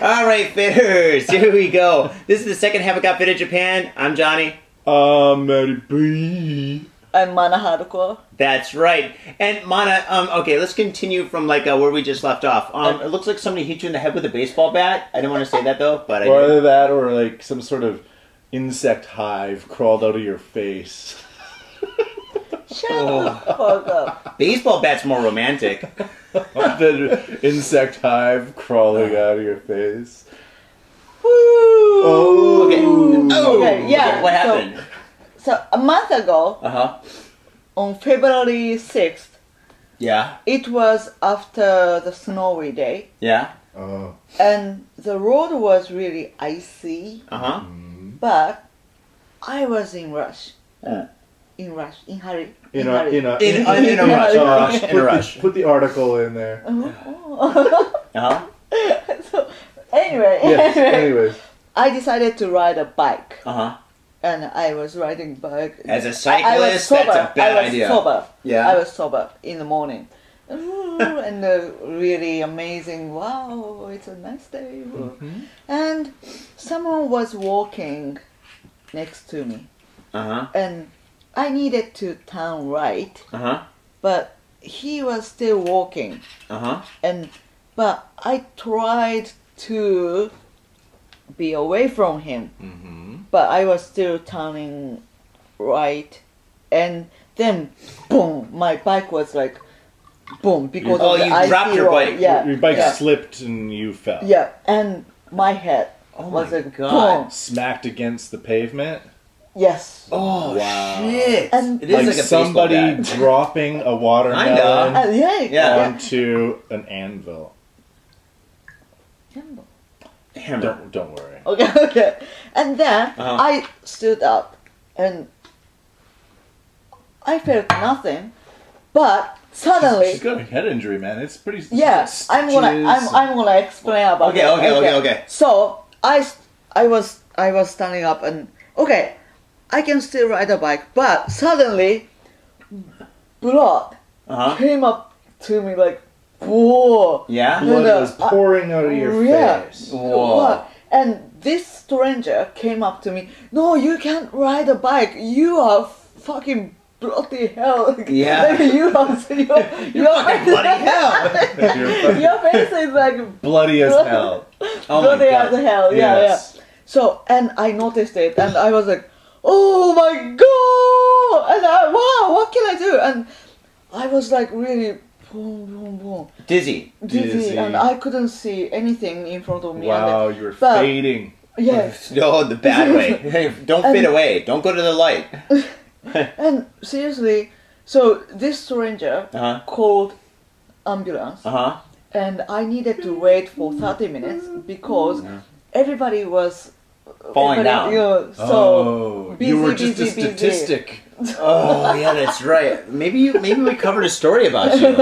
S1: All right, fitters, here we go. This is the second half of Got Fit in Japan. I'm Johnny.
S2: Um, Maddie B.
S3: And Mana Hardcore.
S1: That's right. And Mana, um, okay, let's continue from like uh, where we just left off. Um, it looks like somebody hit you in the head with a baseball bat. I didn't want to say that though, but I
S2: Or either
S1: did.
S2: that or like some sort of insect hive crawled out of your face.
S3: Shut the fuck up.
S1: baseball bat's more romantic.
S2: Oh. the insect hive crawling out of your face.
S3: Woo!
S2: Oh,
S1: Okay. Oh,
S3: Okay, yeah,
S1: okay, What happened?
S3: So a month ago,
S1: Uh huh.
S3: on February 6th,
S1: Yeah.
S3: it was after the snowy day,
S1: Yeah.
S2: Oh.
S3: and the road was really icy,
S1: Uh huh.
S2: mm.
S3: but I was in rush.
S1: Uh.
S3: In rush, in hurry.
S2: In a,
S3: hurry.
S2: in a, Uh,
S1: In, in, in a
S3: Yeah.
S1: rush. In a rush. In
S2: put,
S1: a rush.
S2: The, put the article in there.
S3: Uh-huh. Oh.
S1: Uh huh.
S3: so, anyway,
S2: Yes, anyways.
S3: I decided to ride a bike,
S1: Uh huh.
S3: and I was riding bike.
S1: As a
S3: I I was
S1: cyclist,
S3: sober.
S1: that's a bad
S3: I was
S1: idea.
S3: sober.
S1: Yeah.
S3: I was sober in the morning. and uh, really amazing. Wow, it's a nice day.
S1: Mm-hmm.
S3: And someone was walking next to me,
S1: Uh huh.
S3: and I needed to turn right,
S1: Uh huh.
S3: but he was still walking,
S1: Uh huh.
S3: and but I tried to be away from him
S2: Mm-hmm.
S3: but I was still turning right, and then boom, my bike was like boom because
S1: Oh,
S3: of the
S1: you
S3: icy
S1: dropped your
S3: road.
S1: bike.
S3: Yeah,
S2: Your bike
S3: yeah,
S2: slipped and you fell.
S3: yeah, and my head was
S1: Oh my
S3: like
S1: God.
S3: boom.
S2: Smacked against the pavement.
S3: Yes,
S1: Oh
S2: Wow.
S1: shit!
S3: And-
S1: it is like, a
S2: somebody
S1: somebody.
S2: dropping a watermelon
S3: Uh, yeah,
S1: Yeah. Um,
S2: onto an anvil.
S3: yeah.
S1: Hammer.
S2: Don't don't worry.
S3: Okay, okay, and then
S1: Uh-huh.
S3: I stood up, and I felt nothing, but suddenly.
S2: She's got a head injury, man. It's pretty.
S3: Yes, I'm gonna I'm,
S2: stitches.
S3: I'm gonna explain about
S1: Okay,
S3: that.
S1: okay, okay, okay.
S3: So I s- I was I was standing up and okay, I can still ride a bike, but suddenly blood
S1: Uh huh.
S3: came up to me like whoa.
S1: Yeah.
S2: Blood
S3: No, no,
S2: was
S1: uh,
S3: I-
S2: pouring out of your
S3: Oh, yeah.
S2: face.
S1: Whoa.
S3: And this stranger came up to me. No, you can't ride a bike. You are fucking bloody hell.
S1: Yeah.
S3: you are you are, you are
S1: Bloody hell!
S2: You're
S3: Your face is like
S2: bloody as hell.
S1: Oh my
S3: bloody
S1: God.
S3: as hell. Yeah,
S2: Yes.
S3: yeah. So and I noticed it, and I was like, "Oh my god!" And I, wow, what can I do? And I was like really boom, boom, boom,
S1: Dizzy.
S3: dizzy,
S2: Dizzy.
S3: and I couldn't see anything in front of me.
S2: Wow, you were
S3: But-
S2: fading.
S3: And, yes,
S1: No, the bad way. Hey, Don't
S3: Um,
S1: fade away. Don't go to the light.
S3: and seriously, so this stranger
S1: Uh huh.
S3: called ambulance,
S1: Uh huh.
S3: and I needed to wait for thirty minutes because everybody was
S1: Falling
S3: everybody,
S1: down.
S3: You know, so.
S2: oh,
S3: busy,
S2: you were just
S3: busy,
S2: a
S3: busy.
S2: statistic.
S1: Oh yeah, that's right. Maybe you. Maybe we covered a story about you.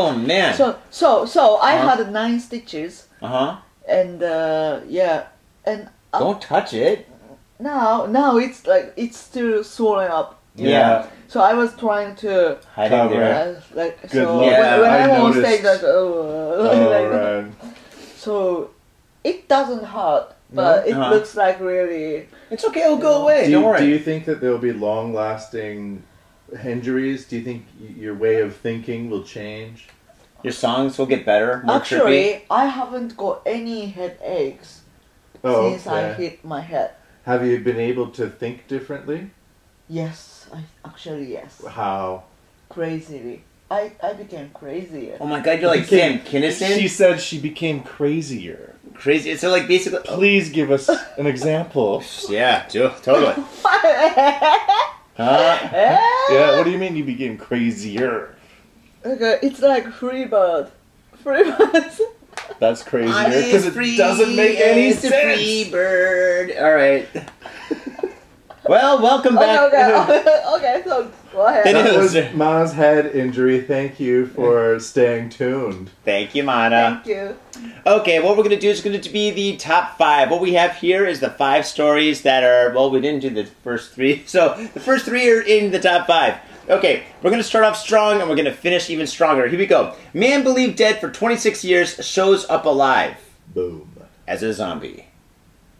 S1: Oh man.
S3: So so so I
S1: Uh-huh.
S3: had nine stitches
S1: Uh huh.
S3: and uh, yeah and
S1: Don't touch it.
S3: now now it's like it's still swollen up.
S1: Yeah.
S3: So I was trying to
S1: Hide in
S2: Cover it.
S1: there.
S3: uh, like
S2: Good
S3: so
S2: luck.
S1: Yeah,
S3: when, when
S2: I
S3: I'm on
S2: noticed.
S3: stage like oh,
S2: Oh,
S3: like,
S2: right.
S3: so it doesn't hurt but it
S1: Uh-huh.
S3: looks like really
S1: It's okay. It'll go away.
S2: do,
S1: Don't
S2: you, do
S1: worry.
S2: you think that there will be long lasting injuries? Do you think y- your way of thinking will change?
S1: Your songs will get better. More
S3: actually
S1: trippy.
S3: I haven't got any headaches since I
S2: Oh, okay.
S3: hit my head.
S2: Have you been able to think differently?
S3: Yes, I actually yes.
S2: How?
S3: Crazily. I, I became crazier.
S1: Oh my God! You're like Sam Kinison.
S2: She said she became crazier.
S1: crazy. So like basically. oh,
S2: Please give us an example.
S1: Yeah, do- totally. Huh?
S2: Yeah, what do you mean you became crazier?
S3: Okay, it's like Freebird. Freebird.
S2: That's crazier because it doesn't make any sense.
S1: bird. All right.
S5: Well, welcome
S3: Okay,
S5: back.
S3: okay, okay. So go
S5: It
S3: ahead.
S5: is.
S1: That was Mana's head injury. Thank you for staying tuned.
S5: Thank you, Mana.
S3: Thank you.
S5: Okay, what we're going to do is going to be the top five. What we have here is the five stories that are, well, we didn't do the first three. So the first three are in the top five. Okay, we're going to start off strong and we're going to finish even stronger. Here we go. Man believed dead for 26 years shows up alive
S1: Boom.
S5: as a zombie.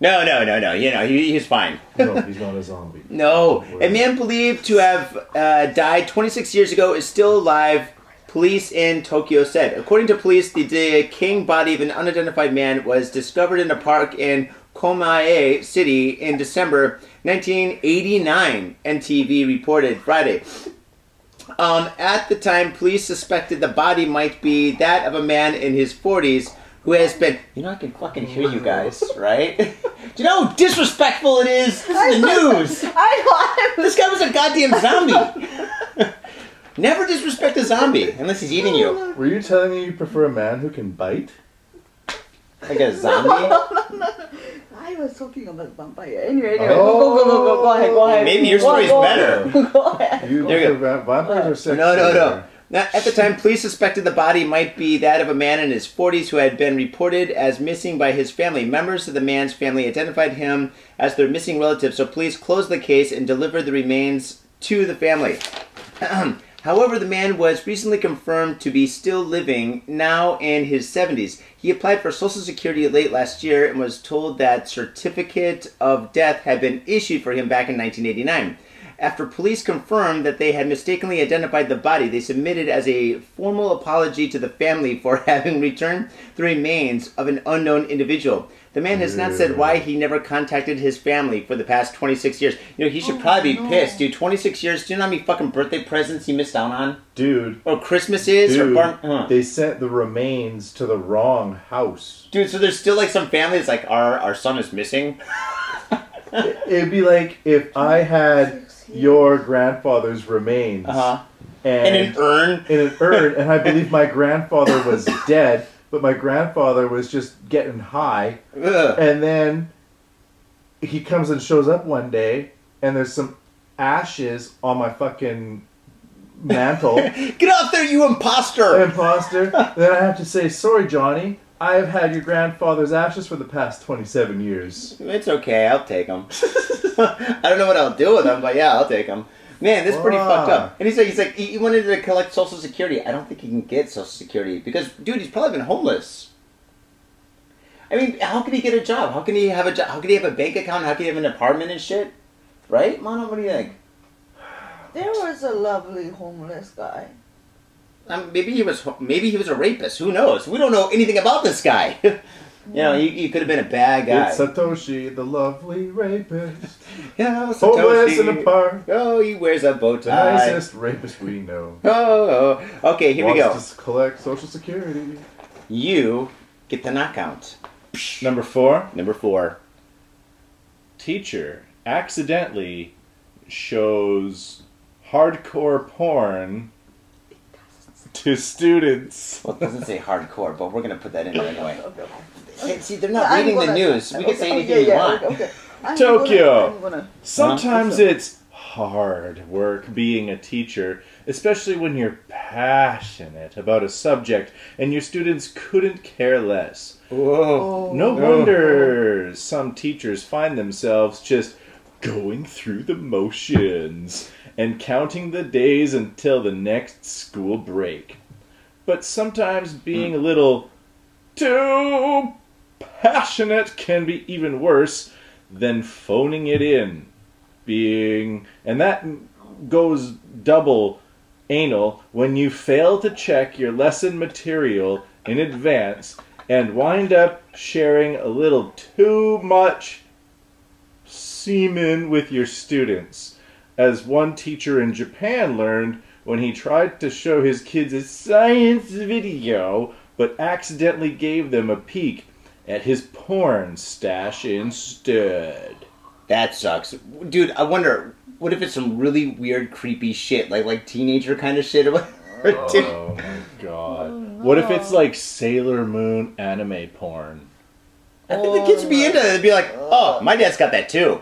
S5: No, no, no, no. You know, he, he's fine.
S1: No, he's not a zombie.
S5: No, a man believed to have uh, died 26 years ago is still alive. Police in Tokyo said, according to police, the decaying body of an unidentified man was discovered in a park in Komae City in December 1989. NTV reported Friday. Um, at the time, police suspected the body might be that of a man in his 40s who has been. You know, I can fucking hear you guys, right? Do you know how disrespectful it is? This is the news.
S3: I
S5: This guy was a goddamn zombie. Never disrespect a zombie unless he's eating you.
S1: Were you telling me you prefer a man who can bite?
S5: Like a zombie?
S3: I was talking about vampire. Anyway, anyway, go, go, go, go, go, go ahead, go ahead.
S5: Maybe your
S3: Go,
S5: story's
S3: go,
S5: better.
S3: Go ahead.
S1: You
S5: There you
S1: prefer va- vampires are sexy.
S5: No, no, no. Now, at the time, police suspected the body might be that of a man in his 40s who had been reported as missing by his family. Members of the man's family identified him as their missing relative, so police closed the case and delivered the remains to the family. However, the man was recently confirmed to be still living, now in his 70s. He applied for Social Security late last year and was told that certificate of death had been issued for him back in 1989. After police confirmed that they had mistakenly identified the body, they submitted as a formal apology to the family for having returned the remains of an unknown individual. The man has not said why he never contacted his family for the past 26 years. You know, he should probably be pissed, dude. 26 years, do you know how many fucking birthday presents he missed out on?
S1: Dude,
S5: Or Christmases? or
S1: dude,
S5: bar- uh.
S1: they sent the remains to the wrong house.
S5: Dude, so there's still like some family that's like, our, our son is missing?
S1: It'd be like if I had your grandfather's remains
S5: Uh-huh. In
S1: and
S5: an urn?
S1: in an urn, and I believe my grandfather was dead, but my grandfather was just getting high,
S5: Ugh.
S1: and then he comes and shows up one day, and there's some ashes on my fucking mantle,
S5: Get off there, you imposter!
S1: imposter. Then I have to say, sorry, Johnny. I have had your grandfather's ashes for the past 27 years.
S5: It's okay, I'll take him. I don't know what I'll do with him, but yeah, I'll take him. Man, this is pretty
S1: Wow.
S5: fucked up. And he's like, he's like, he he wanted to collect Social Security. I don't think he can get Social Security because, dude, he's probably been homeless. I mean, how can he get a job? How can he have a job? How can he have a bank account? How can he have an apartment and shit? Right, Mono? What do you think?
S3: There was a lovely homeless guy.
S5: Um, maybe he was. ho- Maybe he was a rapist. Who knows? We don't know anything about this guy. you know, he, he could have been a bad guy.
S1: It's Satoshi, the lovely rapist.
S5: yeah, Satoshi.
S1: Homeless in the park.
S5: Oh, he wears a bow
S1: The
S5: tie.
S1: nicest rapist we know.
S5: Oh, okay, here we
S1: Wants
S5: go.
S1: to s- collect Social Security.
S5: You get the knockout.
S2: Number four,
S5: Number four.
S2: teacher accidentally shows hardcore porn to students.
S5: Well, it doesn't say hardcore, but we're going to put that in there anyway.
S3: Okay.
S5: Hey, see, they're not
S3: I'm
S5: reading the
S3: gonna-
S5: news. We can
S3: okay,
S5: say
S3: oh,
S5: anything we
S3: yeah, yeah,
S5: want.
S3: okay, okay. I'm
S2: Tokyo.
S3: gonna- I'm gonna-
S2: Sometimes
S3: Huh?
S2: it's hard work being a teacher, especially when you're passionate about a subject and your students couldn't care less.
S3: Oh.
S5: Whoa.
S2: No wonder some teachers find themselves just going through the motions and counting the days until the next school break. But sometimes being a little too passionate can be even worse than phoning it in. Being, and that goes double anal when you fail to check your lesson material in advance and wind up sharing a little too much semen with your students. As one teacher in Japan learned when he tried to show his kids a science video but accidentally gave them a peek at his porn stash instead.
S5: That sucks. Dude, I wonder, what if it's some really weird, creepy shit? Like, like teenager kind of shit? or whatever? Dude,
S2: Oh my god. What if it's like Sailor Moon anime porn?
S5: I think
S3: Oh.
S5: the kids would be into it. They'd be like, oh, my dad's got that too.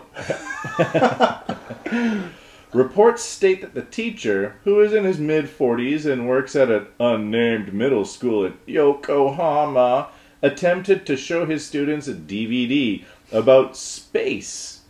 S2: Reports state that the teacher, who is in his mid 40s and works at an unnamed middle school in Yokohama, attempted to show his students a DVD about space.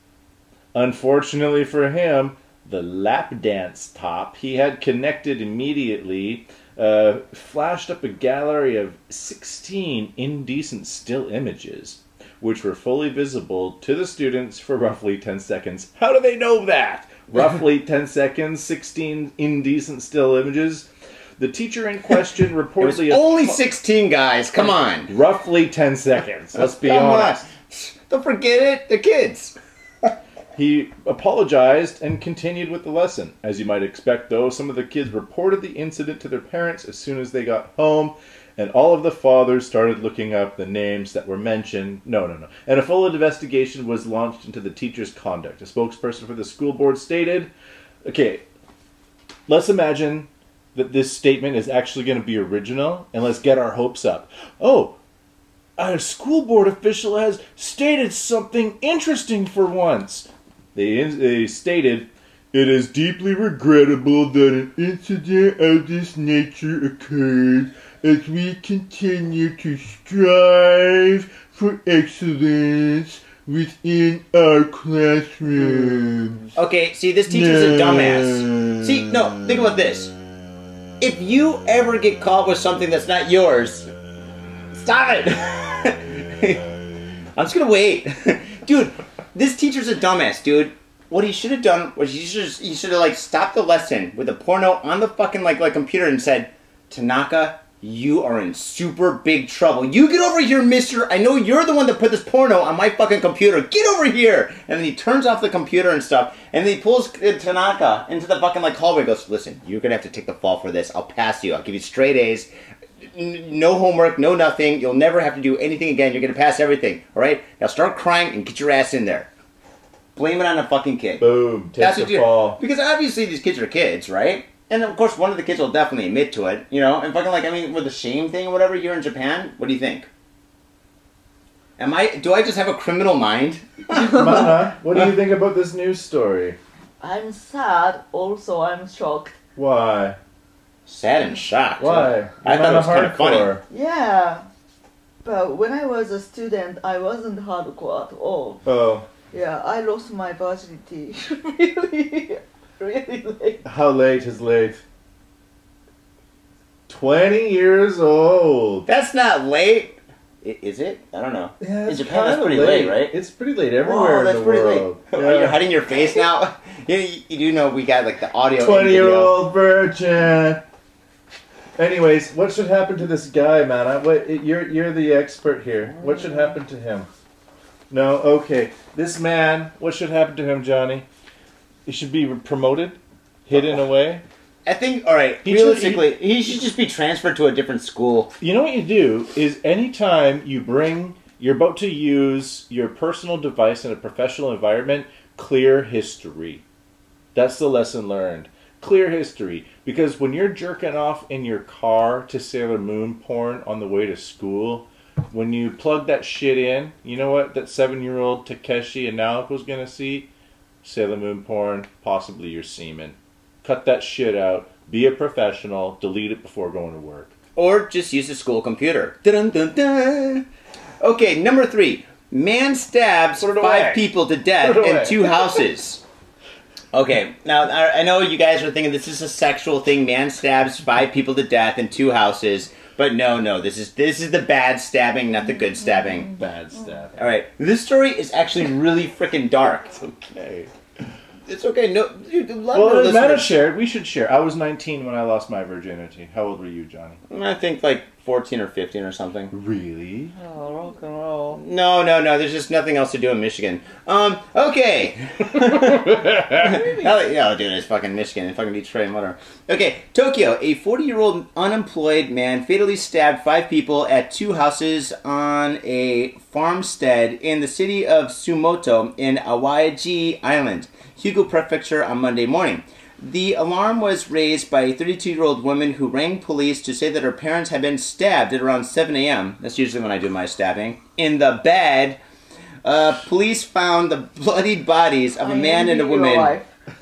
S2: Unfortunately for him, the lap dance top he had connected immediately uh, flashed up a gallery of 16 indecent still images, which were fully visible to the students for roughly 10 seconds. How do they know that? Roughly 10 seconds, 16 indecent still images. The teacher in question
S5: It was
S2: reportedly.
S5: only 16 guys. Come on.
S2: Roughly 10 seconds, let's be
S5: Come on.
S2: honest.
S5: Don't forget it. The kids.
S2: He apologized and continued with the lesson. As you might expect, though, some of the kids reported the incident to their parents as soon as they got home, and all of the fathers started looking up the names that were mentioned. No, no, no. And a full investigation was launched into the teacher's conduct. A spokesperson for the school board stated Okay, let's imagine that this statement is actually going to be original, and let's get our hopes up. Oh, a school board official has stated something interesting for once. They, they stated, It is deeply regrettable that an incident of this nature occurred as we continue to strive for excellence within our classrooms.
S5: Okay, see, this teacher's a dumbass. See, no, think about this. If you ever get caught with something that's not yours, stop it. I'm just gonna wait, dude. This teacher's a dumbass, dude. What he should have done was he should he should have like stopped the lesson with a porno on the fucking like like computer and said, Tanaka, you are in super big trouble. You get over here, Mister. I know you're the one that put this porno on my fucking computer. Get over here! And then he turns off the computer and stuff, and then he pulls uh, Tanaka into the fucking like hallway. and Goes, listen, you're gonna have to take the fall for this. I'll pass you. I'll give you straight A's n- no homework, no nothing. You'll never have to do anything again. You're going to pass everything. All right? Now start crying and get your ass in there. Blame it on a fucking kid.
S2: Boom, take the
S5: you-
S2: fall.
S5: Because obviously these kids are kids, right? And of course, one of the kids will definitely admit to it, you know? And fucking, like, I mean, with the shame thing or whatever, you're in Japan. What do you think? Am I, do I just have a criminal mind?
S2: Mana, what do you think about this news story?
S3: I'm sad. Also, I'm shocked.
S2: Why?
S5: Sad and shocked.
S2: Why?
S5: I thought it was
S2: Mana
S5: kind of funny.
S2: hardcore.
S3: Yeah, but when I was a student, I wasn't hardcore at all.
S2: Oh,
S3: Yeah, I lost my virginity really, really late.
S2: how late is late? 20 years old.
S5: That's not late. I- Is it? I don't know.
S2: Yeah,
S5: In
S2: it's
S5: Japan, that's
S2: kinda
S5: pretty late, right?
S2: It's pretty late everywhere
S5: Whoa, that's
S2: in the
S5: pretty
S2: world.
S5: late. Are you
S2: Yeah.
S5: hiding your face now? you, you do know we got like the audio. and video.
S2: Twenty-year-old virgin. Anyways, what should happen to this guy, man? I, what, you're you're the expert here. What should happen to him? No, okay. This man, what should happen to him, Johnny? He should be promoted, hidden away.
S5: I think. All right.
S2: He should-
S5: realistically, he, should just be transferred to a different school.
S2: You know what you do is anytime you bring you're about to use your personal device in a professional environment, clear history. That's the lesson learned. Clear history. Because when you're jerking off in your car to Sailor Moon porn on the way to school, when you plug that shit in, you know what that seven year old Takeshi and Naoko's gonna see? Sailor Moon porn, possibly your semen. Cut that shit out. Be a professional. Delete it before going to work.
S5: Or just use the school computer. Dun, dun, dun. Okay, number three. Man stabs
S2: Put it away.
S5: five people to death
S2: Put it away.
S5: in two houses. Okay, now I I know you guys are thinking this is a sexual thing. Man stabs five people to death in two houses, but no, no, this is this is the bad stabbing, not the good stabbing.
S2: Bad stuff.
S5: All right, this story is actually really freaking dark.
S2: Okay.
S5: It's okay. No, dude, a lot
S2: Well,
S5: of
S2: it
S5: our
S2: matter
S5: listeners,
S2: shared. We should share. I was 19 when I lost my virginity. How old were you, Johnny?
S5: I think like fourteen or fifteen or something.
S2: Really?
S3: Oh, rock and roll.
S5: No, no, no. There's just nothing else to do in Michigan. Um, okay. Hell, yeah, dude, it's fucking Michigan and fucking Detroit and whatever. Okay, Tokyo. A 40-year-old unemployed man fatally stabbed five people at two houses on a farmstead in the city of Sumoto in Awaiji Island, Hugo Prefecture, on Monday morning. The alarm was raised by a 32 year old woman who rang police to say that her parents had been stabbed at around 7 a.m. That's usually when I do my stabbing. In the bed, uh, police found the bloodied bodies of a man and a woman.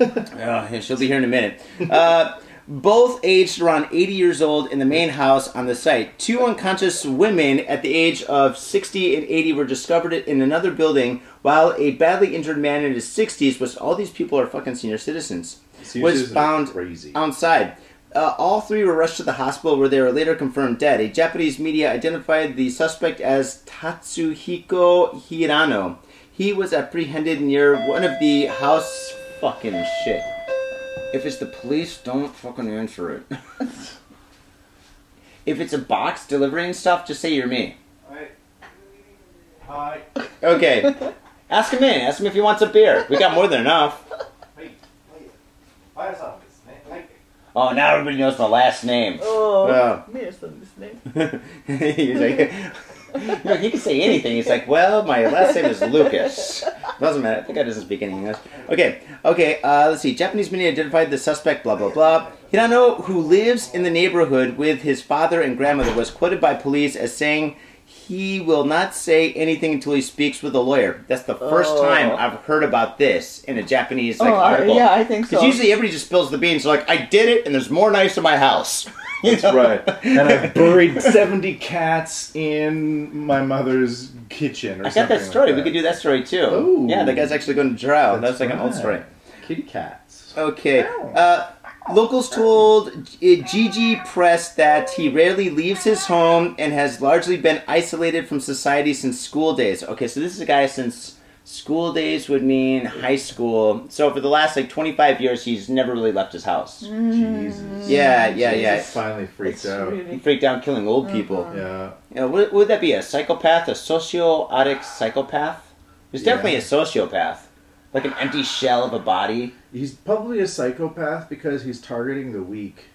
S5: Oh, yeah, she'll be here in a minute. Uh, both aged around 80 years old in the main house on the site. Two unconscious women at the age of 60 and 80 were discovered in another building, while a badly injured man in his 60s, which all these people are fucking senior citizens, was
S2: citizens are
S5: found
S2: crazy.
S5: outside. Uh, all three were rushed to the hospital where they were later confirmed dead. A Japanese media identified the suspect as Tatsuhiko Hirano. He was apprehended near one of the house fucking shit. If it's the police, don't fucking answer it. if it's a box delivering stuff, just say you're me.
S2: Hi.
S5: Okay. Ask him in. Ask him if he wants a beer. We got more than enough. Oh, now everybody knows my last name.
S3: Oh,
S2: Ah,
S5: Yeah.
S3: me or something, his name.
S5: He's like, no, he can say anything. He's like, well, my last name is Lucas. Doesn't matter. I think I doesn't speak any English. Okay, okay. Uh, let's see. Japanese media identified the suspect. Blah blah blah. Hirano, who lives in the neighborhood with his father and grandmother, was quoted by police as saying. He will not say anything until he speaks with a lawyer. That's the first
S3: Oh.
S5: time I've heard about this in a Japanese like
S3: oh, I-
S5: article.
S3: yeah, I think so.
S5: Because usually everybody just spills the beans. They're like, I did it, and there's more knives in my house. You
S2: That's
S5: know?
S2: right. And I buried 70 cats in my mother's kitchen or
S5: I got
S2: something
S5: that story.
S2: Like
S5: we could do that story too.
S2: Ooh.
S5: Yeah, that guy's actually going to trial. That's,
S2: That's
S5: like an old
S2: right.
S5: story.
S2: kitty cats.
S5: Okay. Uh, locals told uh, Gigi Press that he rarely leaves his home and has largely been isolated from society since school days. Okay, so this is a guy since school days would mean high school. So for the last like 25 years, he's never really left his house.
S2: Mm-hmm. Jesus.
S5: Yeah, yeah,
S2: Jesus
S5: yeah.
S2: Finally freaked
S3: It's
S2: out.
S5: He
S3: really-
S5: freaked out killing old people.
S2: Yeah.
S5: You know, would, would that be a psychopath, a sociotic psychopath? He's
S2: Yeah.
S5: definitely a sociopath, like an empty shell of a body.
S2: He's probably a psychopath because he's targeting the weak.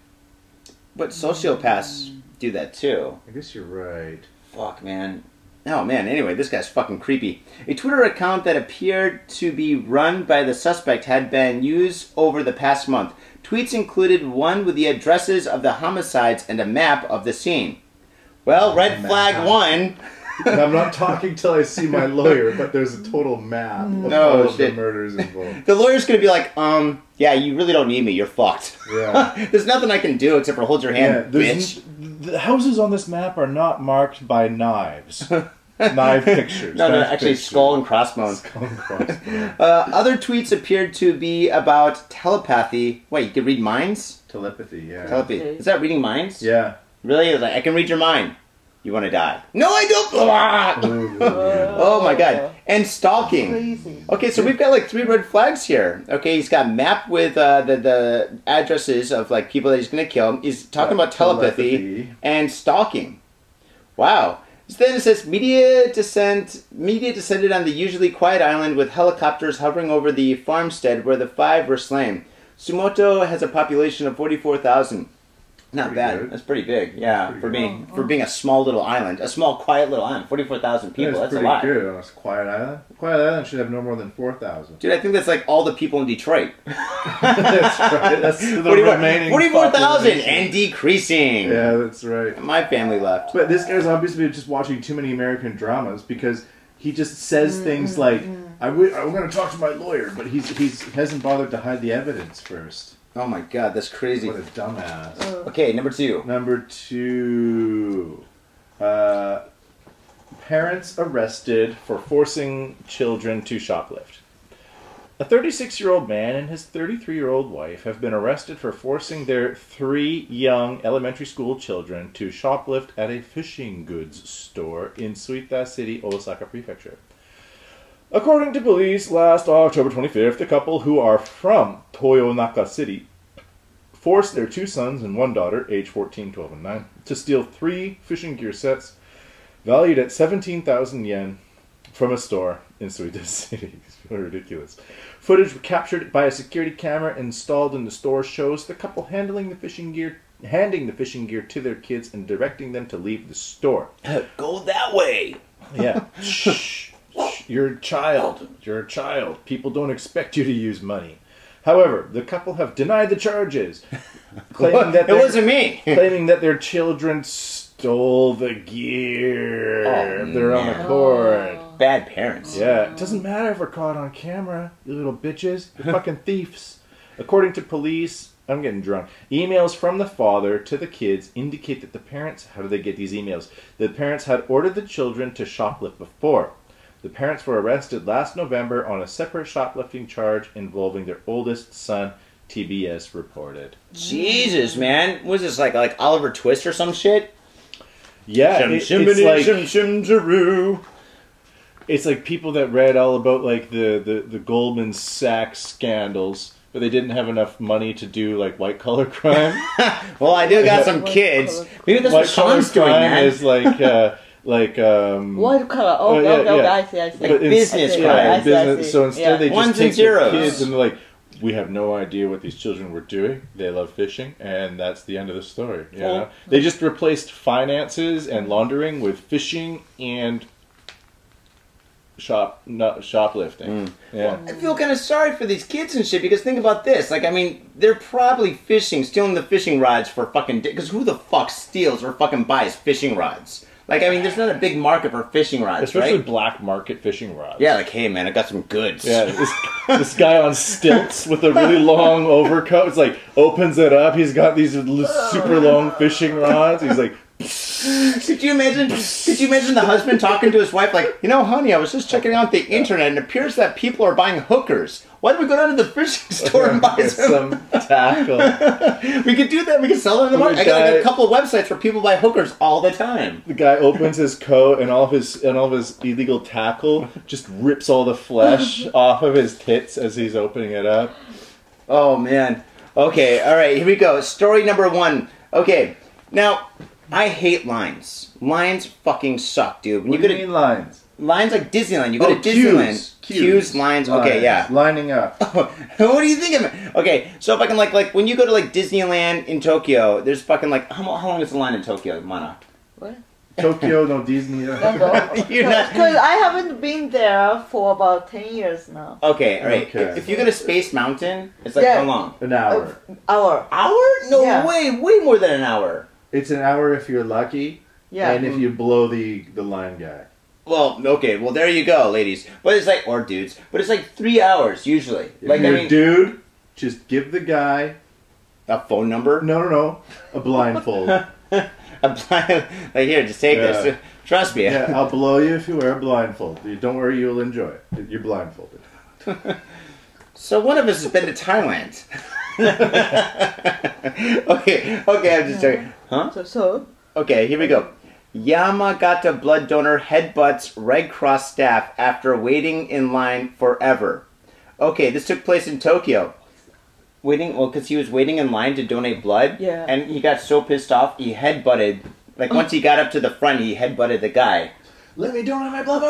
S5: But sociopaths do that too.
S2: I guess you're right.
S5: Fuck, man. Oh man. Anyway, this guy's fucking creepy. A Twitter account that appeared to be run by the suspect had been used over the past month. Tweets included one with the addresses of the homicides and a map of the scene. Well, red
S2: map.
S5: flag one.
S2: And I'm not talking till I see my lawyer, but there's a total map of
S5: No,
S2: all of the
S5: shit.
S2: murders involved.
S5: The lawyer's gonna be like, um, yeah, you really don't need me. You're fucked.
S2: Yeah.
S5: there's nothing I can do except for hold your
S2: yeah
S5: hand,
S2: there's
S5: bitch.
S2: n- the houses on this map are not marked by knives. Knife pictures.
S5: No, no,
S2: knife
S5: actually,
S2: pictures.
S5: skull and crossbones.
S2: Skull and crossbones.
S5: Uh, other tweets appeared to be about telepathy. Wait, you can read minds?
S2: Telepathy, yeah.
S5: Telepathy.
S3: Okay.
S5: Is that reading minds?
S2: yeah.
S5: Really? Like, I can read your mind. You want to die? No, I don't. Blah! Oh my god. And stalking.
S3: Crazy.
S5: Okay, so we've got like three red flags here. Okay, he's got map with uh, the the addresses of like people that he's gonna kill. He's talking about telepathy and stalking. Wow. So then it says media descent media descended on the usually quiet island with helicopters hovering over the farmstead where the five were slain. Sumoto has a population of forty four thousand. Not
S2: Pretty
S5: bad.
S2: good.
S5: That's pretty big. Yeah,
S2: Pretty
S5: for
S2: good.
S5: being for being a small little island, a small quiet little island, forty four thousand people.
S2: That's
S5: That's, a
S2: pretty
S5: lot,
S2: good on a quiet island. Quiet island should have no more than 4,000.
S5: dude. I think that's like all the people in Detroit.
S2: that's right. That's the
S5: 44
S2: remaining
S5: 44,000
S2: population.
S5: and decreasing.
S2: Yeah, that's right.
S5: My family left.
S2: But this guy's obviously just watching too many American dramas because he just says things like, "I w- "I'm going to talk to my lawyer," but he's he's he hasn't bothered to hide the evidence first.
S5: Oh my god, that's crazy.
S2: What a dumbass.
S5: Okay, number two.
S2: Number two, uh, parents arrested for forcing children to shoplift. A 36 year old man and his 33 year old wife have been arrested for forcing their three young elementary school children to shoplift at a fishing goods store in Suita City, Osaka Prefecture. According to police, last October 25th, the couple who are from Toyonaka City forced their two sons and one daughter, age 14, 12, and 9, to steal three fishing gear sets valued at 17,000 yen from a store in Suida City. It's ridiculous. Footage captured by a security camera installed in the store shows the couple handling the fishing gear handing the fishing gear to their kids and directing them to leave the store.
S6: Go that way.
S2: Yeah. Shh. Shh. You're a child. You're a child. People don't expect you to use money. However, the couple have denied the charges, claiming that
S5: It
S2: their-
S5: wasn't me.
S2: claiming that their children stole the gear
S5: Oh,
S2: of their own
S5: no.
S2: accord.
S5: Bad parents.
S2: Yeah, it doesn't matter if we're caught on camera, you little bitches. You're fucking thieves. According to police, I'm getting drunk. Emails from the father to the kids indicate that the parents, how do they get these emails? The parents had ordered the children to shoplift before. The parents were arrested last November on a separate shoplifting charge involving their oldest son, TBS reported.
S5: Jesus, man. Was this like like Oliver Twist or some shit?
S2: Yeah,
S5: Shim,
S2: it-
S5: shim,
S2: it's
S5: shim,
S2: like
S5: shim, shim, jiroo.
S2: it's like people that read all about like the, the, the Goldman Sachs scandals, but they didn't have enough money to do like white collar crime.
S5: Well, I do got
S2: Yeah.
S5: some kids. Maybe that's what
S2: white collar
S5: Sean's doing,
S2: crime
S5: man.
S2: is like uh, like um,
S3: White color. Oh,
S2: Oh,
S3: no,
S2: yeah,
S3: no,
S2: yeah.
S3: I see, I see.
S2: but in-
S5: business
S2: yeah,
S5: crime.
S2: in
S5: I
S3: see, I
S2: business-
S3: see.
S2: So instead,
S3: Yeah.
S2: they just
S5: Ones and
S2: take
S5: zeros.
S2: the kids and they're like, "We have no idea what these children were doing. They love fishing, and that's the end of the story." You
S5: Well-
S2: know? they just replaced finances and laundering with fishing and shop not
S5: Mm.
S2: shoplifting. Yeah.
S5: I feel kind of sorry for these kids and shit because think about this. Like, I mean, they're probably fishing, stealing the fishing rods for fucking. Because who the fuck steals or fucking buys fishing rods? Like, I mean, there's not a big market for fishing rods,
S2: Especially
S5: right?
S2: black market fishing rods.
S5: Yeah, like, hey, man, I got some goods.
S2: Yeah, this, this guy on stilts with a really long overcoat. It's like opens it up. He's got these l- super long fishing rods. He's like,
S5: Could you imagine? Could you imagine the husband talking to his wife like, you know, honey, I was just checking out the internet, and it appears that people are buying hookers. Why don't we go down to the fishing store and buy some?
S2: some tackle.
S5: We could do that. We could sell it in the market. I got like,
S2: guy-
S5: a couple of websites where people buy hookers all the time.
S2: The guy opens his coat and all of his and all of his illegal tackle just rips all the flesh off of his tits as he's opening it up.
S5: Oh man. Okay. All right. Here we go. Story number one. Okay. Now, I hate lines. Lines fucking suck, dude. When
S7: What
S5: you
S7: do
S5: go
S7: you mean lines?
S5: to lines like Disneyland, you go
S7: Oh,
S5: to Disneyland.
S7: queues,
S5: Queues,
S7: queues,
S5: lines. Okay, yeah.
S7: Lining up.
S5: what do you think of it? Okay, so if I can like like when you go to like Disneyland in Tokyo, there's fucking like how, mo- how long is the line in Tokyo, Mana?
S3: What?
S7: Tokyo, no Disney.
S3: Don't go.
S5: You're not-
S3: Because I haven't been there for about 10 years now.
S5: Okay, all right.
S7: Okay.
S5: If you go to Space Mountain, it's like
S3: Yeah.
S5: how long?
S7: An hour.
S3: Hour.
S5: Hour? No
S3: Yeah.
S5: way. Way more than an hour.
S7: It's an hour if you're lucky,
S3: Yeah.
S7: and if you blow the the line guy.
S5: Well, okay. Well, there you go, ladies. But it's like or dudes. But it's like three hours usually.
S7: If
S5: Like I
S7: you're
S5: mean,
S7: a dude, just give the guy
S5: a phone number.
S7: no, no, no, a blindfold.
S5: I'm like here, just take
S7: Yeah.
S5: this. Trust me.
S7: yeah, I'll blow you if you wear a blindfold. You- Don't worry, you'll enjoy it. You're blindfolded.
S5: So one of us has been to Thailand. okay, okay, I'm just joking. Huh?
S3: So, so
S5: Okay, here we go. Yamagata blood donor headbutts Red Cross staff after waiting in line forever. Okay, this took place in Tokyo. Waiting, well, because he was waiting in line to donate blood.
S3: Yeah.
S5: And he got so pissed off, he headbutted. Like, once he got up to the front, he headbutted the guy.
S7: Let me donate my blood,
S2: Ah!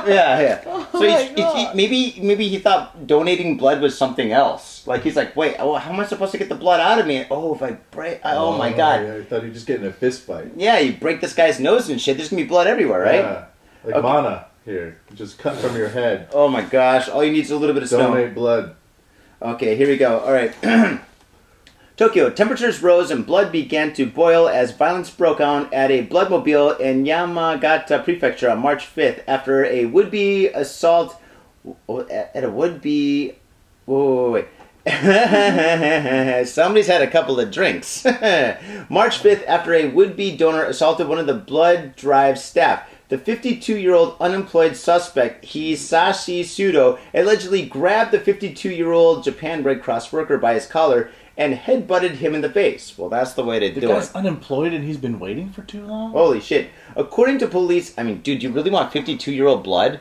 S7: motherfucker!
S5: Yeah, yeah. so
S3: Oh my
S5: he's, he's- he,
S3: God.
S5: maybe maybe he thought donating blood was something else. Like he's like, wait, oh, how am I supposed to get the blood out of me? Oh, if I break, I, oh, my god.
S7: yeah, I thought he was just getting a fist fight.
S5: Yeah. you break this guy's nose and shit. There's gonna be blood everywhere, right?
S7: Yeah, like
S5: Okay.
S7: mana here, just cut from your head.
S5: Oh my gosh! All you need is a little bit of snow.
S7: Donate blood.
S5: Okay, here we go. All right. Tokyo, temperatures rose and blood began to boil as violence broke out at a bloodmobile in Yamagata Prefecture on March 5th after a would be assault. oh, At a would be. Whoa, wait, wait, wait. Somebody's had a couple of drinks. March 5th, after a would be donor assaulted one of the blood drive staff. The 52 year old unemployed suspect, Hisashi Sudo, allegedly grabbed the 52 year old Japan Red Cross worker by his collar and headbutted him in the face. Well, that's the way to
S2: The
S5: do it.
S2: guy's unemployed and he's been waiting for too long.
S5: Holy shit. According to police, I mean, dude, you really want 52 year old blood?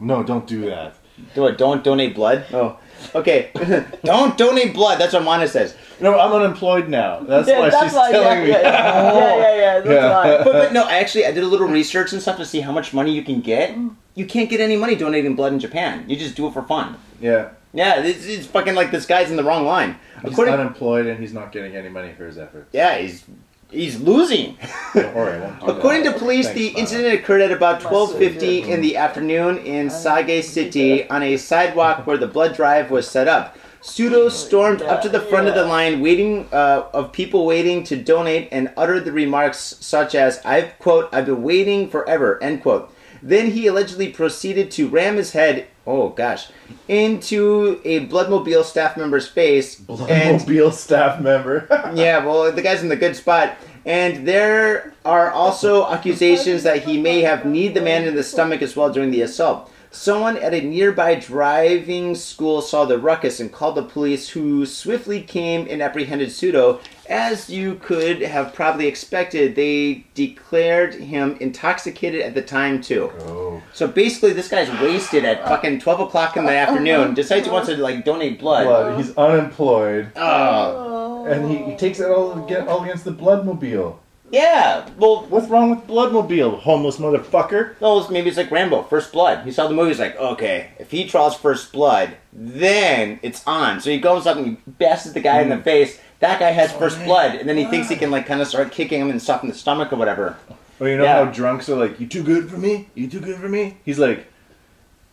S2: No, don't do that.
S5: Do it. Don't donate blood? Oh. Okay. don't donate blood. That's what Mana says.
S2: No, I'm unemployed now. That's
S3: yeah,
S2: why
S3: that's
S2: she's
S3: why.
S2: telling
S3: yeah,
S2: me.
S3: yeah, yeah, yeah, yeah, yeah,
S2: Yeah.
S3: That's
S5: But, but no, actually, I did a little research and stuff to see how much money you can get. You can't get any money donating blood in Japan. You just do it for fun.
S7: Yeah,
S5: Yeah, it's, it's fucking like this guy's in the wrong line.
S7: he's
S5: According,
S7: unemployed and he's not getting any money for his efforts.
S5: yeah, he's He's losing.
S2: All right. Well,
S5: According to police, the
S2: Thanks, Bob.
S5: incident occurred at about
S8: Must
S5: 12:50
S8: have
S5: in the afternoon in Sage City on a sidewalk where the blood drive was set up. Pseudo stormed up to the front of the line, waiting uh, of people waiting to donate, and uttered the remarks such as "I've quote I've been waiting forever" end quote. Then he allegedly proceeded to ram his head. Oh gosh, into a bloodmobile staff member's face and
S2: Mobile staff member.
S5: yeah, well, the guy's in the good spot. And there are also accusations that he may have kneed the man in the stomach as well during the assault. Someone at a nearby driving school saw the ruckus and called the police, who swiftly came and apprehended Pseudo. As you could have probably expected, they declared him intoxicated at the time, too. So basically, this guy's wasted at fucking 12 o'clock in the afternoon, decides he wants to, like, donate blood.
S2: Blood. He's unemployed,
S5: Oh,
S2: and he, he takes it all against, all against the bloodmobile.
S5: yeah. Well,
S2: What's wrong with bloodmobile, homeless motherfucker?
S5: Well, it's- maybe it's like Rambo, First Blood. He saw the movie, he's like, okay, if he draws First Blood, then it's on. So he goes up and he bashes the guy in the face. That guy has First Blood, and then he thinks he can, like, kind of start kicking him and soften the stomach or whatever.
S2: Or Oh, you know
S5: Yeah.
S2: how drunks are like, "You too good for me? You too good for me?" He's like,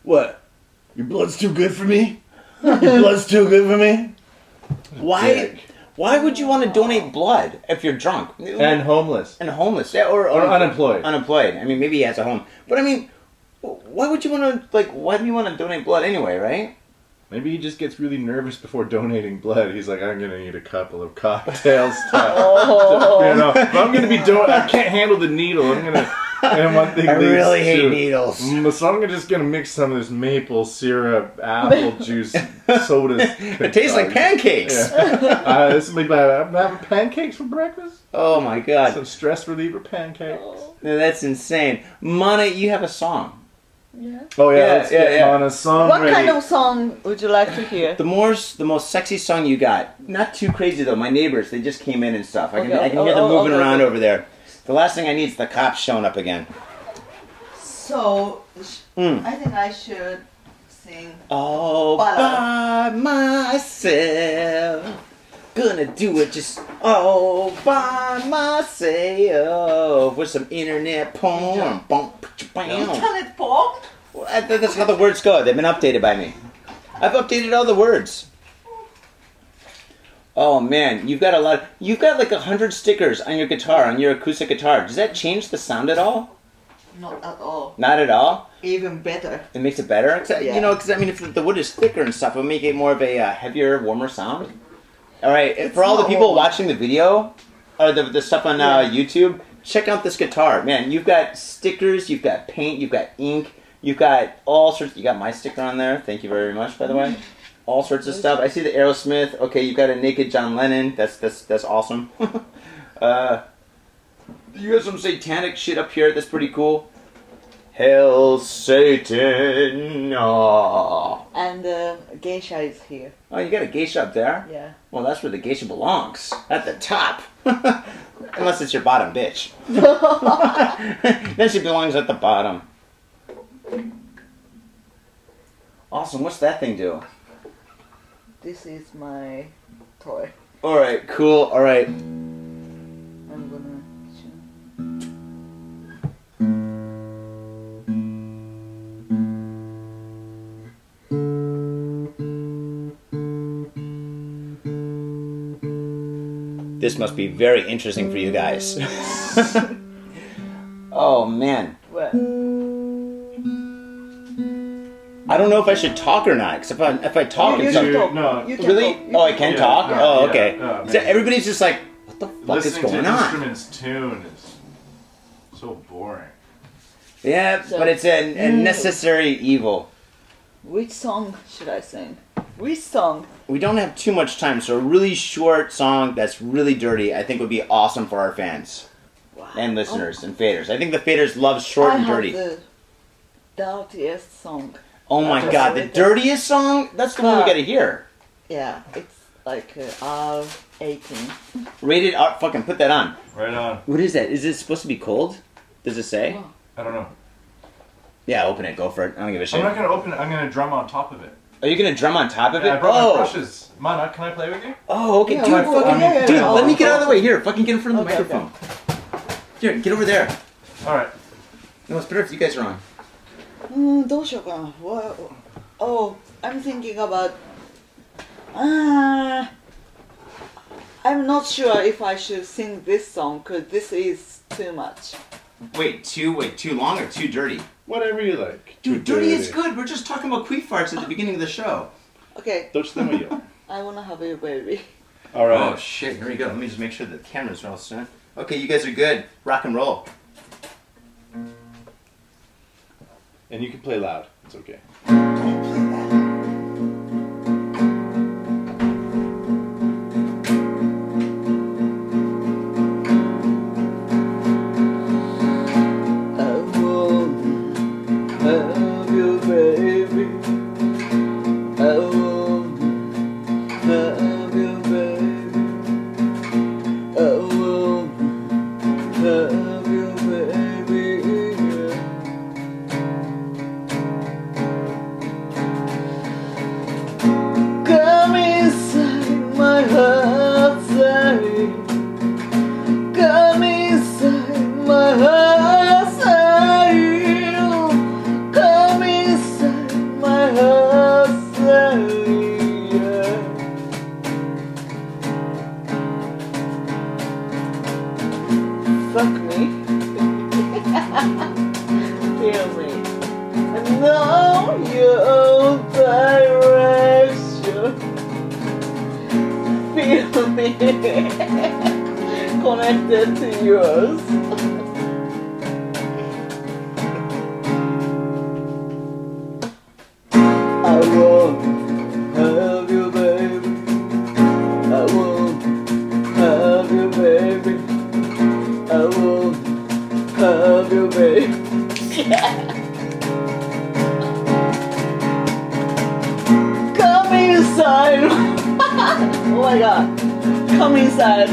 S2: "What? Your blood's too good for me? Your blood's too good for me?"
S5: Why? Why would you want to donate blood if you're drunk
S2: And homeless.
S5: and homeless yeah, or,
S2: Or unemployed.
S5: Unemployed. I mean, maybe he has a home, but I mean, why would you want to like? Why do you want to donate blood anyway? Right?
S2: Maybe he just gets really nervous before donating blood. He's like, "I'm gonna need a couple of cocktails." To,
S5: Oh.
S2: you know, if I'm gonna be doing. I can't handle the needle. I'm gonna. And one thing
S5: I
S2: leads
S5: really hate
S2: to-
S5: needles.
S2: Mm, so I'm just gonna mix some of this maple syrup, apple juice, sodas.
S5: It tastes like pancakes.
S2: Yeah. Uh, this will be bad. I'm having pancakes for breakfast.
S5: Oh my god.
S2: Some stress reliever pancakes.
S5: No, that's insane. Mana, you have a song.
S2: Oh yeah,
S5: Yeah,
S2: let's
S5: yeah,
S2: get
S5: yeah.
S2: on a song.
S3: What
S2: ready.
S3: kind of song would you like to hear?
S5: The more, the most sexy song you got. Not too crazy though. My neighbors, they just came in and stuff. I can,
S3: Okay,
S5: I can
S3: oh,
S5: hear them
S3: oh,
S5: moving
S3: okay,
S5: around
S3: okay.
S5: over there. The last thing I need is the cops showing up again.
S8: So, sh-
S2: Hmm.
S5: Mm.
S8: I think I should sing.
S5: All by myself, gonna do it just all by myself with some internet porn. Bum, pa-cha,
S2: Oh.
S5: bam.
S8: Internet porn?
S5: Well, I think that's how the words go. They've been updated by me. I've updated all the words. Oh man, you've got a lot. You've got like a hundred stickers on your guitar, on your acoustic guitar. Does that change the sound at all?
S8: Not at all.
S5: Not at all.
S8: Even better.
S5: It makes it better. 'Cause, uh,
S8: Yeah.
S5: You know, because I mean, if the wood is thicker and stuff, it'll make it more of a uh, heavier, warmer sound. All right, and for all the
S8: not
S5: people
S8: warm.
S5: watching the video or the, the stuff on uh, YouTube, check out this guitar, man. You've got stickers, you've got paint, you've got ink, you've got all sorts. You got my sticker on there. Thank you very much, by the way. All sorts of stuff. I see the Aerosmith. Okay, you've got a naked John Lennon. That's that's that's awesome. uh, you got some satanic shit up here. That's pretty cool. Hail Satan! Oh,
S3: And uh, Geisha is here.
S5: oh you got a geisha up there.
S3: Yeah.
S5: Well, that's where the geisha belongs. At the top. Unless it's your bottom bitch. then she belongs at the bottom. Awesome. What's that thing do?
S3: This is my toy.
S5: All right. Cool. All right.
S3: I'm gonna.
S5: This must be very interesting for you guys. oh man.
S3: What?
S5: I don't know if I should talk or not. Cause if I if I
S2: Oh,
S5: talk,
S3: You
S5: Oh, it's
S3: can
S5: like,
S3: talk.
S2: no.
S3: You can
S5: really.
S3: talk. You
S5: Oh, I can
S2: Yeah,
S5: talk.
S2: yeah,
S5: oh,
S2: yeah,
S5: okay.
S2: yeah,
S5: So
S2: man.
S5: everybody's just like, what the fuck is
S2: Listening
S5: going
S2: to
S5: on?
S2: instruments tune is so boring.
S5: Yeah,
S3: So-
S5: but it's a, a necessary evil.
S3: Which song should I sing? Which song?
S5: We don't have too much time, so a really short song that's really dirty, I think, would be awesome for our fans
S3: Wow.
S5: and listeners and faders. I think the faders love short
S3: Oh. I
S5: and
S3: have
S5: dirty.
S3: the dirtiest song.
S5: oh my
S3: That's
S5: god, the
S3: really good.
S5: dirtiest song? That's the one we
S3: Fuck.
S5: gotta hear.
S3: Yeah, it's like uh, R eighteen.
S5: Rated R. Fucking put that on.
S2: Right on.
S5: What is that? Is it supposed to be cold? Does it say?
S3: Oh.
S2: I don't know.
S5: Yeah, open it. Go for it. I don't give a shit.
S2: I'm not gonna open it. I'm gonna drum on top of it.
S1: Are you gonna drum on top of it?
S5: Yeah, I brought my
S1: oh,
S5: brushes. Mana, can I play with you?
S1: oh, okay,
S3: Yeah,
S1: dude,
S5: my
S1: fucking,
S5: phone. Yeah, yeah,
S1: dude,
S5: yeah.
S1: let me get out of the way here. Fucking get in front of the
S3: Okay, okay.
S1: microphone. Here, get over there.
S5: All right.
S1: No, it's better if you guys are on.
S3: うん Hmm, どうしようかな。What? Oh, I'm thinking about. Ah, I'm not sure if I should sing this song because this is too much.
S1: Wait, too wait, too long or too dirty?
S2: Whatever you like.
S1: Dude, dirty, is good. We're just talking about queef farts at the beginning of the show.
S3: Okay,
S2: Don't you know you?
S3: I wanna have a baby.
S2: All
S1: Oh
S2: right.
S1: shit, here we go. Let me just make sure the cameras are all set. Okay, you guys are good. Rock and roll.
S2: And you can play loud. It's okay.
S3: I wanna have you, baby. I wanna have you, baby. I wanna have you, baby. Come inside my heart, say. Come inside my house, I will. Come inside my house, I will. Fuck me. Hear me. I know your direction. Feel me. connected to yours. I won't have you, baby. I won't have you, baby. I won't have you, baby. Come inside. oh my god. Come inside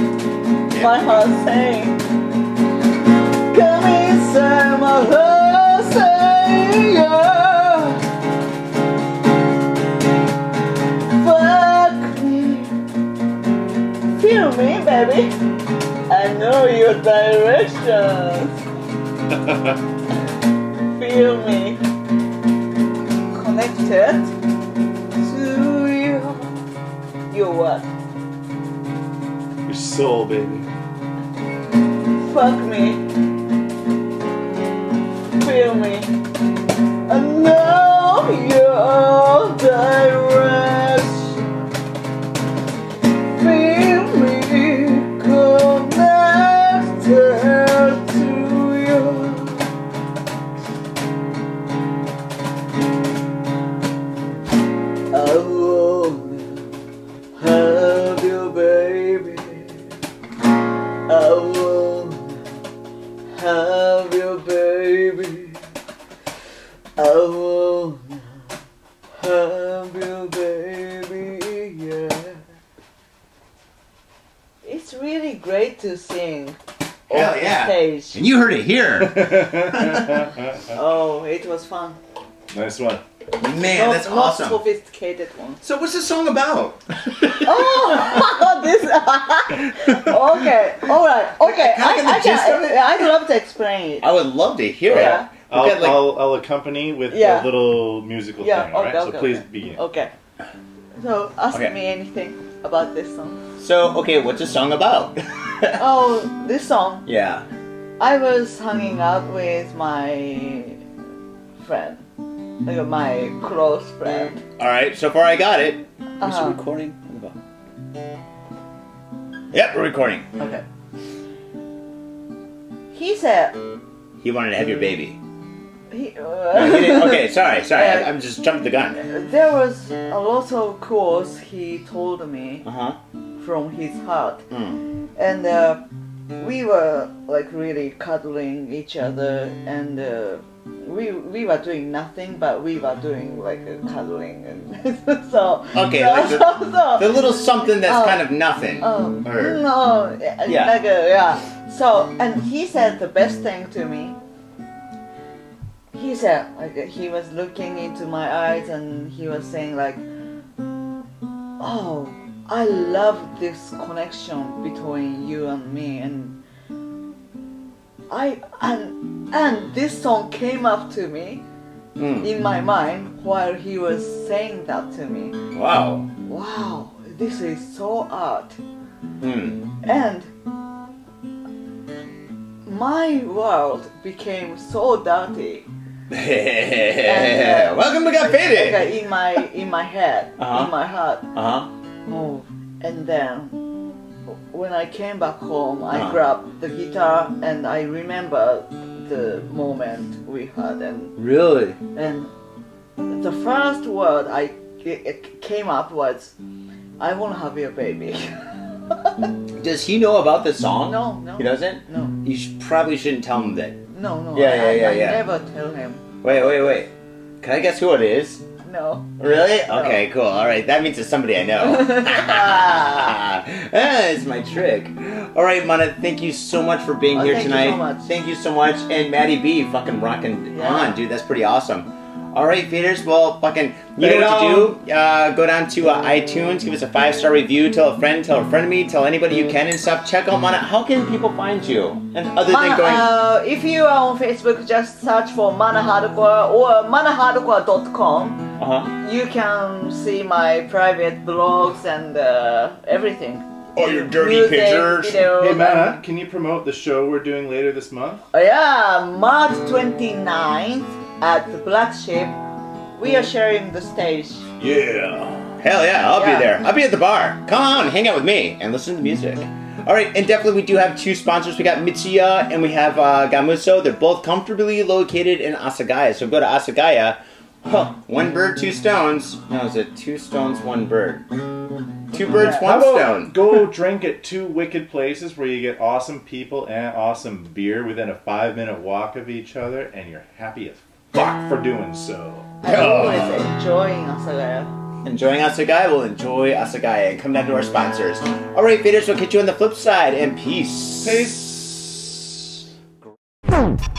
S3: my heart saying Come inside my heart saying yeah. Fuck me Feel me baby I know your directions Feel me Connected to you You what?
S2: Your soul, baby.
S3: Fuck me. Feel me. I know your direction. Feel me connected to you. I will have you, baby. I will have you, baby. I will have you, baby. Yeah. It's really great to sing
S1: Hell
S3: on
S1: yeah.
S3: stage.
S1: And you heard it here.
S3: Oh, it was fun.
S2: Nice one.
S1: Man,
S3: not,
S1: that's
S3: not
S1: awesome.
S3: sophisticated one.
S1: So what's this song about?
S3: Oh, this. okay, all right, okay.
S1: kinda get the
S3: I, I
S1: gist of
S3: can. I, I'd love to explain it.
S1: I would love to hear
S3: Yeah.
S1: it.
S2: I'll,
S1: got, like-
S2: I'll, I'll accompany with
S3: Yeah.
S2: a little musical
S3: Yeah, Oh.
S2: thing, all right?
S3: okay,
S2: so
S3: okay,
S2: please
S3: okay.
S2: begin.
S3: Okay. So ask
S1: Okay.
S3: me anything about this song.
S1: So okay, what's this song about?
S3: Oh, this song.
S1: yeah.
S3: I was hanging out with my friend, like my close friend.
S1: All right. So far, I got it. Is it
S3: Uh-huh.
S1: recording? Yep, we're recording.
S3: Uh-huh. Okay. He said
S1: He wanted to have your baby.
S3: he.
S1: No, he didn't- okay, sorry, sorry.
S3: Yeah.
S1: I, I'm just jumping the gun.
S3: There was a lot of calls he told me
S1: Uh huh.
S3: from his heart,
S1: Mm.
S3: and uh, we were like really cuddling each other, and uh, we we were doing nothing, but we were doing like uh, cuddling, and so
S1: Okay,
S3: so,
S1: like the-
S3: so- so-
S1: The little something that's
S3: Oh.
S1: kind of nothing.
S3: Oh,
S1: Or-
S3: no, yeah,
S1: Yeah.
S3: like, uh, yeah. So, and he said the best thing to me. He he said like he was looking into my eyes and he was saying like oh i love this connection between you and me and i and and this song came up to me
S5: Hmm.
S3: in my mind while he was saying that to me
S5: Wow.
S3: wow this is so art
S5: Hmm.
S3: and my world became so dirty
S5: Welcome to Got Faded.
S3: Okay, in my in my head,
S5: Uh-huh.
S3: in my heart.
S5: Uh
S1: Uh-huh.
S5: huh.
S3: Oh, and then when I came back home, I
S5: Uh-huh.
S3: grabbed the guitar and I remember the moment we had, and
S5: Really?
S3: and the first word I it, it came up was, "I want to have your baby."
S5: Does he know about the song?
S3: no, no,
S5: He doesn't.
S3: no,
S5: You sh- probably shouldn't tell him that.
S3: no, no.
S5: Yeah,
S3: I,
S5: yeah,
S3: I-
S5: yeah,
S3: I
S5: yeah.
S3: never tell him.
S5: Wait, wait, wait. Can I guess who it is?
S3: No.
S5: Really? Okay, cool. All right, that means it's somebody I know. ah, it's my trick. All right, Mana, thank you so much for being
S3: Oh,
S5: here
S3: thank you
S5: tonight.
S3: so much.
S5: Thank you so much. And Maddie B, fucking rocking
S3: Yeah.
S5: on, dude. That's pretty awesome. All right, Faders. Well, fucking, you
S2: Fade
S5: know what to do. Uh, go down to uh, iTunes, give us a five star review, tell a friend, tell a friend of me, tell anybody you can and stuff. Check out Mana. How can people find you? And other
S3: Mana,
S5: than going.
S3: uh, if you are on Facebook, just search for Mana Hardcore or manahardcore.com.
S5: uh-huh.
S3: You can see my private blogs and uh, everything.
S5: All your
S3: Music, videos.
S2: Hey, Matt, can you promote the show we're doing later this month?
S3: Oh, yeah, March 29th at the Black Sheep, we are sharing the stage.
S5: Yeah. Hell yeah, I'll
S3: Yeah.
S5: be there. I'll be at the bar. Come on, hang out with me and listen to music. All right, and definitely we do have two sponsors. We got Mitsuya and we have uh, Gamuso. They're both comfortably located in Asagaya. So go to Asagaya. Huh, one bird, two stones. No, is it two stones, one bird? Two birds, one
S2: How about
S5: stone.
S2: Go drink at two wicked places where you get awesome people and awesome beer within a five minute walk of each other, and you're happy as fuck for doing so.
S3: I'm always enjoying Asagaya.
S5: Enjoying Asagaya will enjoy Asagaya and come down to our sponsors. All right, faders, we'll catch you on the flip side and peace.
S2: Peace.